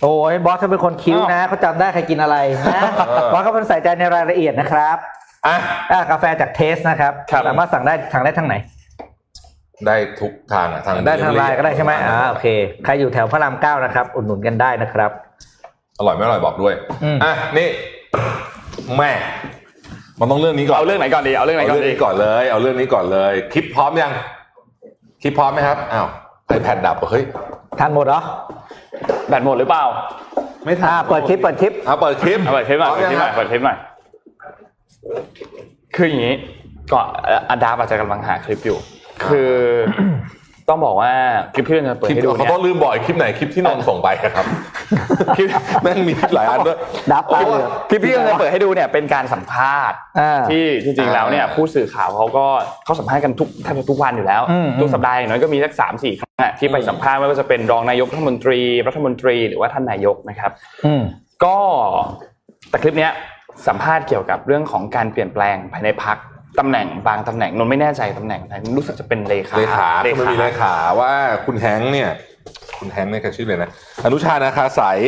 โอ้ยบอสเขาเป็นคนคิ้วนะเขาจำได้ใครกินอะไรนะ เออ บอสเขาเป็นใส่ใจในรายละเอียดนะครับ อ่ะ อ่ะกาแฟจากเทสนะครับ ครับ สามารถสั่งได้สั่งได้ทางไหน ได้ทุกทางอ่ะทาง ได้ทาง delivery ไลน์ก็ได้ใช่ไหมอ่าโอเค ใครอยู่แถวพระรามเก้านะครับอุดหนุนกันได้นะครับ อร่อยไม่อร่อยบอกด้วย อืม อ่ะนี่แม่มันต้องเรื่องนี้ก่อน เอาเรื่องไหนก่อนดี เอาเรื่องไหนก่เอาอน เรื่ดีองนี้ก่อนเลย เอาเรื่องนี้ก่อนเลย คลิปพร้อมยัง คลิปพร้อมไหมครับอ้าวไอแพดดับเหรอเฮ้ย ทานหมดเหรอ แบตหมดหรือเปล่า ไม่ทานเปิดคลิปเปิดคลิป เอาเปิดคลิป เอาเปิดคลิปใหม่ พร้อม เปิดคยังลิปใหม่ ค เปิ รับ ดคลิปใหม่คืออย่างนี้ ก็เอ่ออาดาบอาจจะกำลังหาคลิปอยู่ คือ ต้องบอกว่าคลิปที่เราจะเปิด คลิป ให้ดู เขา เนี่ย ต้องลืมบ่อยคลิปไหนคลิปที่นนท์ส่งไปอะครับ คลิป แม่งมีหลายอันด้วย ดับไปเลย คลิปที่เราจะเปิดให้ดูเนี่ยเป็นการสัมภาษณ์ อ่า ที่จริงๆแล้วเนี่ยผู้สื่อข่าวเขาก็เขาสัมภาษณ์กันทุกแทบจะทุกวันอยู่แล้ว อืม ทุกสัปดาห์อย่างน้อยก็มีสักสามสี่ครั้งอะที่ไปสัมภาษณ์ไม่ว่าจะเป็นรองนายกรัฐมนตรีรัฐมนตรีหรือว่าท่านนายกนะครับ อืม ก็แต่คลิปเนี้ยสัมภาษณ์เกี่ยวกับเรื่องของการเปลี่ยนแปลงภายในพักตำแหน่งบางตำแหน่งนนท์ไม่แน่ใจตำแหน่งไหนรู้สึกจะเป็นเลขา เลขาคือมันมีเลขาว่าคุณแฮงค์เนี่ย คุณแฮงค์เนี่ยแกชื่อเลยนะ อนุชานาคาใสาย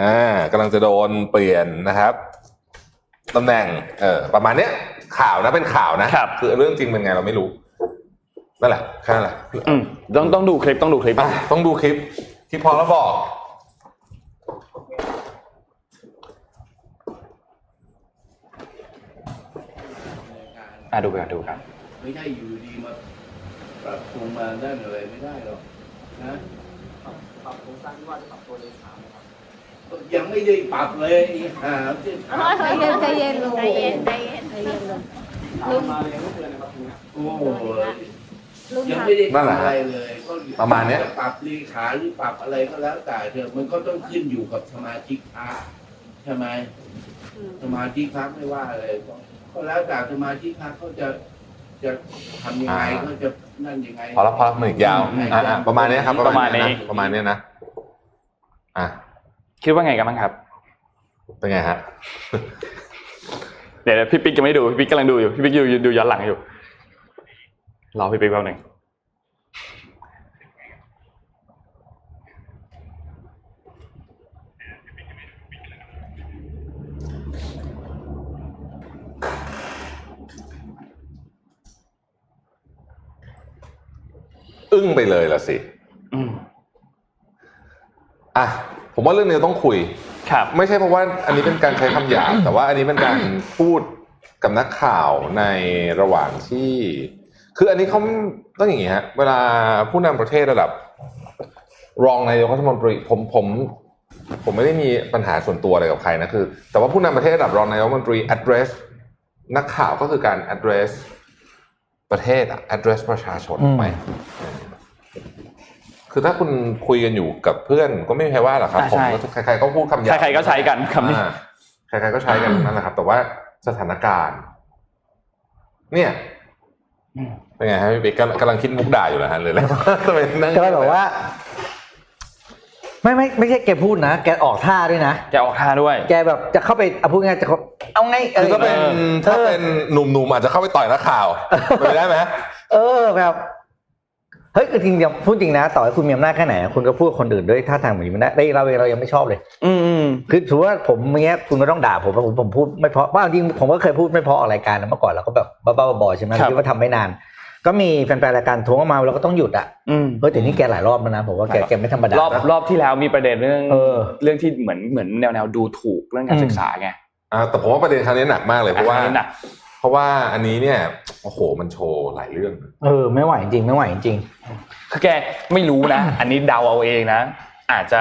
อ่ากำลังจะโดนเปลี่ยนนะครับตำแหน่ง เออประมาณเนี้ยข่าวนะเป็นข่าวนะคือเรื่องจริงเป็นไงเราไม่รู้นั่นแหละแค่นั้นแหละ อืมต้องต้องดูคลิปต้องดูคลิป อ่ะต้องดูคลิปที่พอแล้วบอก อ่ะดูกันดูกัน ไม่ใช่อยู่ดีมาปรับปรุงมาได้อะไรไม่ได้หรอกนะปรับโครงสร้างที่ว่าจะปรับตัวเลขาไหมครับยังไม่ได้ปรับเลยอีหาที่ถาม ใจเย็นใจเย็นลงใจเย็นใจเย็นใจเย็นลง โอ้โห ลุง ยัง ทำ ไม่ได้ทำอะไรเลยก็ ประมาณเนี้ย จปรับเลขาหรือปรับอะไรก็แล้วแต่เดี๋ยวมันก็ต้องขึ้นอยู่กับสมาชิกพรรคใช่ไหมสมาชิกพรรคไม่ว่าอะไรก็ก็แล้วแต่สมาชิกพรรคเขาจะจะทำยังไงเขาจะนั่นยังไง พอแล้วพอแล้วมันอีกยาวอ่ะอ่ะประมาณเนี้ยครับ ประมาณนี้ ประมาณเนี้ยนะอ่ะ คิดว่าไงกันบ้างครับ เป็นไงฮะ เดี๋ยวเดี๋ยวพี่ปิ๊กยังไม่ได้ดูพี่ปิ๊กกำลังดูอยู่พี่ปิ๊กอยู่อยู่ดูย้อนหลังอยู่รอพี่ปิ๊กแป๊บหนึ่ง อึ้งไปเลยละสิ อืม อ่ะผมว่าเรื่องนี้ต้องคุย ครับ ไม่ใช่เพราะว่าอันนี้เป็นการใช้คำห ยาบ แต่ว่าอันนี้เป็นการพูดกับนักข่าวในระหว่างที่ คืออันนี้เขาต้องอย่างนี้ฮะเวลาผู้นำประเทศระดับ รองนายกรัฐมนตรีผมผม ผมไม่ได้มีปัญหาส่วนตัวอะไรกับใครนะคือ แต่ว่าผู้นำประเทศระดับรองนายกรัฐมนตรี address นักข่าวก็คือการ address ประเทศอะ address ประชาชน อืม ไปคือถ้าคุณคุยกันอยู่กับเพื่อนก็ไม่มีใครว่าหรอกครับ อ่า ผม ใช่ ก็ใครๆก็พูดคำหยาบ ใครๆก็ใช้กันคำนี้ อ่าใครๆก็ใช้กันทั้งนั่นแหละครับ แต่ว่าสถานการณ์ เนี่ย อืม เป็นไงฮะพี่ปิ๊กกำลังกำลังคิดมุกด่าอยู่เหรอฮ ะเลยแล้วทำไมนั่ง ก็เลยบอกว่า ไม่ไม่ไม่ใช่แกพูดนะ แกออกท่าด้วยนะ แกออกท่าด้วย แกแบบจะเข้าไปเอาพูดง่ายๆจะเข้าเอาไงเอ คือ อ ถ้าเป็นถ้าเป็นหนุ่มๆอาจจะเข้าไปต่อยนักข่าวเป็นไปได้ไหม เออแบบ เฮ้ยคือจริงๆพูดจริงนะ ต่อให้คุณมีอำนาจแค่ไหนอะคุณก็พูดกับคนอื่นด้วยท่าทางเหมือนมันได้เราเองเรายังไม่ชอบเลย อืมอืม คือถือว่าผมเงี้ยคุณก็ต้องด่าผมว่าผมผมพูดไม่เพราะว่าจริงผมก็เคยพูดไม่เพราะออกรายการนะเมื่อก่อนเราก็แบบบ้าๆบอๆใช่ไหมคิดว่าทำไม่นาน ก็มีแฟนๆรายการทวงเข้ามาเราก็ต้องหยุดอ่ะ อืม เฮ้ยแต่นี่แกหลายรอบแล้วนะผมว่าแกแกไม่ธรรมดาร อบ นะ รอบที่แล้วมีประเด็นเรื่อง เออ เรื่องที่เหมือนเหมือนแนวแนวดูถูกเรื่องกา อื ร ม ศึกษาไง อ่าแต่ผมว่าประเด็นครั้งนี้หนักมากเลยเพราะว่า อันนั้นน่ะ เพราะว่าอันนี้เนี่ยโอ้โหมันโชว์หลายเรื่อง เออไม่ไหวจริงไม่ไหวจริง คือแกไม่รู้ นะ อันนี้เดาเอาเองนะ อาจจะ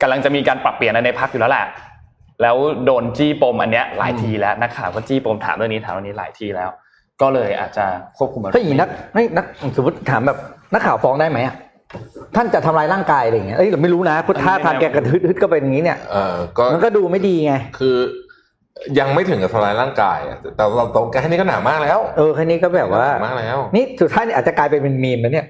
กำลังจะมีการปรับเปลี่ยนอะไรในพักอยู่แล้วแหละแล้วโดนจี้ปมอันเนี้ยหลายทีแล้วนักข่าวก็จี้ปมถามเรื่องนี้ถามเรื่องนี้หลายทีแล้ว ก็เลยอาจจะควบคุมมัน ถ้าอย่างนี้นักไม่นักสมมติถามแบบนักข่าวฟ้องได้ไหมอะท่านจะทำลายร่างกายอะไรอย่างเงี้ยเอ้ยเราไม่รู้นะพุทธาทางแกกระทึดทึดก็เป็นอย่างนี้เนี่ย เออก็ มันก็ดูไม่ดีไง คือยังไม่ถึงกับทำลายร่างกายอะแต่เราตรงแค่นี้ก็หนักมากแล้ว เออแค่นี้ก็แบบว่า หนักมากแล้ว นี่สุดท้ายเนี่ยอาจจะกลายเป็นเป็นมีมนะเนี่ย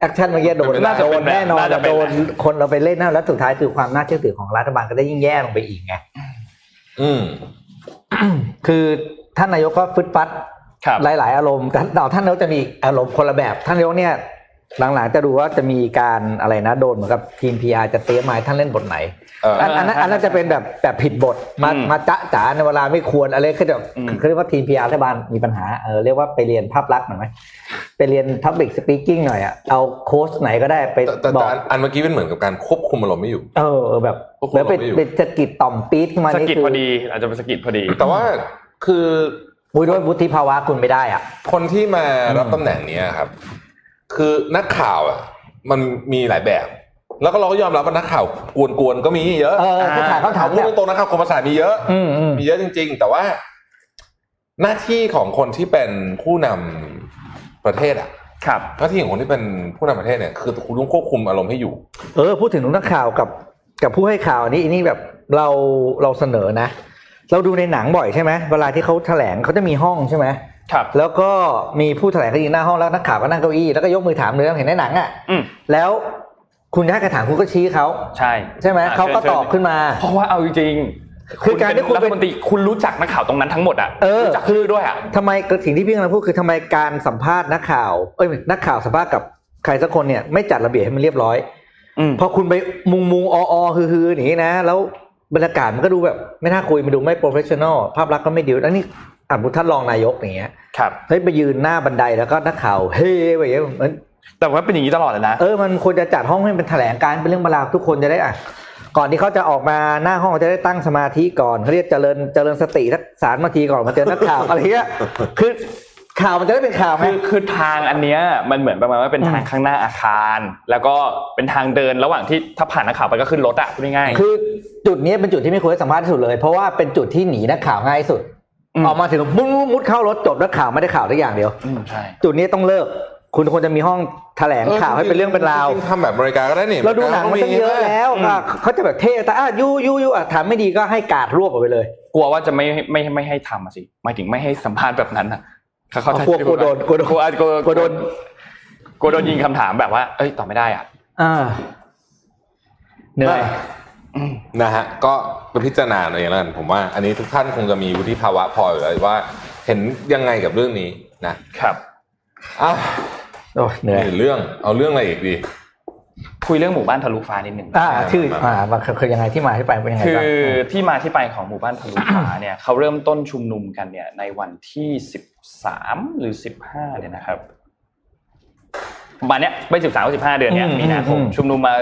แอคชั่นเมื่อกี้โดน เป็นไปได้ โดนแน่นอน าจะเป็ โด น น นะ คนเราไปเล่นนะแล้วสุดท้ายคือความน่าเชื่อถือของรัฐบาลก็ได้ยิ่งแย่ลงไปอีกไง อืม คือท่านนายกก็ฟึดฟัด ครับ หลาย ๆ อารมณ์แต่แต่ท่านนายกจะมีอารมณ์คนละแบบ ท่านนายกเนี่ยหลังๆจะดูว่าจะมีการอะไรนะโดนเหมือนกับทีมพีอาจะเตรียมมาให้ท่านเล่นบทไหน เออ อันอันนั้นอันนั้นจะเป็นแบบแบบผิดบทมา อืม มาจ๊ะจ๋าในเวลาไม่ควรอะไรคือแบบ อืม เขาเรียกว่าทีมพีอารัฐบาลมีปัญหาเออเรียกว่าไปเรียนภาพลักษณ์หน่อยไหมไปเรียนทับบิ c สปีกิ้งหน่อยอะเอาโค้ชไหนก็ได้ไป แต่แต่ บ แต่ อก อันอันเมื่อกี้เป็นเหมือนกับการควบคุมอารมณ์ไม่อยู่ เออเออแบบ พวกคุณ แล้วไป เราไม่อยู่ ไปสะกิดต่อมปี๊ดขึ้นมา สะ นี่ กิด คื พ อ อดี อาจจะเป็นสะกิดพอดี แต่ว่าคือ บุยด้วยวุฒิภาวะคุณไม่ได้อ่ะ คนที่มารับตำแหน่งเนี้ยครับ คือนักข่าวอ่ะ มันมีหลายแบบ แล้วก็เราก็ยอมรับว่านักข่าวกวนๆก็มีเยอะ เออคือข่าวเขาถาม พูด แบบ ตรงๆนักข่าวคนประสาทมีเยอะ อืมอืม มีเยอะจริง ๆ แต่ว่าหน้าที่ของคนที่เป็นผู้นำประเทศอ่ะ ครับ หน้าที่ของคนที่เป็นผู้นำประเทศเนี่ยคือคุณต้องควบคุมอารมณ์ให้อยู่ เออพูดถึงนักข่าวกับกับผู้ให้ข่าวอันนี้อันนี้แบบเราเราเสนอนะ เราดูในหนังบ่อยใช่ไหมเวลาที่เขาแถลงเขาจะมีห้องใช่ไหม ครับ แล้วก็มีผู้แถลงก็ยืนหน้าห้องแล้วนักข่าวก็นั่งเก้าอี้แล้วก็ยกมือถามเลยเราเห็นในหนังอ่ะ อืม แล้วคุณนักกระถามคุณก็ชี้เขา ใช่ ใช่ไหม อ่ะ เขาก็ ชิญ ตอบ เชิญ ขึ้นมา เพราะว่าเอาจริงๆ คือการที่คุณ รัฐเป็น มนตรีคุณรู้จักนักข่าวตรงนั้นทั้งหมดอ่ะ เออ รู้จักคือด้วยอ่ะ ทำไมสิ่งที่พี่กำลังพูดคือทำไมการสัมภาษณ์นักข่าวเอ้ยนักข่าวสัมภาษณ์กับใครสักคนเนี่ยไม่จัดระเบียบให้มันเรียบร้อย อืม พอคุณไปมุงมุงอออฮือฮืออย่างนี้นะ แล้วบรรยากาศมันก็ดูแบบ ไม่น่าคุยมันดูไม่โปรเฟชชั่นอลภาพลักษณ์ก็ไม่ดีแล้วนี่อ่ะบุท่านรองนายกอย่างเงี้ย ครับ เฮ้ยไปยืนหน้าบันไดแล้วก็นักข่าวเฮ้ไปอย่างเงี้ยมัน แต่ว่าเป็นอย่างนี้ตลอดเลยนะ เออมันควรจะจัดห้องให้เป็นแถลงการณ์เป็นเรื่องบราวทุกคนจะได้อ่ะก่อนที่เขาจะออกมาหน้าห้องจะได้ตั้งสมาธิก่อนเขาเรียกเจริญเจริญสติสักสามนาทีก่อนมาเจอนักข่าว อะไรเงี้ยคือข่าวมันจะได้เป็นข่าวไหม คือคือทางอันเนี้ยมันเหมือนประมาณว่าเป็นทางข้างหน้าอาคาร แล้วก็เป็นทางเดินระหว่างที่ถ้าผ่านนักข่าวไปก็ขึ้นรถอะพูดง่ายๆ คือจุดนี้เป็นจุดที่ไม่ควรให้สัมภาษณ์ที่สุดเลย เพราะว่าเป็นจุดที่หนีนักข่าวง่ายที่สุด อืม ออกมาถึงมุดมุดเข้ารถจบนักข่าวไม่ได้ข่าวได้อย่างเดียว อืมใช่ จุดนี้ต้องเลิก คุณควรจะมีห้องแถลงข่าวให้เป็นเรื่องเป็นราว จงๆทำแบบอเมริกาก็ได้นี่ เราดูหนังมันตั้งเยอะแล้ว อืม อ่ะเขาจะแบบเท่แต่อ่ะยูยูยูอ่ะถามไม่ดีก็ให้การดรวบออกไปเลย กลัวว่าจะไม่ไม่ไม่ไม่ให้ทำอะสิหมายถึงไม่ให้สัมภาษณ์แบบนั้นอะเขาเขา กลัวกลัวโดนกลัวโด กลัวน กลัวกลัวโดนกลัวโดนยิงคำถามแบบว่า เอ้ยตอบไม่ได้อ่ะ อ่าเหนื่อย นะฮะ ก็ไปพิจารณาเลยแล้วกันผมว่า อันนี้ทุกท่านคงจะมีวุฒิภาวะพออยู่แล้วว่า เห็นยังไงกับเรื่องนี้นะครับ อ้าว โอ้ยเหนื่อย มีเรื่องเอาเรื่องอะไรอีกดี คุยเรื่องหมู่บ้านทะลุฟ้านิดหนึ่ง อ่าชื่ออ่ามันคือยังไงที่มาที่ไปเป็นยังไง คื บ้าง อที่มาที่ไปของหมู่บ้านทะลุฟ้าเนี่ย เขาเริ่มต้นชุมนุมกันเนี่ย ในวันที่สิบสามหรือสิบห้าเนี่ยนะครับประมาณเนี้ยไปสิบสามสิบห้าเดือนเนี่ย อืม มีนาคม อืม ชุมนุมมา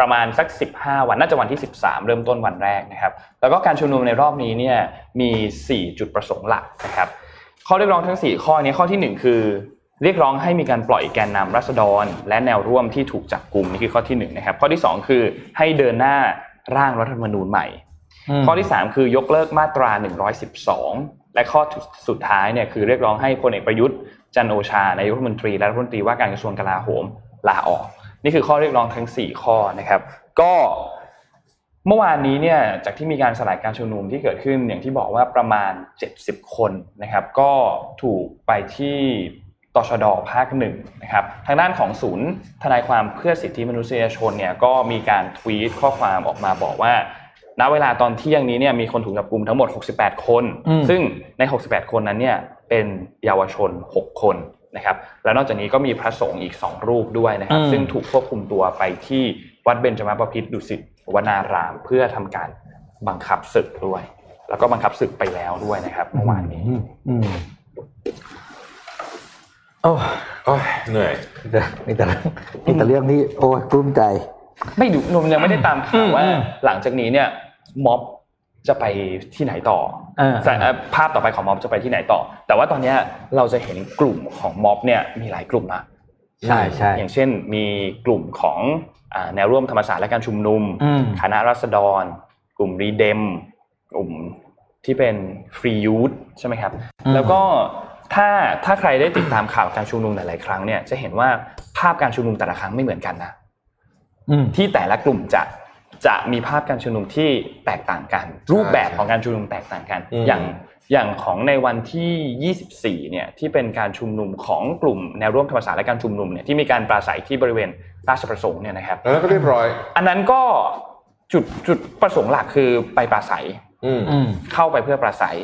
ประมาณสักสิบห้าวันน่าจะวันที่สิบสามเริ่มต้นวันแรกนะครับ แล้วก็การชุมนุมในรอบนี้เนี่ยมีสี่จุดประสงค์หลักนะครับ ข้อเรียกร้องทั้ง 4 ข้อนี้ข้อทีหนึ่งคือ เรียกร้องให้มีการปล่อยแกนนำรัษฎร และแนวร่วมที่ถูกจับกลุ่มนี่คือข้อที่หนึ่งนะครับ ข้อที่สองคือให้เดินหน้าร่างรัฐธรรมนูญใหม่ ม ข้อที่ 3 คือยกเลิกมาตรา 112 และข้อสุดท้ายเนี่ยคือเรียกร้องให้พลเอกประยุทธ์จันทร์โอชานายกรัฐมนตรีและรัฐมนตรีว่าการกระทรวงกลาโหมลาออก นี่คือข้อเรียกร้องทั้ง 4 ข้อนะครับ ก็เมื่อวานนี้เนี่ยจากที่มีการสลายการชุมนุมที่เกิดขึ้นอย่างที่บอกว่าประมาณ 70 คนนะครับ ก็ถูกไปที่ตชดภาคหนึ่งนะครับทางด้านของศูนย์ทนายความเพื่อสิทธิมนุษยชนเนี่ยก็มีการทวีตข้อความออกมาบอกว่า ณเวลาตอนเที่ยงนี้เนี่ยมีคนถูกจับกลุ่มทั้งหมด 68 คน ซึ่งใน 68 คนนั้นเนี่ยเป็นเยาวชน 6 คน นะครับแล้วนอกจากนี้ก็มีพระสงฆ์อีกสองรูปด้วยนะครับ อืม ซึ่งถูกควบคุมตัวไปที่วัดเบญจมาบพิตรดุสิตวนารามเพื่อทำการบังคับศึกด้วย แล้วก็บังคับศึกไปแล้วด้วยนะครับเมื่อวานนี้ อืมโอ้ โอ้ยเหนื่อย เดี๋ยวมีแต่มีแต่เรื่องนี้โอ้ยกลุ้มใจ ไม่ดูนมยังไม่ได้ตามข่าวว่า อืม หลังจากนี้เนี่ยม็อบจะไปที่ไหนต่อ อ่า แต่เอ่อภาพต่อไปของม็อบจะไปที่ไหนต่อ แต่ว่าตอนเนี้ยเราจะเห็นกลุ่มของม็อบเนี่ยมีหลายกลุ่มนะ ใช่ใช่ อย่างเช่นมีกลุ่มของอ่าแนวร่วมธรรมศาสตร์และการชุมนุม อืม คณะรัษฎร กลุ่มรีเดม กลุ่มที่เป็นฟรียูธใช่ไหมครับ อืม แล้วก็ถ้าถ้าใครได้ติดตามข่าวการชุมนุมหลายๆครั้งเนี่ยจะเห็นว่าภาพการชุมนุมแต่ละครั้งไม่เหมือนกันนะ อืม ที่แต่ละกลุ่มจะจะมีภาพการชุมนุมที่แตกต่างกัน รูปแบบ ใช่ ของการชุมนุมแตกต่างกัน อืม อย่างอย่างของในวันที่ 24 เนี่ยที่เป็นการชุมนุมของกลุ่มแนวร่วมธรรมศาสตร์และการชุมนุมเนี่ยที่มีการปราศัยที่บริเวณราชประสงค์เนี่ยนะครับ แล้วก็เรียบร้อย อันนั้นก็จุดจุดประสงค์หลักคือไปปราศัย อืม อืม เข้าไปเพื่อปราศัย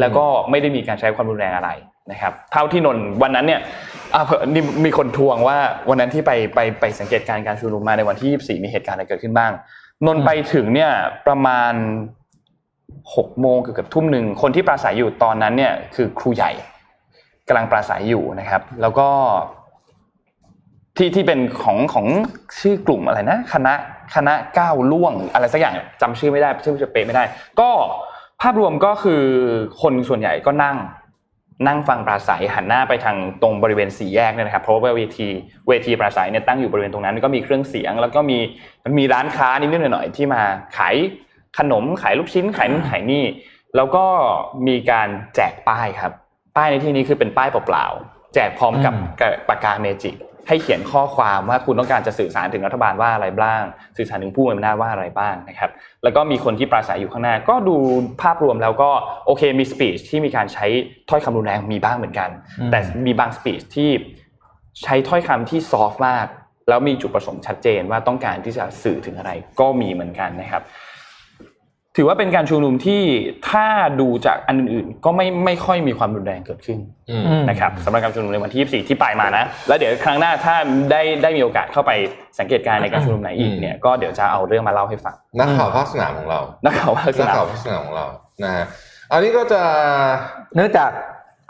แล้วก็ไม่ได้มีการใช้ความรุนแรงอะไรนะครับ เท่าที่นนท์วันนั้นเนี่ยอ่าเผอิญนี่มีคนทวงว่าวันนั้นที่ไปไปไปสังเกตการณ์การชุมนุมมาในวันที่ 24 มีเหตุการณ์อะไรเกิดขึ้นบ้าง นนท์ไปถึงเนี่ยประมาณ 6 โมงเกือบเกือบทุ่มหนึ่งคนที่ปราศัยอยู่ตอนนั้นเนี่ยคือครูใหญ่กำลังปราศัยอยู่นะครับ แล้วก็ ที่ที่เป็นของของชื่อกลุ่มอะไรนะ คณะคณะก้าวล่วง อะไรสักอย่างจำชื่อไม่ได้ชื่อจะเป๊ะไม่ได้ ก็ภาพรวมก็คือคนส่วนใหญ่ก็นั่ง นั่งฟังปราศัยหันหน้าไปทางตรงบริเวณสี่แยกเนี่ยนะครับ เพราะว่าเวทีเวทีปราศัยเนี่ยตั้งอยู่บริเวณตรงนั้นก็มีเครื่องเสียง แล้วก็มีมันมีร้านค้านิดๆหน่อยๆที่มาขายขนมขายลูกชิ้นขายนู่นขายนี่ แล้วก็มีการแจกป้ายครับ ป้ายในที่นี้คือเป็นป้ายเปล่าๆ แจกพร้อมกับ อืม กระปากกาเมจิกให้เขียนข้อความว่าคุณต้องการจะสื่อสารถึงรัฐบาลว่าอะไรบ้าง สื่อสารถึงผู้มีอำนาจว่าอะไรบ้างนะครับ แล้วก็มีคนที่ปราศัยอยู่ข้างหน้า ก็ดูภาพรวมแล้วก็โอเคมีสปีชที่มีการใช้ถ้อยคำรุนแรงมีบ้างเหมือนกัน อืม แต่มีบางสปีชที่ใช้ถ้อยคำที่ซอฟต์มาก แล้วมีจุดประสงค์ชัดเจนว่าต้องการที่จะสื่อถึงอะไรก็มีเหมือนกันนะครับ ถือว่าเป็นการชุมนุมที่ถ้าดูจากอันอื่นๆ ก็ไม่ไม่ค่อยมีความรุนแรงเกิดขึ้น อืม อืม นะครับสำหรับการชุมนุมในวันที่ 24 ที่ไปมานะ แล้วเดี๋ยวครั้งหน้าถ้าได้ได้มีโอกาสเข้าไปสังเกตการณ์ในการชุมนุมไหนอีกเนี่ยก็เดี๋ยวจะเอาเรื่องมาเล่าให้ฟัง นักข่าวภาคสนามของเรา นักข่าวว่า นักข่าวภาคสนามของเรา นะฮะ อันนี้ก็จะ เนื่องจาก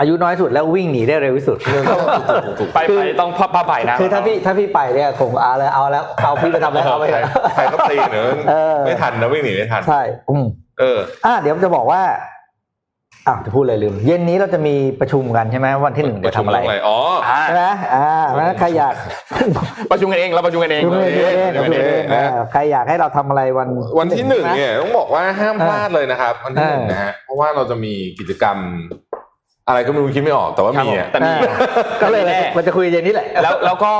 อายุน้อยสุดแล้ววิ่งหนีได้เร็วที่ สุด เรื่องถูกถูก ไปไปต้องพับผ้าใบนะ คือถ้าพี่ถ้าพี่ไปเนี่ยคงเอาแล้วเอาแล้วเอาพี่ไปทำ อะไรเอาไป ใคร แล้ว ใครก็ตีเนอะ เออ ไม่ทันนะวิ่งหนีไม่ทัน ใช่อืม เออ อ่าเดี๋ยวจะบอกว่าอ้าวจะพูดอะไรลืม เย็นนี้เราจะมีประชุมกันใช่ไหมวันที่หนึ่ง ป จะ ระชุทำมอะไร เงอะไรอ๋อ อ่า ใช่ไหมอ่าเพราะฉะนั้นใครอยาก ประชุมกันเองเราประชุมกันเอง ดูเลยดูเลย เดี๋ยว ดูเลย เดี๋ยว อ่าใครอยากให้เราทำอะไรวัน วันที่หนึ่ง ะ เนี่ยต้องบอกว่าห้ามพลาดเลยนะครับ วันที่หนึ่ง เออ นะฮะ เพราะว่าเราจะมีกิจกรรม อะไรก็ไม่รู้คิดไม่ออกแต่ว่ามีอ่ะ ครับผม อ่าก็เลย แน่ มันจะคุยเย็นนี้แหละ แล้วแล้วก็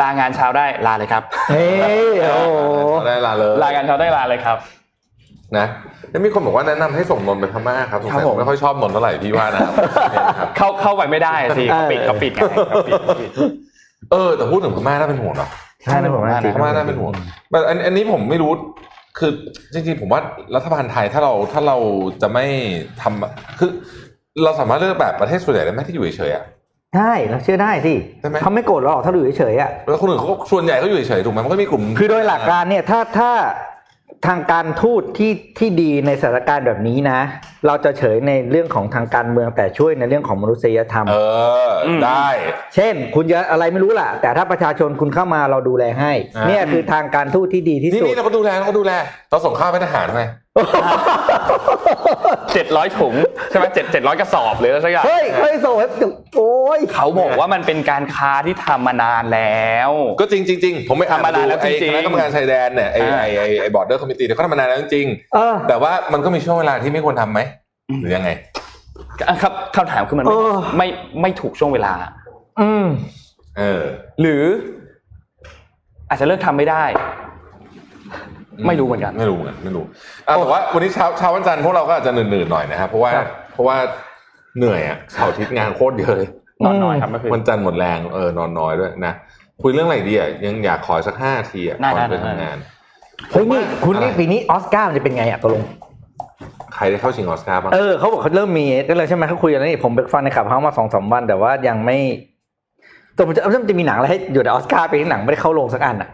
ลางานเช้าได้ลาเลยครับ เฮ้ยโอ้โห ได้ลาเลย ลางานเช้าได้ลาเลยครับ นะแล้วมีคนบอกว่าแนะนำให้ส่งนนท์ไปพม่าครับสง ครั สัย บ ผ ผม ม ไม่ค่อยชอบนนท์เท่าไหร่พี่ว่านะครับเนี่ยนะครับ เข้าเข้าไปไม่ได้สิเขาปิดเขาปิดไงเขาปิดเขาปิด เออแต่พูดถึงพม่าน่าเป็นห่วงเนาะ ใช่นะผมว่าจริง พม่าน่าเป็นห่วงแต่อันอันนี้ผมไม่รู้คือจริงๆผมว่ารัฐบาลไทยถ้าเราถ้าเราจะไม่ทำคือ เราสามารถเลือกแบบประเทศส่วนใหญ่ได้ไหมที่อยู่เฉยๆอ่ะ ใช่เราเชื่อได้สิ ใช่ไหม เขาไม่โกรธเราหรอกถ้าเราอยู่เฉยๆอ่ะ แล้วคนอื่นเขาก็ส่วนใหญ่เขาอยู่เฉยๆถูกไหมมันก็มีกลุ่ม คือโดยหลักการเนี่ยถ้าถ้าทางการทูตที่ที่ดีในสถานการณ์แบบนี้นะ เราจะเฉยในเรื่องของทางการเมืองแต่ช่วยในเรื่องของมนุษยธรรม เอออ ม ได้ เช่น คุณจะอะไรไม่รู้ล่ะ แต่ถ้าประชาชนคุณเข้ามาเราดูแลให้ อ่า เนี่ยคือทางการทูตที่ดีที่ นี่ สุด นี่เราก็ดูแลเราก็ดูแลเราส่งข้าวไปทหารไง เจ็ดร้อยถุงใช่ไหมเจ็ดเจ็ดร้อยกระสอบหรืออะไรสักอย่าง เฮ้ยเฮ้ยโซ่โอ้ย เขาบอกว่ามันเป็นการค้าที่ทำมานานแล้ว ก็จริงจริงๆผมไม่อ่าน ทำมานานแล้ว ไอ้ จริงๆ คณะกรรมการชายแดนเนี่ยไอ้ อ่า ไอ้ไอ้ไอ้บอร์เดอร์คอมมิตี้เนี่ยเขาทำมานานแล้วจริง เออ ๆแต่ว่ามันก็มีช่วงเวลาที่ไม่ควรทำไหมหรือยังไง อ่ะครับคำถามคือมัน เออ ไม่ไม่ไม่ถูกช่วงเวลา อืม เออ หรือ อาจจะเลิกทำไม่ได้ ไม่รู้เหมือนกัน ไม่รู้เหมือนกันไม่รู้อ่ะแต่ว่าวันนี้เช้าเช้าวันจันทร์พวกเราก็อาจจะเหนื่อยๆหน่อยนะครับเพราะว่าเพราะว่าเหนื่อยอ่ะเสาร์อาทิตย์งานโคตรเยอะเลย นอนน้อยครับเมื่อคืน วันจันทร์หมดแรงเออนอนน้อยด้วยนะคุยเรื่องอะไรดีอ่ะยังอยากขอสักห้าทีอ่ะ ได้ ก่อนไป ได้ได้ ทำงาน เฮ้ยนี่คุณนี่ อะไร ปีนี้ออสการ์มันจะเป็นไงอ่ะตกลง ใครได้เข้าชิงออสการ์บ้าง เออเขาบอกเขาเริ่มมีก็เลยใช่ไหมเขาคุยกันแล้วนี่ผมไปฟังในข่าวเขามาสองสามวัน แต่ว่ายังไม่ แต่มันจะมันจะมีหนังอะไรให้อยู่แต่ออสการ์ปีนี้หนังไม่ได้เข้าโรงสักอันอ่ะ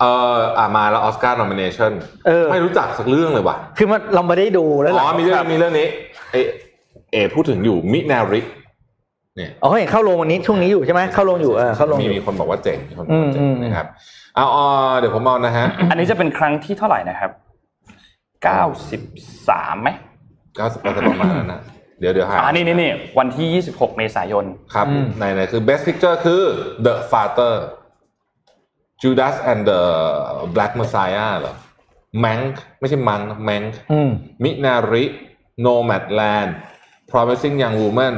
เอออ่ะมาแล้วออสการ์นอมิเนชัน เออ ไม่รู้จักสักเรื่องเลยว่ะ คือมันเราไม่ได้ดูแล้ว อ๋อ มีเรื่องมีเรื่องนี้ เอเอพูดถึงอยู่มินาริเนี่ย อ๋อเห็นเข้าโรงวันนี้ช่วงนี้อยู่ใช่ไหมเข้าโรงอยู่เออเข้าโรงอ มี ยู่ มีคนบอกว่าเจ๋งมีคนบอกว่าเจ๋ง อืมอืม นะครับเอาเอาเดี๋ยวผมเอานะฮะ อันนี้จะเป็นครั้งที่เท่าไหร่นะครับ93ไหม ก็จะประมาณนั้นนะเดี๋ยวเดี๋ยวหา อ่านี่นี่นี่วันที่ 26 เมษายน ครับ อืม ในในคือ best picture คือ The Father Judas and the Black Messiah เหรอ Mank ไม่ใช่ Mank นะ Mank อืม มินาริ Nomadland Promising Young Woman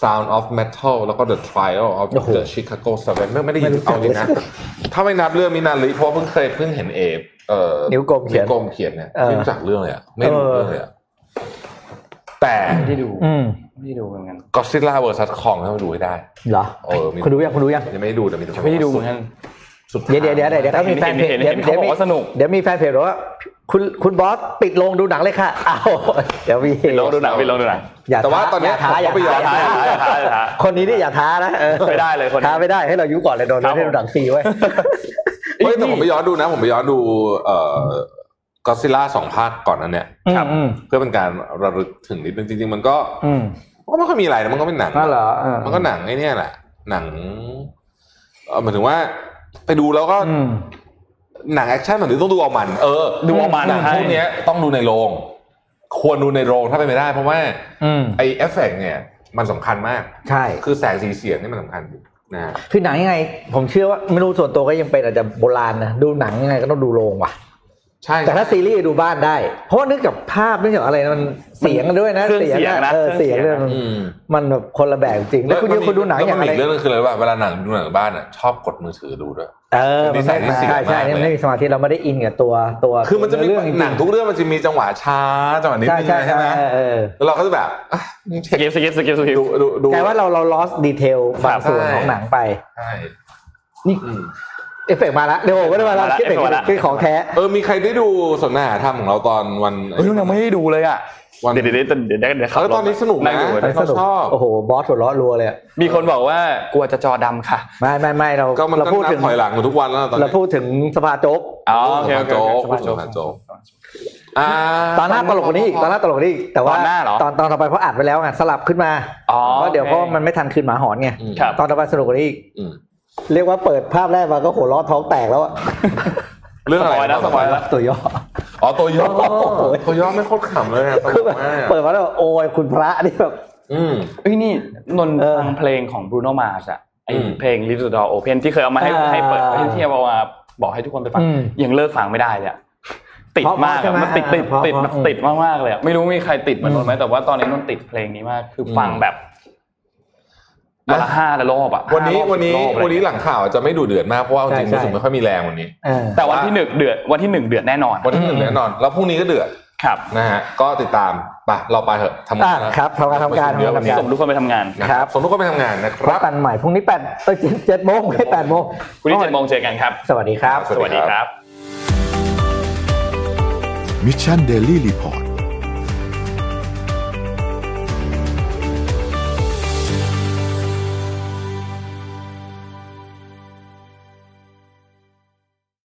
Sound of Metal แล้วก็ The Trial of โอ้โห the Chicago Seven ไม่ไม่ได้ยิน ไม่รู้จั เอา ก จริงนะ เลย ถ้าไม่นับเรื่องมินาริเพราะเพิ่งเคยเพิ่งเห็นเอฟเอ่อ นิ้วกลมเขียน วกลมเขียนเนี่ย เออ ไม่รู้จักเรื่องเลยอะไม่รู้เรื่องเลยอะแต่ ไม่ได้ดู อืม ไม่ได้ดูเหมือนกัน ก็ซิล่าเวอร์ซัสคองต้องดูให้ได้ เหรอ เออมี คุณดูยังคุณดูยัง ยังไม่ได้ดูแต่มีแต่คน ไม่ได้ดู บ เห ก มือกัว่านน สุดท้า เดี๋ยวเดี๋ยวเดี๋ยวเดี๋ยวเดี๋ยวถ้ามีแฟนเพจ เห็นเห็น เดี๋เห็ยวนเขาบอก มี ว่าสนุก เดี๋ยวมีแฟนเพจบอกว่าคุณคุณบอสปิดโรงดูหนังเลยค่ะอ้าวเดี๋ยวมี ลองดูหนังไปลองดูหนัง อย่า แต่ว่าตอนเนี้ย ท้าอย่า ผมก็ไปย้ ท้า อน อย่าท้า ท้ายท้ายท้าย คนนี้นี่อย่าท้านะเออ ไม่ได้เลยคนนี้ ท้าไม่ได้ให้เรายุก่อนเลยโดน ครับ ไม่ได้ดูหนังฟรีไว้ย เฮ้ยแต่ผมไปย้อนดูนะ ผมไปย้อนดูเอ่อก็ซิล่าสองภาคก่อนนั้นเนี่ย ครับอืม เพื่อเป็นการระลึกถึงนิดนึงจริงๆ มันก็ อืม ก็ไม่ค่อยมีอะไรนะมันก็เป็นหนัง นั่นเหรอเออ มันก็หนังไอ้เนี่ยแหละ หนังเอ่อหมายถึงว่า ไปดูแล้วก็ อืม หนังแอคชั่นแบบนี้ต้องดูเอามัน เออ ดูเอามัน หนัง ใช่ พวกเนี้ยต้องดูในโรง ควรดูในโรงถ้าเป็นไปได้ เพราะว่า อืม ไอเอฟเฟกต์เนี่ย มันสำคัญมาก ใช่ คือแสงสีเสียงนี่มันสำคัญนะฮะ คือหนังยังไง ผมเชื่อว่าไม่รู้ส่วนตัวก็ยังเป็นอาจจะโบราณนะ ดูหนังยังไงก็ต้องดูโรงว่ะ ใช่ แต่ถ้าซีรีส์ดูบ้านได้ เพราะว่าเนื่องจากภาพเนื่องจากอะไรนะมันเสียงด้วยนะ เครื่องเสียงนะ เออ เครื่ เสีย องงเสียง เนี่ยมัน อืม มันแบบคนละแบบจริงๆแล้วคุณ มั ยู มี คุณดูหนัง แล้ว อย่าง มันมี ไร อีกเรื่องนึงคืออะไรว่าเวลาหนังดูหนังบ้านอ่ะชอบกดมือถือดูด้วย เออ นิ มัน สั ไม่ ยนิสัย ใช่ใช่ มากเลย เนี่ยมันไม่มีสมาธิเราไม่ได้อินกับตัวตัว คือมันจะมี เรื่องจริง หนังทุกเรื่องมันจะมีจังหวะช้าจังหวะนิด ใช่ นึง ใช่ ใช่ไหม เออเออ แล้วเราก็จะแบบอ่ะมึง ส เช็ค กิปสกิปสกิปสกิป ดูดูดู กลายว่าเราเรา lost detail บางส่วนของหนังไป ใช่ นี่ อืม เอฟเฟกต์มาละเดี๋ยวผมก็ได้มาละ มาละ คิดเป็น เอฟเฟกต์มาละ คือของแท้ เออมีใครได้ดูสนทนาธรรมของเราตอนวัน เฮ้ยยังไม่ได้ดูเลยอ่ะ วัน เดี๋ยวเดี๋ยวเดี๋ยวเดี๋ยวเดี๋ยว เออตอนนี้สนุกนะ งอยู่ ตอนนี้สนุก ชอบ โอ้โห บอสหัวเราะรัวเลยอะ มีคนบอกว่ากลัวจะจอดำค่ะ ไม่ไม่ไม่เรา ก็มัน เรา ก็ พูด นั ถึ บ ง ถอยหลังมาทุกวันแล้วตอน เรา นี้ พูดถึงสภาโจ๊ก อ๋อโอเคโอเคโอเค สภาโจ๊สกภา สภาโจ๊ก อ่า ตอนหน้าตลกกว่านี้อีกตอนหน้าตลกกว่านี้อีกแต่ตว่าอนหน้าเหรอ ตอนตอนต่อไปเพราะอัดไปแล้วไงสลับขึ้นมา อ๋อ เพราะเดี๋ยว โอ เพ เค ราะมันไม่ทันคืนหมาหอนไง อืม ครับ ตอนต่อไปสนุกกว่านี้อีก อืม เรียกว่าเปิดภาพแรกมาก็หัวเร้อท้องแตกแล้วอะ เรื่องอะสไรปอยล์นะสปอยล์นะ ตัวย่อ อ๋อตัวย่อ โอ้โห ตัวย่อไม่โคตรขำเลยอะตล คือแบ ก บ มากอะ เปิดมาแล้วแบบโอ้ยคุณพระนี่แบบ อืม เอ้ยนี่นนท์ เออ ฟังเพลงของ Bruno Mars อะไอ อืม เพลง Little Door Open ที่เคยเอามาให้ อ่า ให้เปิดให้ที่เอามาบอกให้ทุกคนไปฟัง อืม ยังเลิกฟังไม่ได้เลยอะติด เพราะ มาก เพราะอะใช่ไหม มันติดติด เพราะ ติด เพราะ แบบติดมากมากๆเลยอะไม่รู้มีใครติดเหมือนนนท์ไหมแต่ว่าตอนนี้นนท์ติดเพลงนี้มาก คือฟังแบบวันละห้าละรอบอะ วันนี้ ห้ารอบ วันนี้ สิบรอบอะไร วันนี้หลังข่าวจะไม่ดูเดือดมากเพราะว่าจริงๆ ใช่ รู้สึก ใช่ ไม่ค่อยมีแรงวันนี้ เออ แต่วันที่หนึ่งเดือดวันที่หนึ่งเดือดแน่นอน วันที่หนึ่งแน่นอน แล้วพรุ่งนี้ก็เดือด ครับ นะฮะก็ติดตามไปเราไปเถอะทำงาน อ่ะครับทำงานทำการ เยอะวันนี้ ส่งทุกคนไปทำงาน นะ ค ค รั รับ บสมทุกคนไปทำงานนะค พ รั บบ กันใหม่พรุ่งนี้แปดเอ้ยเจ็ดเจ็ดโมงไม่แปดโมง คุณที่เจ็ดโมงเจอกันครับ สวัสดีครับ สวัสดีครับ มิชชันเดลี่รีพอร์ต